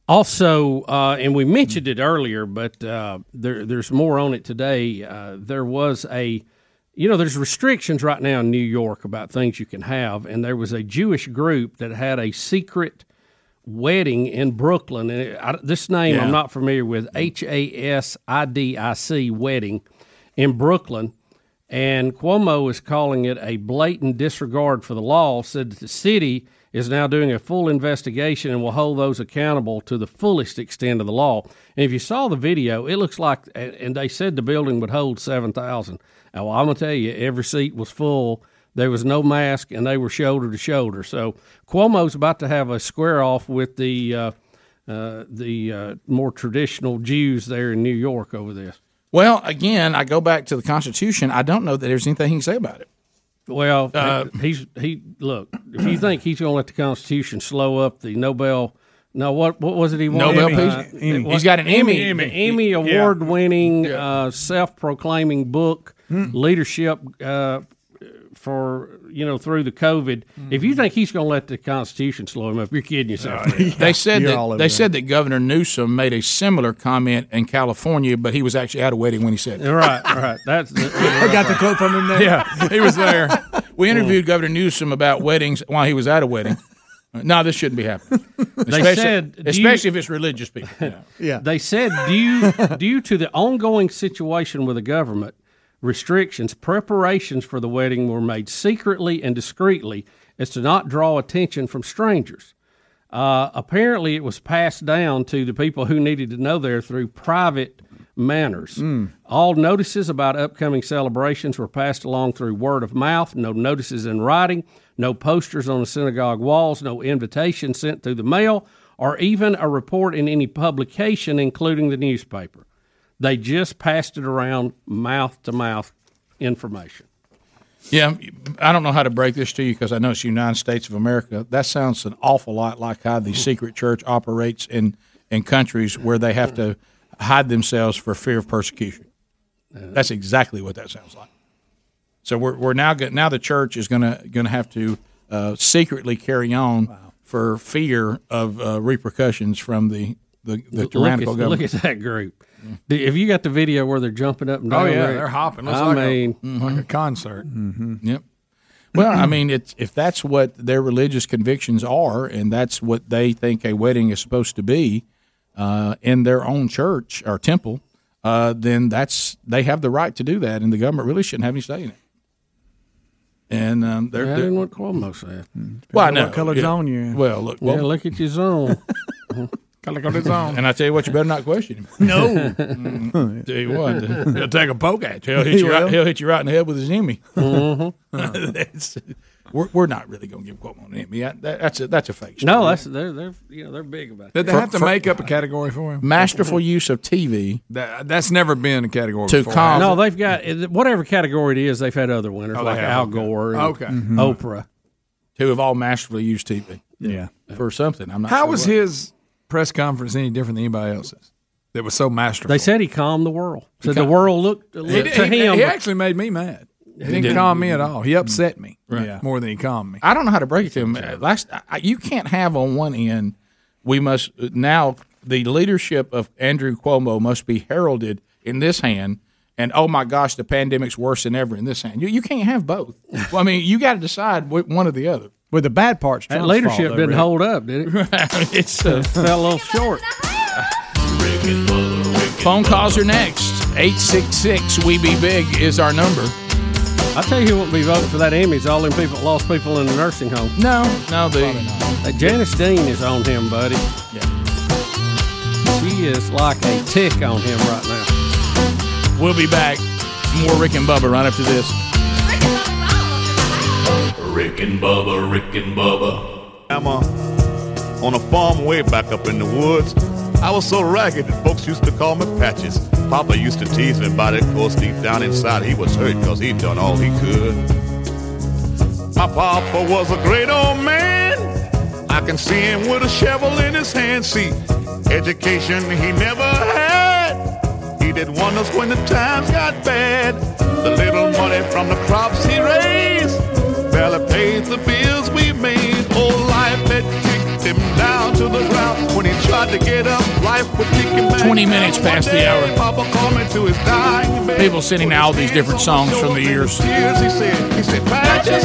Also, uh, and we mentioned it earlier, but uh, there, there's more on it today. Uh, there was a, you know, there's restrictions right now in New York about things you can have, and there was a Jewish group that had a secret wedding in Brooklyn. And it, I, this name
Yeah.
I'm not familiar with, H A S I D I C wedding in Brooklyn. And Cuomo is calling it a blatant disregard for the law, said that the city is now doing a full investigation and will hold those accountable to the fullest extent of the law. And if you saw the video, it looks like, and and they said the building would hold 7,000. Now, Well, I'm going to tell you, every seat was full. There was no mask, and they were shoulder to shoulder. So Cuomo's about to have a square off with the uh, uh, the uh, more traditional Jews there in New York over this.
Well, again, I go back to the Constitution. I don't know that there's anything he can say about it.
Well,
Uh,
he's he look. If you think he's going to let the Constitution slow up the Nobel, no, what what was it he won? Uh,
Nobel Peace- Emmy.
what-
He's got an Emmy.
Emmy, the
Emmy.
Emmy
Yeah.
award-winning, uh, self-proclaiming book
Hmm.
leadership uh, for you know through the COVID.
Hmm.
If you think he's going to let the Constitution slow him up, you're kidding yourself.
They said that they said that Governor Newsom made a similar comment in California, but he was actually at a wedding when he said it.
Right, right. That's I
got
the
quote from him there.
Yeah, he was there. We interviewed Governor Newsom about weddings while he was at a wedding. No, this shouldn't be happening.
They
especially,
said, do you-
especially if it's religious people.
Yeah. They said due due to the ongoing situation with the government restrictions, preparations for the wedding were made secretly and discreetly as to not draw attention from strangers. Uh, apparently, it was passed down to the people who needed to know there through private manners.
Hmm.
All notices about upcoming celebrations were passed along through word of mouth. No notices in writing, no posters on the synagogue walls, no invitations sent through the mail, or even a report in any publication, including the newspaper. They just passed it around mouth to mouth information.
Yeah, I don't know how to break this to you because I know it's the United States of America. That sounds an awful lot like how the secret church operates in, in countries where they have to hide themselves for fear of persecution. That's exactly what that sounds like. So we're, we're now go- now the church is going to going to have to uh, secretly carry on for fear of uh, repercussions from the the, the
Look
tyrannical
at-
government.
Look at that group. Do- Have you got the video where they're jumping up and down?
Oh, yeah,
there?
they're hopping. Looks
I
like a-
mean,
like a
concert. Mm-hmm.
Yep. Well, I mean, it's, if that's what their religious convictions are, and that's what they think a wedding is supposed to be uh, in their own church or temple, uh, then that's they have the right to do that, and the government really shouldn't have any say in it. And um, they're,
That
they're
ain't what Cuomo said.
Hmm.
well, I know.
What color
yeah.
zone
you in?
Well, look,
yeah,
well,
look at your zone.
color coded zone. And I tell you what, you better not question him.
No.
Mm, tell you what, he'll take a poke at you. He'll hit
He
you. Right,
will.
he'll hit you right in the head with his Emmy.
Mhm.
That's- we're, we're not really going to give Cuomo an Emmy. That, that's a that's a fake.
no,
story.
that's they're they're you know they're big about.
Did they
that.
have to make up a category for him?
masterful use of TV.
That, that's never been a category
To
before.
calm-
No, they've got whatever category it is. They've had other winners
Oh, they
like
have,
Al
okay.
Gore, and
Okay. Mhm.
Mm-hmm.
Oprah.
Who have all masterfully used TV.
Yeah.
for something. I'm not.
How
sure
was
what.
his press conference any different than anybody else's? That was so masterful.
They said he calmed the world.
He
Said the
calmed-
world looked,
He
looked
did-
to
he-
him.
He actually made me mad. He didn't
did.
calm me at all. He upset me
Right.
yeah. more than he calmed me.
I don't know how to break it to him. Uh, Last, I- I, you can't have on one end. We must now the leadership of Andrew Cuomo must be heralded in this hand, and oh my gosh, the pandemic's worse than ever in this hand. You, you can't have both. Well, I mean, you got to decide wh- one or the other.
Well, the bad part's
that
Trump's
leadership
fault, though,
didn't
Rick.
hold up, did it?
it's uh,
fell a little short.
Phone calls are next. Eight six six. We be big is our number.
I tell you who won't be voting for that Emmy is all them people lost people in the nursing home.
No, no, the
Uh, Janice Dean is on him, buddy.
Yeah,
she is like a tick on him right now.
We'll be back. More Rick and Bubba right after this.
Rick and Bubba, Rick and Bubba.
I'm uh, on a farm way back up in the woods. I was so ragged that folks used to call me Patches. Papa used to tease me about it, 'cause deep down inside he was hurt because he'd done all he could. My papa was a great old man. I can see him with a shovel in his hand. See, education he never had. He did wonders when the times got bad. The little money from the crops he raised barely pays the bills we made. Oh, life had kicked him down to the ground. When he tried to get up, life would kick him back.
20 minutes
down. One
past the
day,
hour.
Papa called me to his dying bed.
People sending out all these different songs from the years.
Tears, he said, he said, Patches,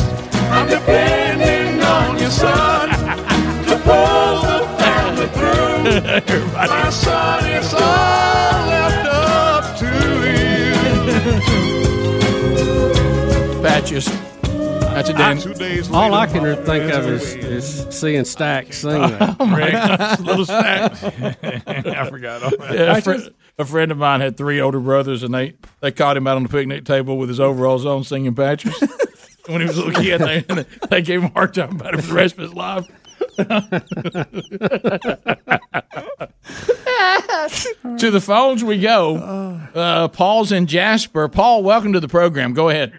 I'm depending on your son to pull the family through. My son, it's all left up to you.
Patches. That's a damn.
All I can think of is, is seeing Stack sing that.
Oh my gosh, little Stack.
I forgot all that.
Yeah, a, fri-
Patches?
a friend of mine had three older brothers, and they, they caught him out on the picnic table with his overalls on, singing patches. when he was a little kid, they, they gave him a hard time about it for the rest of his life. to the phones we go. Uh, Paul's in Jasper. Paul, welcome to the program. Go ahead.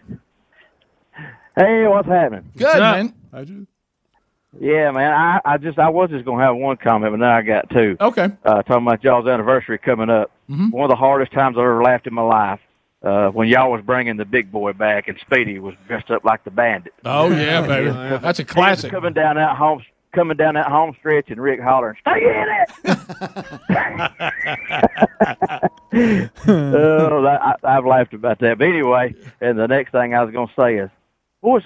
Hey, what's happening?
Good man.
Yeah, man. I, I just I was just gonna have one comment, but now I got two.
Okay. Mm-hmm.
Uh, talking about y'all's anniversary coming up. One of the hardest times I've ever laughed in my life uh, when y'all was bringing the big boy back and Speedy was dressed up like the bandit.
Oh yeah, baby. That's a classic.
Coming down that home, coming down that home stretch, and Rick hollering, "Stay in it!" oh, that, I, I've laughed about that. But anyway, and the next thing I was gonna say is, boys,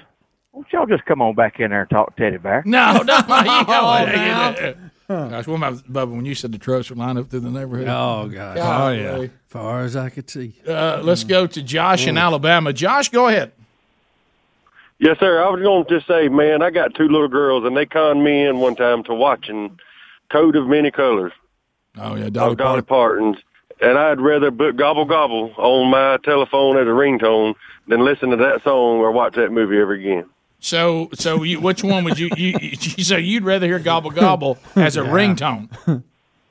won't y'all just come on back in there and talk teddy bear?
No, no, you know,
Oh,
yeah, yeah. Gosh, what about Bubba when you said the trucks were lined up through the neighborhood?
Oh gosh.
Golly.
Far as I could see.
Uh, let's go to Josh in Alabama. Josh, go ahead.
Yes, sir. I was going to just say, man, I got two little girls, and they conned me in one time to watching Code of Many Colors.
Oh yeah,
Dolly, Dolly Parton's. And I'd rather put gobble gobble on my telephone as a ringtone than listen to that song or watch that movie ever again.
So, so you, which one would you, you, you? So you'd rather hear gobble gobble as a ringtone?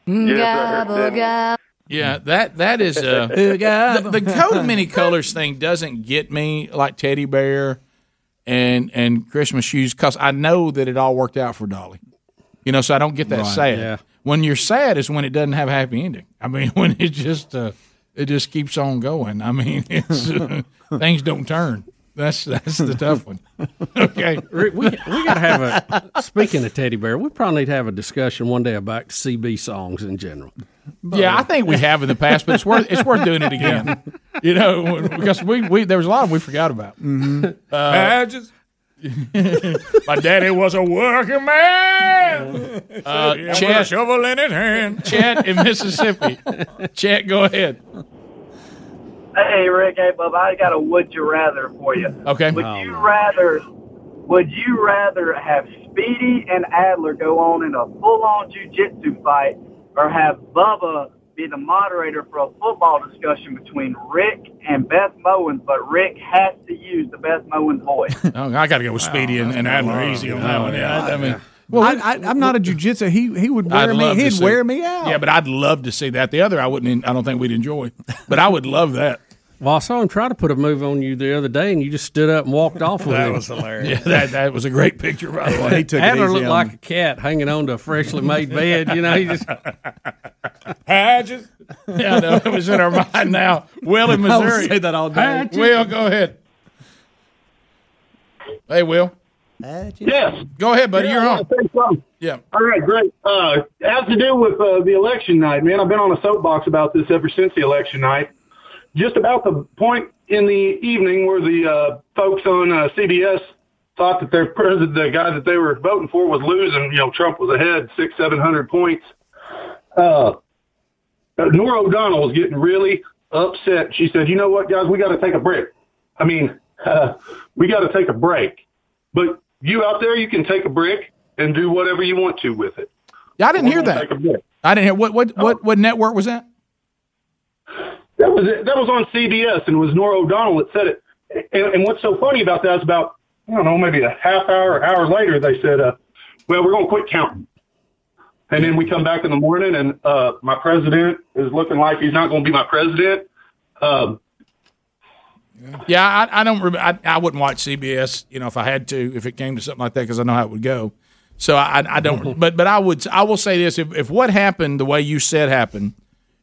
Yes, sir.
Yeah, that that is uh,
Ooh,
the, the coat of many colors thing doesn't get me like teddy bear and and Christmas shoes because I know that it all worked out for Dolly. You know, so I don't get that
Right,
sad.
yeah.
When you're sad is when it doesn't have a happy ending. I mean, when it just uh, it just keeps on going. I mean, it's, uh, things don't turn. That's that's the tough one. Okay,
Rick, we we gotta have a. Speaking of teddy bear, we probably need to have a discussion one day about CB songs in general.
Yeah, I think we have in the past, but it's worth it's worth doing it again. You know, because we, we there was a lot we forgot about. Uh,
Patches?
my daddy was a working man. Uh,
Yeah, with a
Chet,
shovel in his hand.
Chet in Mississippi. Chet, go ahead.
Hey, Rick. Hey, Bubba. I got a would you rather for you.
Okay.
Would you rather? Would you rather have Speedy and Adler go on in a full-on jujitsu fight, or have Bubba be the moderator for a football discussion between Rick and Beth Mowens, but Rick has to use the Beth Mowens voice?
Oh, I got to go with Speedy and, and Adler easy on that one. Yeah, I, I mean,
Well, I, I, I'm not a jujitsu. He he would wear me. He'd
see-
wear me out.
Yeah, but I'd love to see that. The other, I wouldn't. I don't think we'd enjoy. But I would love that.
Well, I saw him try to put a move on you the other day, and you just stood up and walked off with
That
him.
was hilarious. Yeah, that- that was a great picture, by the way. He took it
Adler
easy
looked
on
like
me.
a cat hanging on to a freshly made bed. You know, he just.
I just. Yeah, I know. It was in our mind now. Will in
I would
Missouri.
say that all day.
Hi, Will, go ahead. Hey, Will.
Yes.
Go ahead, buddy. You're on. Yeah.
All right, great. Uh, it has to do with uh, the election night, man. I've been on a soapbox about this ever since the election night. Just about the point in the evening where the uh, folks on uh, CBS thought that their president, the guy that they were voting for, was losing. You know, Trump was ahead six, seven hundred points. Uh, uh, Nora O'Donnell was getting really upset. She said, "You know what, guys, we got to take a break. I mean, uh, we got to take a break. But you out there, you can take a break and do whatever you want to with it."
Yeah, I didn't hear that.
Take a break. Oh.
I didn't hear what what what what network was that?
That was it. That was on CBS, and it was Nora O'Donnell that said it. And, and what's so funny about that is about I don't know, maybe a half hour, hour later, they said, uh, "Well, we're going to quit counting." And then we come back in the morning, and uh, my president is looking like he's not going to be my president. Um,
Yeah, I, I don't. Remember, I, I wouldn't watch CBS. You know, if I had to, if it came to something like that, because I know how it would go. So I, I I don't. but but I would. I will say this: if if what happened the way you said happened,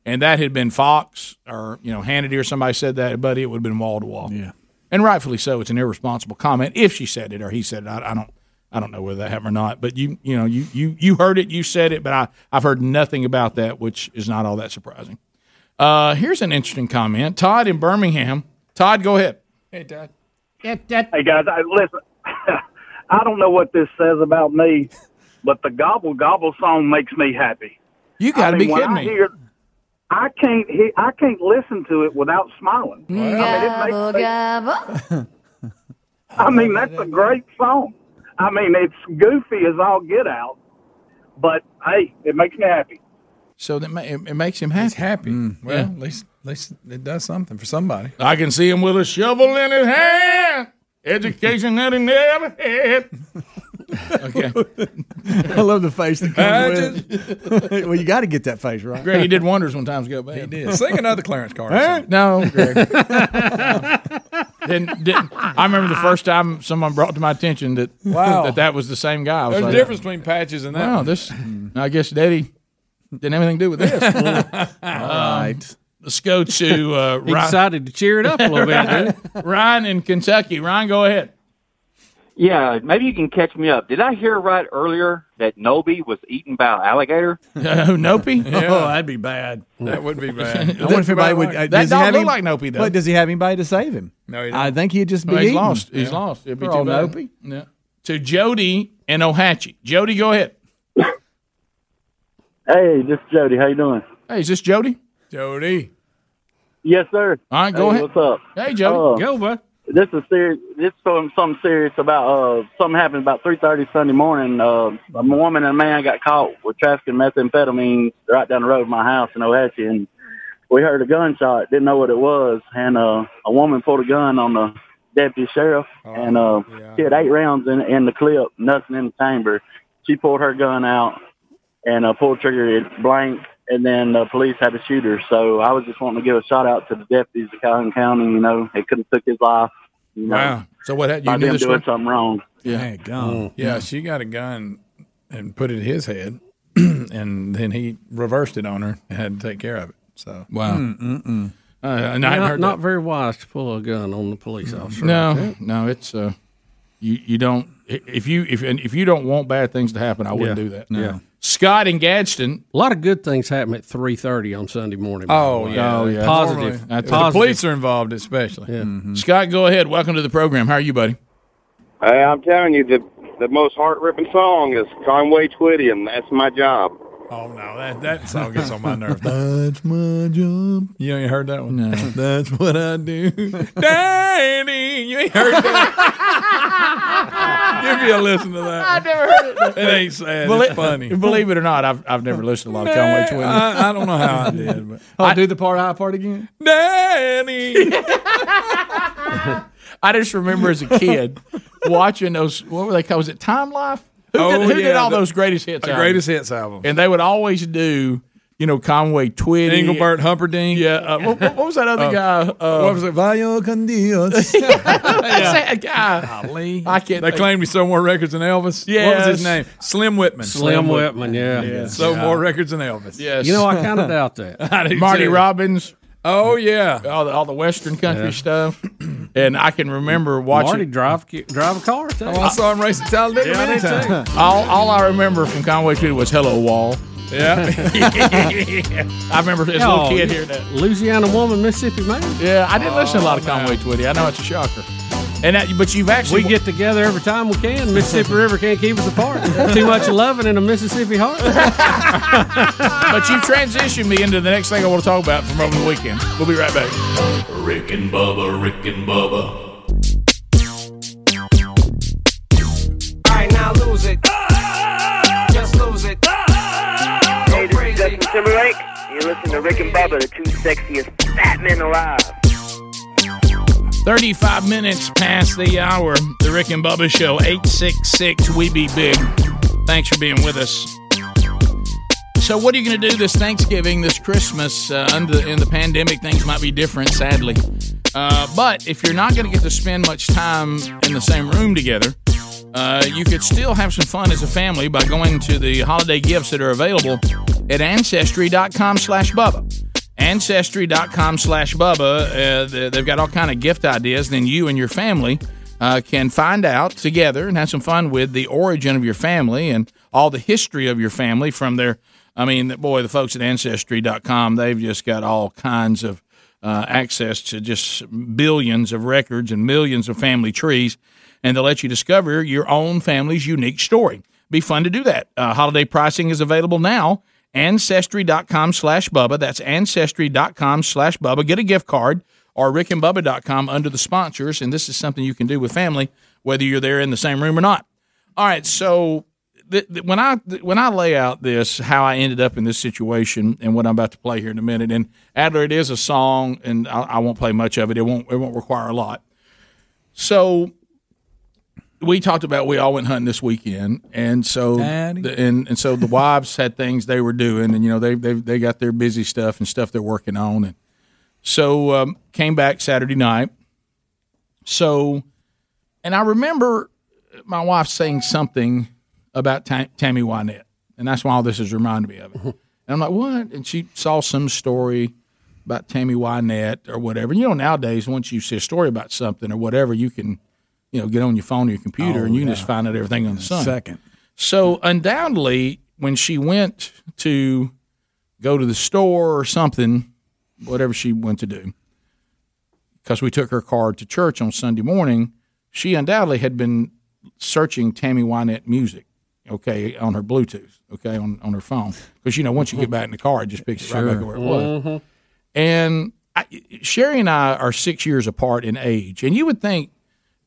and that had been Fox or you know Hannity or somebody said that, buddy, it would have been wall to wall. Yeah, and rightfully so. It's an irresponsible comment if she said it or he said it. I, I don't. I don't know whether that happened or not, but you you know you you you heard it, you said it, but I I've heard nothing about that, which is not all that surprising. Uh, here's an interesting comment. Todd in Birmingham. Todd, go ahead. Hey, Dad.
Hey, guys, I, listen, I don't know what this says about me, but the gobble gobble song makes me happy.
You gotta
I mean,
be
when
kidding
I
me.
Hear, I can't hear, I can't listen to it without smiling. I mean, it makes me-
Oh,
I mean, that's a great song. I mean, it's goofy as all get out, but hey, it makes me happy.
So that ma- it, it makes him happy. He's happy.
Well, at least at least it does something for somebody.
Mm. I can see him with a shovel in his hand. Education that he never had. Okay.
I love the face that comes with. it. well, you got to get that face right.
Greg, he did wonders when times got bad. He
did. Sing another Clarence Carter
Eh?
song.
No, Greg. didn't, didn't, I remember the first time someone brought to my attention that
Wow.
that, that was the same guy. I was
There's a
like,
difference between patches and that.
Wow,
one.
this. I guess Daddy didn't have anything to do with this. Um,
All
right. Let's go to uh,
He decided to cheer it up a little bit, didn't
Ryan in Kentucky. Ryan, go ahead.
Yeah, maybe you can catch me up. Did I hear right earlier that Nobi was eaten by an alligator?
Oh, Nopey?
Yeah.
that'd be bad.
That would be
bad.
I wonder if anybody would. uh,
That
does he
don't
have
look
any-
like Nopey, though.
But does he have anybody to save him?
No, he don't.
I think he'd just be
Well, he's
eaten.
lost. He's lost. It'd be
Poor
too
old
bad.
Nopey.
Yeah. To Jody and Ohatchee. Jody, go ahead.
Hey, this is Jody. How you doing?
Hey, is this Jody?
Jody.
Yes, sir.
All right, go
Hey,
ahead.
What's up? Uh,
Hey, Jody. Go, bud.
This is serious. This is something, something serious about uh, something happened about three thirty Sunday morning. Uh, a woman and a man got caught with trafficking methamphetamine right down the road of my house in Ohatchee, and we heard a gunshot. Didn't know what it was, and uh, a woman pulled a gun on the deputy sheriff, and uh, she had eight rounds in in the clip, nothing in the chamber. She pulled her gun out and uh, pulled trigger. It blank, and then the police had to shoot her. So I was just wanting to give a shout out to the deputies of Calhoun County. You know, it could have took his life. You know,
Wow. So what hap- you
by
knew
them
this
doing
story?
something wrong.
Yeah. Mm.
gone.
Mm-hmm.
Yeah, she got a gun and put it in his head, and then he reversed it on her and had to take care of it. So
Wow.
Hmm.
Mm-mm-mm.
Uh, and I hadn't
not,
heard
not very wise to pull a gun on the police officer. like
No,
that.
no, it's uh, you. You don't if you if and if you don't want bad things to happen, I wouldn't
Yeah.
do that.
Yeah.
Scott and Gadsden.
A lot of good things happen at three thirty on Sunday morning. by the
Oh
way.
yeah,
positive.
Normally, if The
positive.
police are involved, especially. Mm-hmm.
Scott, go ahead. Welcome to the program. How are you, buddy?
Hey, I'm telling you, the the most heart ripping song is Conway Twitty, and that's my job.
Oh no, that that song gets on my nerves. That's my job. You ain't heard that one. No. That's what I do. Daddy, you ain't heard that. Give me a listen to that.
I never heard
It ain't sad.
Belie-
it's funny.
Believe it or not, I've, I've never listened to a lot of Conway Twins. Oh,
I, I don't know how I did, but
I'll do the part I part again.
Danny.
I just remember as a kid watching those. What were they called? Was it Time Life? Who,
Oh,
did, who did
yeah,
all
the-
those greatest hits?
the
albums?
greatest hits album.
And they would always do, you know, Conway Twitty,
Engelbert Humperdinck.
Yeah. Uh, what, what was that
Oh.
other
Uh,
guy? Uh,
what was it? Vaya con Dios.
that guy? I can't.
They
think.
claimed he sold more records than Elvis. What was
Yes.
his name? Slim Whitman.
Slim Whitman, yeah. Yeah.
Sold
Yeah.
more records than Elvis.
Yes. You know, I kinda doubt that.
I do
Marty
too.
Robbins.
Oh yeah,
all the, all the Western country
Yeah.
stuff. And I can remember watching
Marty drive drive a car. too.
Oh, I saw him racing Talladega
Yeah, I
many
did too.
times.
All, all I remember from Conway Twitty was "Hello Wall."
Yeah.
I remember as a little
Oh,
kid
yeah.
hearing that.
Louisiana woman, Mississippi man.
Yeah, I didn't listen to a
Oh,
lot of Conway Twitty. I know it's a shocker, and that, but you've actually
We get together every time we can. Mississippi River can't keep us apart. Too much loving in a Mississippi heart.
but you transitioned me into the next thing I want to talk about from over the weekend. We'll be right back.
Rick and Bubba, Rick and Bubba.
All right, now lose it. Just lose it.
Hey, this is Justin Timberlake. You listen to Rick and Bubba, the two sexiest fat men alive.
Thirty-five minutes past the hour. The Rick and Bubba Show, eight six six. We be big. Thanks for being with us. So, what are you going to do this Thanksgiving, this Christmas? Uh, under in the pandemic, things might be different, sadly. Uh, but if you're not going to get to spend much time in the same room together, uh, you could still have some fun as a family by going to the holiday gifts that are available at ancestry.com/bubba. Ancestry.com/bubba. slash Bubba. Uh, they- they've got all kind of gift ideas. Then you and your family uh, can find out together and have some fun with the origin of your family and all the history of your family from their. I mean, boy, the folks at Ancestry.com, they've just got all kinds of uh, access to just billions of records and millions of family trees, and they'll let you discover your own family's unique story. Be fun to do that. Uh, holiday pricing is available now. Ancestry.com slash Bubba. That's ancestry.com slash Bubba. Get a gift card or rickandbubba.com under the sponsors, and this is something you can do with family, whether you're there in the same room or not. All right, so th- th- when I th- when I lay out this how I ended up in this situation and what I'm about to play here in a minute, and Adler, it is a song, and I, I won't play much of it. It won't it won't require a lot. So we talked about we all went hunting this weekend, and so
Daddy.
the, and and so the wives had things they were doing, and you know they they they got their busy stuff and stuff they're working on, and so um, came back Saturday night. So, and I remember my wife saying something about Ta- Tammy Wynette, and that's why all this is reminding me of it. And I'm like, what? And she saw some story about Tammy Wynette or whatever. You know, nowadays once you see a story about something or whatever, you can, you know, get on your phone or your computer
Oh,
and you can
yeah.
just find out everything on the sun.
Second.
So undoubtedly, when she went to go to the store or something, whatever she went to do, because we took her car to church on Sunday morning, she undoubtedly had been searching Tammy Wynette music, okay, on her Bluetooth, okay, on, on her phone. Because, you know, once you get back in the car, it just picks it right back to where it was.
Mm-hmm.
And I, Sherry and I are six years apart in age. And you would think,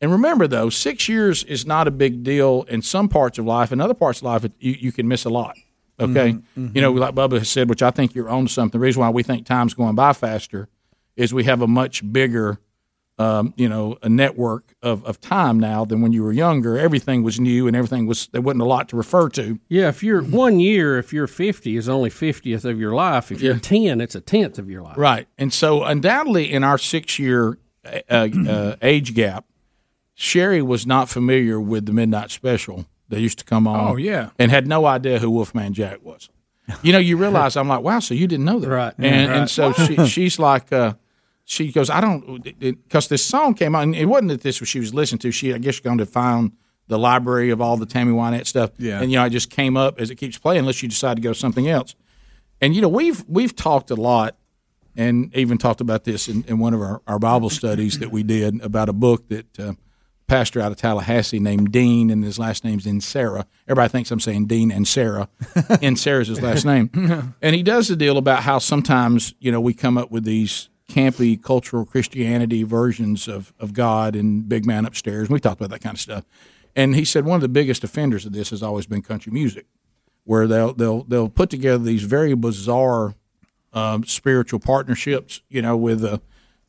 and remember though, six years is not a big deal in some parts of life. In other parts of life, it, you, you can miss a lot. Okay.
Mhm, mhm.
You know, like Bubba has said, which I think you're on to something. The reason why we think time's going by faster is we have a much bigger, um, you know, a network of, of time now than when you were younger. Everything was new and everything was, there wasn't a lot to refer to.
Yeah, if you're one year, if you're 50, is only 50th of your life. If
Yeah.
you're 10, it's a 10th of your life.
Right. And so, undoubtedly, in our six year uh, uh, age gap, Sherry was not familiar with the Midnight Special that used to come on.
Oh, yeah.
And had no idea who Wolfman Jack was. You know, you realize, I'm like, wow, so you didn't know that. Right. And,
Right.
and so she,
Wow.
she's like, uh, she goes, I don't, because this song came out, and it wasn't that this was she was listening to. She, I guess, going to find the library of all the Tammy Wynette stuff.
Yeah.
And, you know, it just came up as it keeps playing, unless you decide to go something else. And, you know, we've, we've talked a lot and even talked about this in, in one of our, our Bible studies that we did about a book that uh, pastor out of Tallahassee named Dean, and his last name's Insera. Everybody thinks I'm saying Dean and Sarah. Insera's his last name. And he does a deal about how sometimes, you know, we come up with these campy cultural Christianity versions of, of God and big man upstairs. We talked about that kind of stuff. And he said one of the biggest offenders of this has always been country music, where they'll they'll they'll put together these very bizarre um, spiritual partnerships, you know, with uh,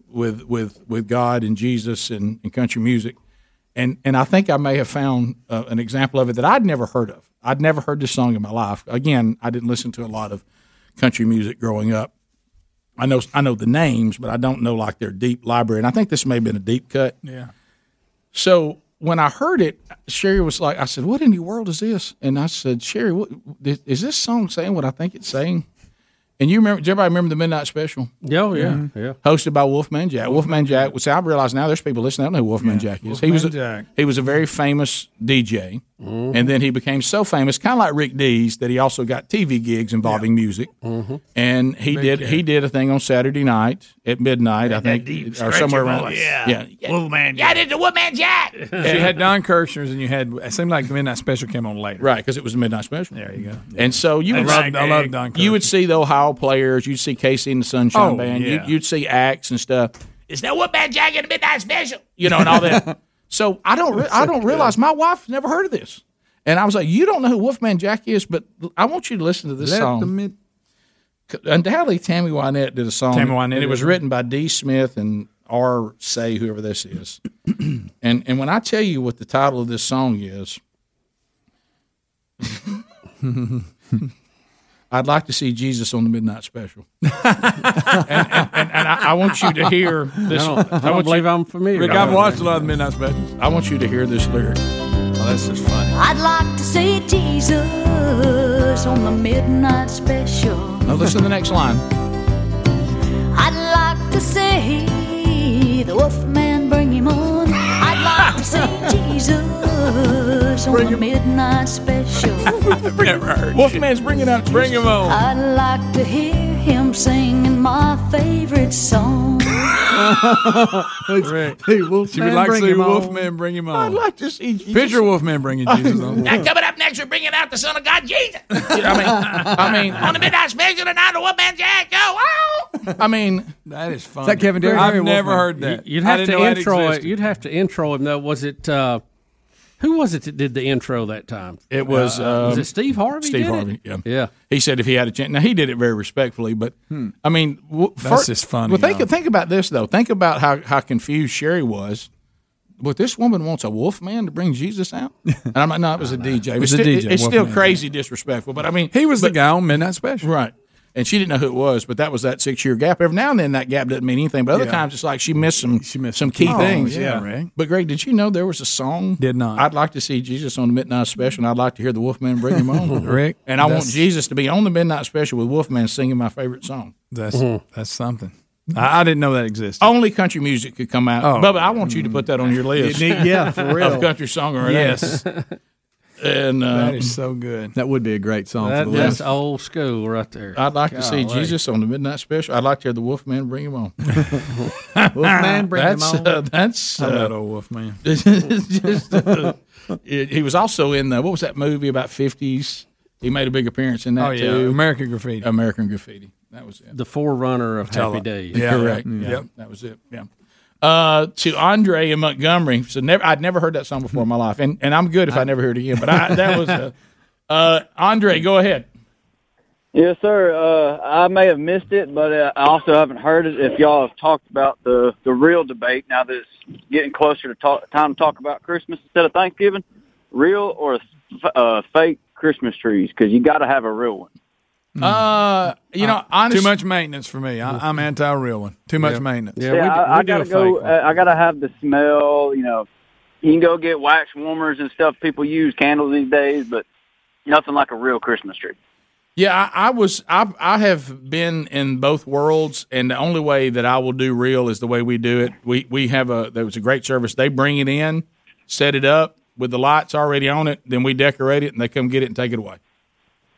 with with with God and Jesus and, and country music. And and I think I may have found uh, an example of it that I'd never heard of. I'd never heard this song in my life. Again, I didn't listen to a lot of country music growing up. I know I know the names, but I don't know like their deep library. And I think this may have been a deep cut.
Yeah.
So when I heard it, Sherry was like, "I said, what in the world is this?" And I said, "Sherry, what, is is this song saying what I think it's saying?" And you remember? Does everybody remember the Midnight Special? Mm-hmm.
Oh, yeah, yeah.
Hosted by Wolfman Jack. Wolfman Jack. Which I realize now there's people listening. I don't know who Wolfman Jack is. he was a,
Wolfman Jack. Mm-hmm.
he was a very famous DJ, and then he became so famous, kind of like Rick Dees, that he also got TV gigs involving music.
Mm-hmm.
And he
Big
did
kid.
he did a thing on Saturday night at midnight, I
Had that
think,
deep
or
stretch
somewhere
of
around.
voice.
yeah,
Wolfman
Jack. Yeah, I did the Wolfman Jack.
so you had Don Kirshner's and you had, it seemed like the Midnight Special came on later.
Right, because it was a midnight special.
There you go.
And so you
I
would
love-
see-
I love Don
You would see the Ohio players. You'd see Casey and the Sunshine
Oh,
Band.
yeah.
You, you'd see acts and stuff. Is that what Bad Jack and the Midnight Special? You know, and all that. so I don't. Re- I don't realize my wife never heard of this, and I was like, "You don't know who Wolfman Jack is?" But I want you to listen to this
Let
song.
the
Undoubtedly, Tammy Wynette did a song.
Tammy Wynette
and it was
did.
written by D. Smith and R. Say, whoever this is. and and when I tell you what the title of this song is, I'd like to see Jesus on the Midnight Special. and and, and, and I, I want you to hear this.
I don't- I don't
want
believe I'm familiar. Rick, I've watched a lot of Midnight
Specials. I want you to hear this lyric. Oh,
that's just funny.
I'd like to see Jesus on the midnight special.
Now listen to the next line.
I'd like to see the wolfman bring him on. I'd like to see Jesus on the midnight special.
Wolfman's bringing out. Bring him
I'd like to hear him singing my favorite song.
Rick. Hey, Wolfman, she would like to
bring
see
him on.
Wolfman bring him on.
I'd like to see Jesus.
Picture Wolfman bringing Jesus on.
Now coming up next, we're bringing out the Son of God, Jesus. You know, I mean, I mean, on the midnight special tonight, the Wolfman Jack. Go! Oh! I mean,
that is fun.
Is that Kevin Derry?
Derry?
I've never heard that.
You'd
I
have
didn't
to
know that
intro it.
existed.
You'd have to intro him though. Was it uh, who was it that did the intro that time? Uh,
It was,
was
um,
it Steve Harvey?
Steve
did it?
Harvey. Yeah, yeah. He said if he had a chance. Now he did it very respectfully, but
Hmm.
I mean, w-
That's just funny,
Well, think
though.
think about this though. Think about how how confused Sherry was. But this woman wants a wolf man to bring Jesus out, and I'm like, no, it was a DJ. It
It was
was
a
sti-
DJ,
It's still
Wolfman.
crazy disrespectful, but I mean, he was the
guy on Midnight Special,
right? And she didn't know who it was, but that was that six year gap. Every now and then, that gap doesn't mean anything, but other
Yeah.
times it's like she missed some she missed some key
Oh,
things.
yeah, Rick.
But Greg, did you know there was a song? Did not. I'd like to see Jesus on the Midnight Special, and I'd like to hear the Wolfman bring him on,
Rick,
And I want
that's-
Jesus to be on the Midnight Special with Wolfman singing my favorite song.
That's
Mhm.
that's something. I, I didn't know that existed.
Only country music could come out.
Oh.
Bubba, I want you to put that on your list.
You need- yeah, for real.
Of country songwriters.
Yes.
and uh,
that is so good.
That would be a great song
That-
for the
that's
list.
old school right there.
I'd like to see
Golly.
Jesus on the Midnight Special. I'd like to hear the Wolfman bring him on.
Wolfman, bring him
that's,
on.
Uh, that's
I
uh,
love that old Wolfman.
just, uh, it- he was also in the, what was that movie about fifties? He made a big appearance in that
Oh, yeah.
too.
American Graffiti.
American Graffiti. That was it.
The forerunner of
That's all
Happy
I-
Days.
Yeah, correct. Yeah, that was it. Yeah. Uh, to Andre in Montgomery. So never, I'd never heard that song before in my life, and and I'm good if I, never hear it again. But I, that was uh, uh, Andre. Go ahead.
Yes, sir. Uh, I may have missed it, but uh, I also haven't heard it. If y'all have talked about the the real debate now that it's getting closer to talk, time to talk about Christmas instead of Thanksgiving, real or f- uh, fake Christmas trees? Because you got to have a real one.
Uh, you know, honest-
too much maintenance for me. I, I'm anti real one. Too much
Yeah.
maintenance.
Yeah, I, I gotta go. Uh, I gotta have the smell. You know, you can go get wax warmers and stuff. People use candles these days, but nothing like a real Christmas tree.
Yeah, I, I was. I I have been in both worlds, and the only way that I will do real is the way we do it. We we have a there was a great service. They bring it in, set it up with the lights already on it, then we decorate it, and they come get it and take it away.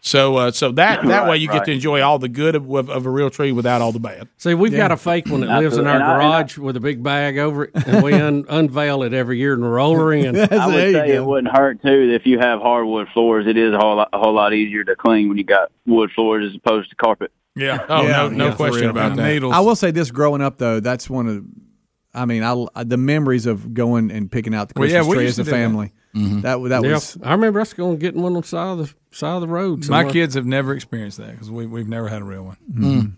So uh, so that that way you get
Right,
to
right.
enjoy all the good of, of, of a real tree without all the bad.
See, we've
Yeah.
got a fake one that lives in our
And I- and I-
garage with a big bag over it, and we un- unveil it every year and roll her in.
I would say it wouldn't hurt too if you have hardwood floors. It is a whole lot, a whole lot easier to clean when you got wood floors as opposed to carpet.
Yeah. Oh no, no question about that.
I will say this: growing up, though, that's one of, I mean, I, I- the memories of going and picking out the
Well,
Christmas
yeah, we
tree
used
as a
to do that.
family.
Mm-hmm.
Mm-hmm.
That w- that
Yeah,
was
I remember us going getting one on the side of the side of the road.
My
somewhere.
kids have never experienced that because we, we've never had a real one.
Mm.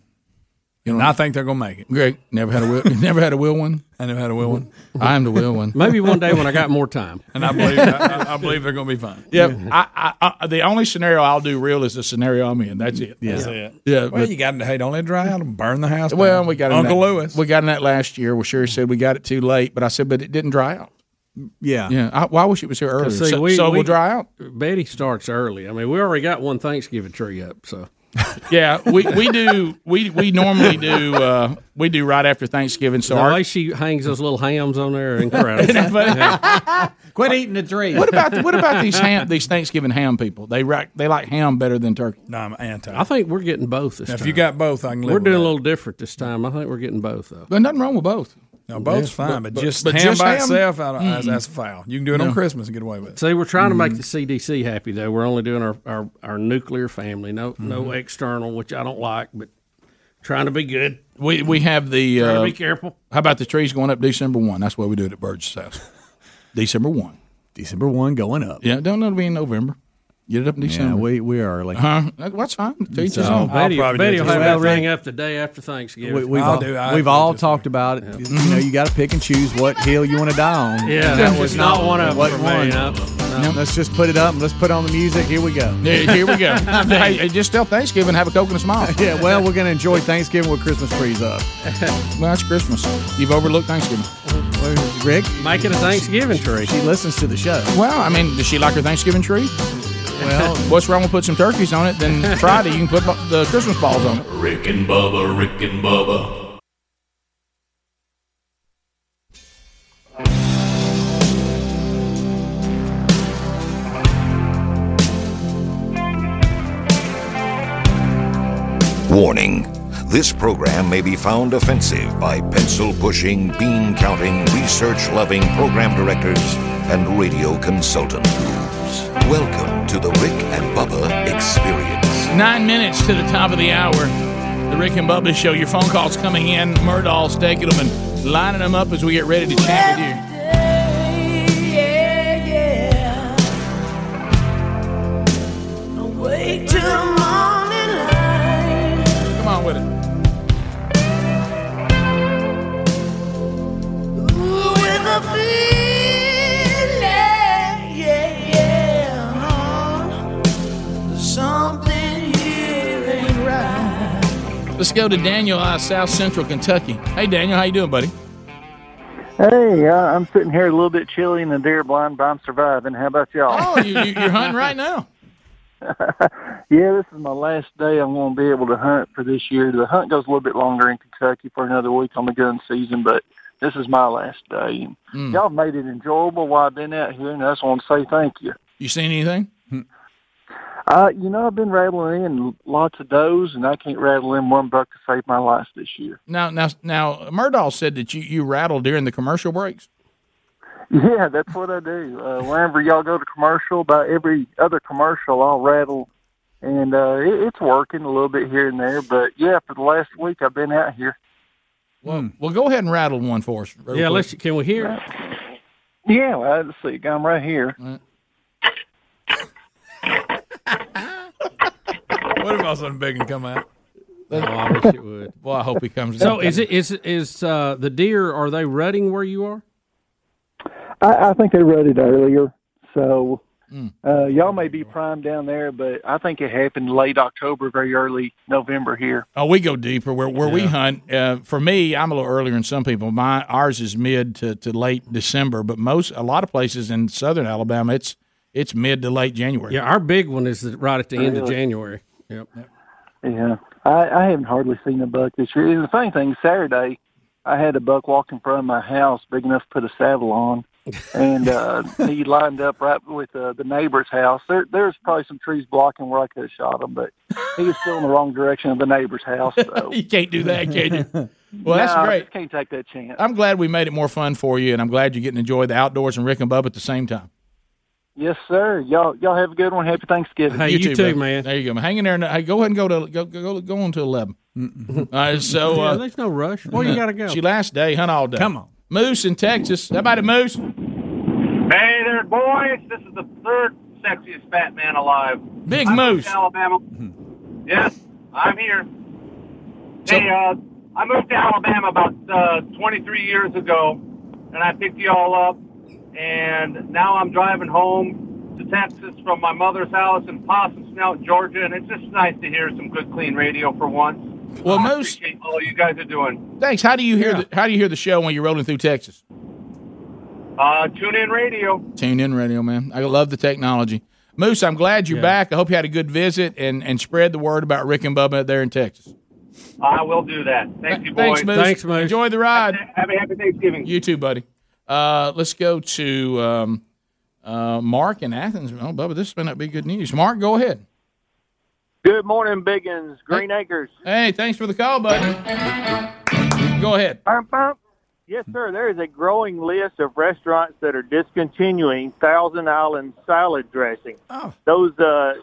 You know, and I think they're going to make it.
Great. Never had a will. never had a will one.
I never had a will one.
I am the will one.
Maybe one day when I got more time.
And I believe I, I believe they're going to be fine.
Yeah, I, I, I, the only scenario I'll do real is the scenario I'm in. That's it.
That's it.
Yeah.
Well,
but-
you got to hey, don't let it dry out and burn the house.
Well,
down.
we got in
Uncle
that,
Lewis.
We got in that last year. Well, Sherry said we got it too late, but I said, but it didn't dry out.
Yeah.
Yeah. I, well, I wish it was here earlier.
'Cause see,
so so we'll dry out.
Betty starts early. I mean, we already got one Thanksgiving tree up. So
Yeah. We, we do. We we normally do. Uh, we do right after Thanksgiving. So
the
our-
way she hangs those little hams on there, incredible.
Quit eating the tree.
what about what about these ham these Thanksgiving ham people? They ri- they like ham better than turkey.
No, I'm anti.
I think we're getting both this
Now,
time.
if you got both, I can live
We're
with
doing a
that.
little different this time. I think we're getting both though.
There's nothing wrong with both.
No, both's fine, but, just ham by itself, I don't, that's, that's foul. You can do it on
No.
Christmas and get away with it.
See, we're trying to
Mm-hmm.
make the CDC happy though. We're only doing our our, our nuclear family, no no
Mhm.
external, which I don't like, but trying to be good.
We we have the.
Trying to
uh,
be careful.
How about the trees going up December one? That's why we do it at Bird's house. December one.
December one going up.
Yeah, don't let it be in November. Get it up in December.
we we are early.
Huh? That- What's fine? Teach us
So,
all.
Betty, Betty will have
Well,
that ring
thank-
up the day after Thanksgiving.
We, have all, we've all talked about it. You know, you got to pick and choose what hill you want to die on.
Yeah, that was not one of them for me. No, no.
Let's just put it up. and Let's put on the music. Here we go.
Yeah, here we go. hey, hey, just tell Thanksgiving, have a coke and a smile.
yeah, well, we're going to enjoy Thanksgiving with Christmas trees up.
well, that's Christmas. You've overlooked Thanksgiving.
Rick?
Make it a Thanksgiving tree.
She listens to the show.
Well, I mean, does she like her Thanksgiving tree?
Well,
what's wrong with put some turkeys on it? Then Friday you can put bu- the Christmas balls on it.
Rick and Bubba, Rick and Bubba,
Warning this program may be found offensive by pencil pushing, bean counting, research loving program directors and radio consultant gurus. Welcome to the Rick and Bubba Experience.
Nine minutes to the top of the hour. The Rick and Bubba Show. Your phone calls coming in. Murdahl's taking them and lining them up as we get ready to chat with you.
Yeah, yeah. Awake to the morning light.
Come on with it.
Ooh, with a feeling, yeah, yeah. huh. Something here ain't right.
Let's go to Daniel out of South Central Kentucky. Hey, Daniel, how you doing, buddy?
Hey, uh, I'm sitting here a little bit chilly in the deer blind, but I'm surviving. How about y'all?
Oh, you, you, you're hunting right now.
yeah, this is my last day. I'm going to be able to hunt for this year. The hunt goes a little bit longer in Kentucky for another week on the gun season, but this is my last day. And
Mm.
Y'all made it enjoyable while I've been out here, and I just want to say thank you.
You seen anything?
Uh, you know, I've been rattling in lots of does, and I can't rattle in one buck to save my life this year.
Now, now, now, Murdahl said that you, you rattle during the commercial breaks.
Yeah, that's what I do. Uh, whenever y'all go to commercial, about every other commercial, I'll rattle, and uh, it, it's working a little bit here and there. But yeah, for the last week, I've been out here.
Well, well, go ahead and rattle one for us. real
Yeah,
quick.
let's-
Hmm. Can we hear?
Yeah, well, let's see. I'm right here.
What if I something big and come out?
Oh, I wish it would.
Well, I hope he comes.
So is it is is uh, the deer? Are they rutting where you are?
I, I think they wrote it earlier, so uh, y'all may be primed down there, but I think it happened late October, very early November here.
Oh, we go deeper where where we hunt. Uh, for me, I'm a little earlier than some people. My ours is mid to, to late December, but most a lot of places in southern Alabama, it's it's mid to late January.
Yeah, our big one is right at the end of
Really?
January. Yep.
Yeah, I, I haven't hardly seen a buck this year. And the funny thing, Saturday, I had a buck walk in front of my house, big enough to put a saddle on, and uh, he lined up right with uh, the neighbor's house. There, there's probably some trees blocking where I could have shot him, but he was still in the wrong direction of the neighbor's house. So.
you can't do that, can you? Well, that's
No, I
great.
just can't take that chance.
I'm glad we made it more fun for you, and I'm glad you get to enjoy the outdoors and Rick and Bub at the same time.
Yes, sir. Y'all, y'all have a good one. Happy Thanksgiving.
brother. There you go. Hang in there. And, hey, go ahead and go to go go go on to eleven. All right, so
yeah,
uh,
there's no rush. Well, you gotta go.
She last day, hunt all day. Come on, Moose in Texas. Everybody, Moose.
Hey there, boys. This is the third sexiest fat man alive.
Big
I'm
Moose.
from Alabama. yes, I'm here. hey, uh, I moved to Alabama about uh, 23 years ago, and I picked you all up. And now I'm driving home to Texas from my mother's house in Possum Snout, Georgia, and it's just nice to hear some good, clean radio for once.
Well,
I
Moose-
appreciate all you guys are doing.
Thanks. How do you hear the How do you hear the show when you're rolling through Texas?
Uh, tune in radio.
Tune in radio, man. I love the technology. Moose, I'm glad you're back. I hope you had a good visit and and spread the word about Rick and Bubba there in Texas.
I will do that. Thank you, boys.
Thanks, Moose. Moose. Enjoy the ride.
Have a happy Thanksgiving.
You too, buddy. Uh, let's go to um, uh, Mark in Athens. Oh, Bubba, this may not be good news. Mark, go ahead.
Good morning, Biggins, Green Acres.
Hey, thanks for the call, buddy. Go ahead.
Yes, sir. There is a growing list of restaurants that are discontinuing Thousand Island salad dressing. Those uh,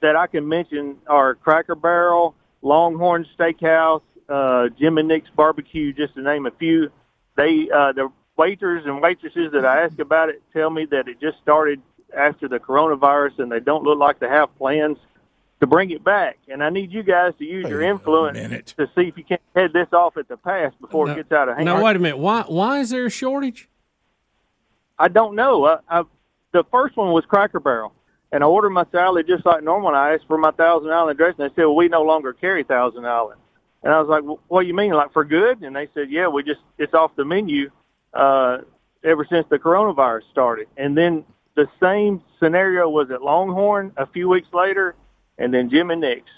that I can mention are Cracker Barrel, Longhorn Steakhouse, uh, Jim and Nick's Barbecue, just to name a few. They uh, the waiters and waitresses that I ask about it tell me that it just started after the coronavirus, and they don't look like they have plans to bring it back. And I need you guys to use your influence to see if you can head this off at the pass before
No.
it gets out of hand.
Now wait a minute. Why why is there a shortage?
I don't know. I, I, the first one was Cracker Barrel, and I ordered my salad just like normal. And I asked for my Thousand Island dressing. They said, "Well, we no longer carry Thousand Island." And I was like, well, "What do you mean, like for good?" And they said, "Yeah, we just it's off the menu uh, ever since the coronavirus started." And then the same scenario was at Longhorn a few weeks later, and then Jim and Nick's.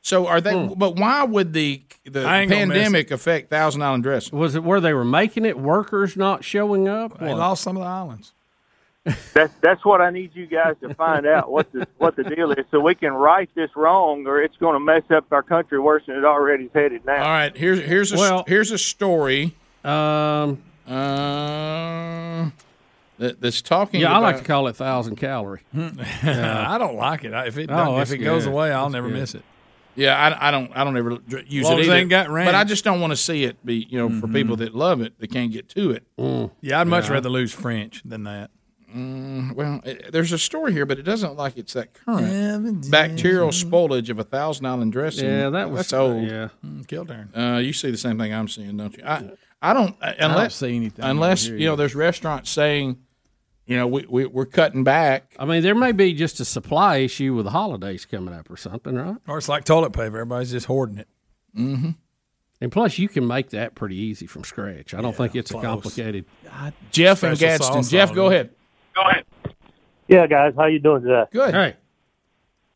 So are they? But why would the the
Hmm. I ain't gonna miss
pandemic affect Thousand Island Dress?
Was it where they were making it? Workers not showing up?
They lost some of the islands.
That's that's what I need you guys to find out what the what the deal is, so we can right this wrong, or it's going to mess up our country worse than it already is headed now.
All right, here's here's a
Well-
here's a story. Um,
Uh,
um, that, that's talking.
Yeah, I like
about-
to call it thousand calorie.
I don't like it. I- If it
Oh,
don't- if
that's
it goes
good.
away, I'll
That's
never
good.
miss it.
Yeah, I, I don't I don't ever dr- use
Long
it
as
either.
they ain't got ranch.
But I just don't want to see it be you know for people
Mm-hmm.
that love it that can't get to it.
Mm.
Yeah, I'd much rather lose French than that.
Mm, well, it, there's a story here, but it doesn't look like it's that current. Bacterial spoilage of a thousand island dressing.
Yeah, that was
that's old.
Yeah,
Mm, Kildare.
Uh, you see the same thing I'm seeing, don't you? I I don't uh,
don't
unless
see anything
unless
over
you
here
know there's restaurants saying, you know, we, we we're cutting back.
I mean, there may be just a supply issue with the holidays coming up or something, right?
Or it's like toilet paper. Everybody's just hoarding it.
Mm-hmm. And plus, you can make that pretty easy from scratch. I don't think it's a
close.
complicated.
Jeff and Gadsden. Jeff, go ahead.
Yeah, guys, how you doing today?
Good.
Hey,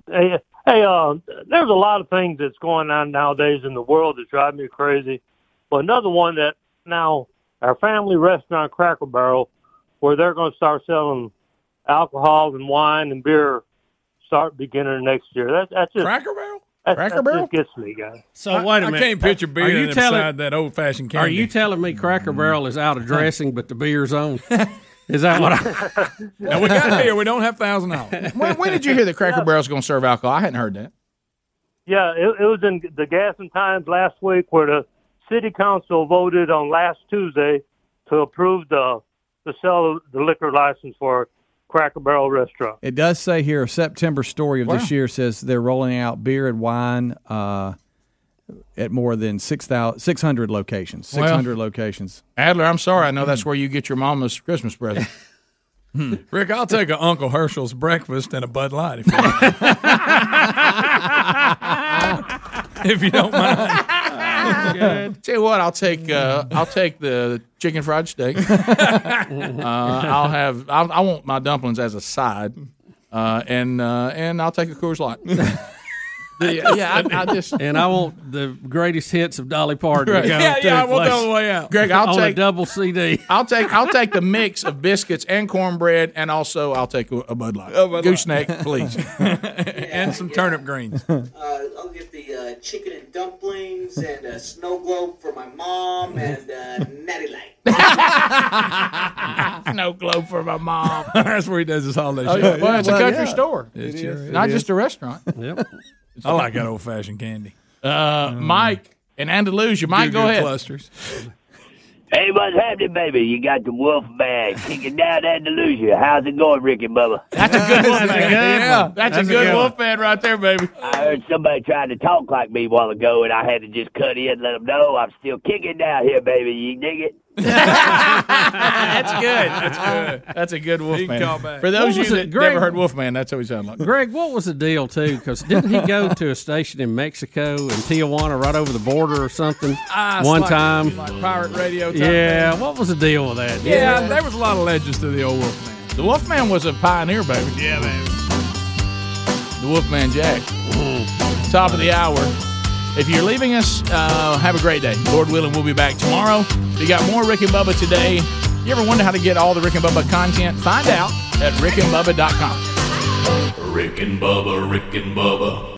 hey, hey uh, there's a lot of things that's going on nowadays in the world that drive me crazy. But another one that now our family restaurant Cracker Barrel, where they're going to start selling alcohol and wine and beer, start beginning next year. That, that's just
Cracker Barrel.
That,
Cracker
that
Barrel?
just gets me, guys.
So wait a minute.
I can't picture beer
Are you telling-
inside that old fashioned
Are
candy.
you telling me Cracker Barrel is out of dressing, but the beer's on? Is that what I?
now we got beer. We don't have thousand island.
when, when did you hear that Cracker Barrel's going to serve alcohol? I hadn't heard that.
Yeah, it, it was in the Gaston Times last week where the city council voted on last Tuesday to approve the the sell the liquor license for Cracker Barrel restaurant.
It does say here a September story of this year says they're rolling out beer and wine uh, at more than 6,000 600 locations.
Well-
600 locations.
Adler, I'm sorry. I know that's where you get your mama's Christmas present.
Rick, I'll take an Uncle Herschel's breakfast and a Bud Light if you, if you don't mind.
Tell you what, I'll take uh, I'll take the chicken fried steak. uh, I'll have I'll, I want my dumplings as a side, uh, and uh, and I'll take a Coors Light.
The-
Yeah, I- I just-
and I want the greatest hits of Dolly Parton.
Right.
to come
Yeah,
to
yeah, I want that
place.
on the way out. Greg, I'll
On a
take-
double CD.
I'll take I'll take the mix of biscuits and cornbread, and also I'll take a, a Bud Light,
A Bud Light.
gooseneck, please,
and some turnip greens.
Uh, I'll get the uh, chicken and dumplings and a snow globe for my mom and uh, natty light.
Snow globe for my mom.
That's where he does his holiday
Oh,
show.
yeah. Well, it's a country store.
It
It
sure
is.
is.
Not just a restaurant.
Yep.
I like that old fashioned candy.
Uh, Mike in Andalusia. Mike, go
Goo-goo
ahead.
Clusters.
Hey, what's happening, baby? You got the wolf man kicking down Andalusia. How's it going, Ricky Bubba? That's a good one.
That's a good Yeah, one. that's a that's a good good wolf man right there, baby.
I heard somebody trying to talk like me a while ago, and I had to just cut in and let them know I'm still kicking down here, baby. You dig it?
That's good. That's good. That's a good Wolfman.
call back.
For those
What
of
was
you
it,
that
Greg?
never heard Wolfman, that's what he sounded like.
Greg, what was the deal too? Because didn't he go to a station in Mexico and Tijuana, right over the border or something,
Ah,
one
it's like-
time?
like pirate radio. Type
yeah,
thing.
what was the deal with that?
Yeah, there was a lot of legends to the old Wolfman.
The Wolfman was a pioneer, baby.
Yeah, man.
The Wolfman Jack. Top of the hour. If you're leaving us, uh, have a great day. Lord willing, we'll be back tomorrow. We got more Rick and Bubba today. You ever wonder how to get all the Rick and Bubba content? Find out at rickandbubba.com.
Rick and Bubba, Rick and Bubba.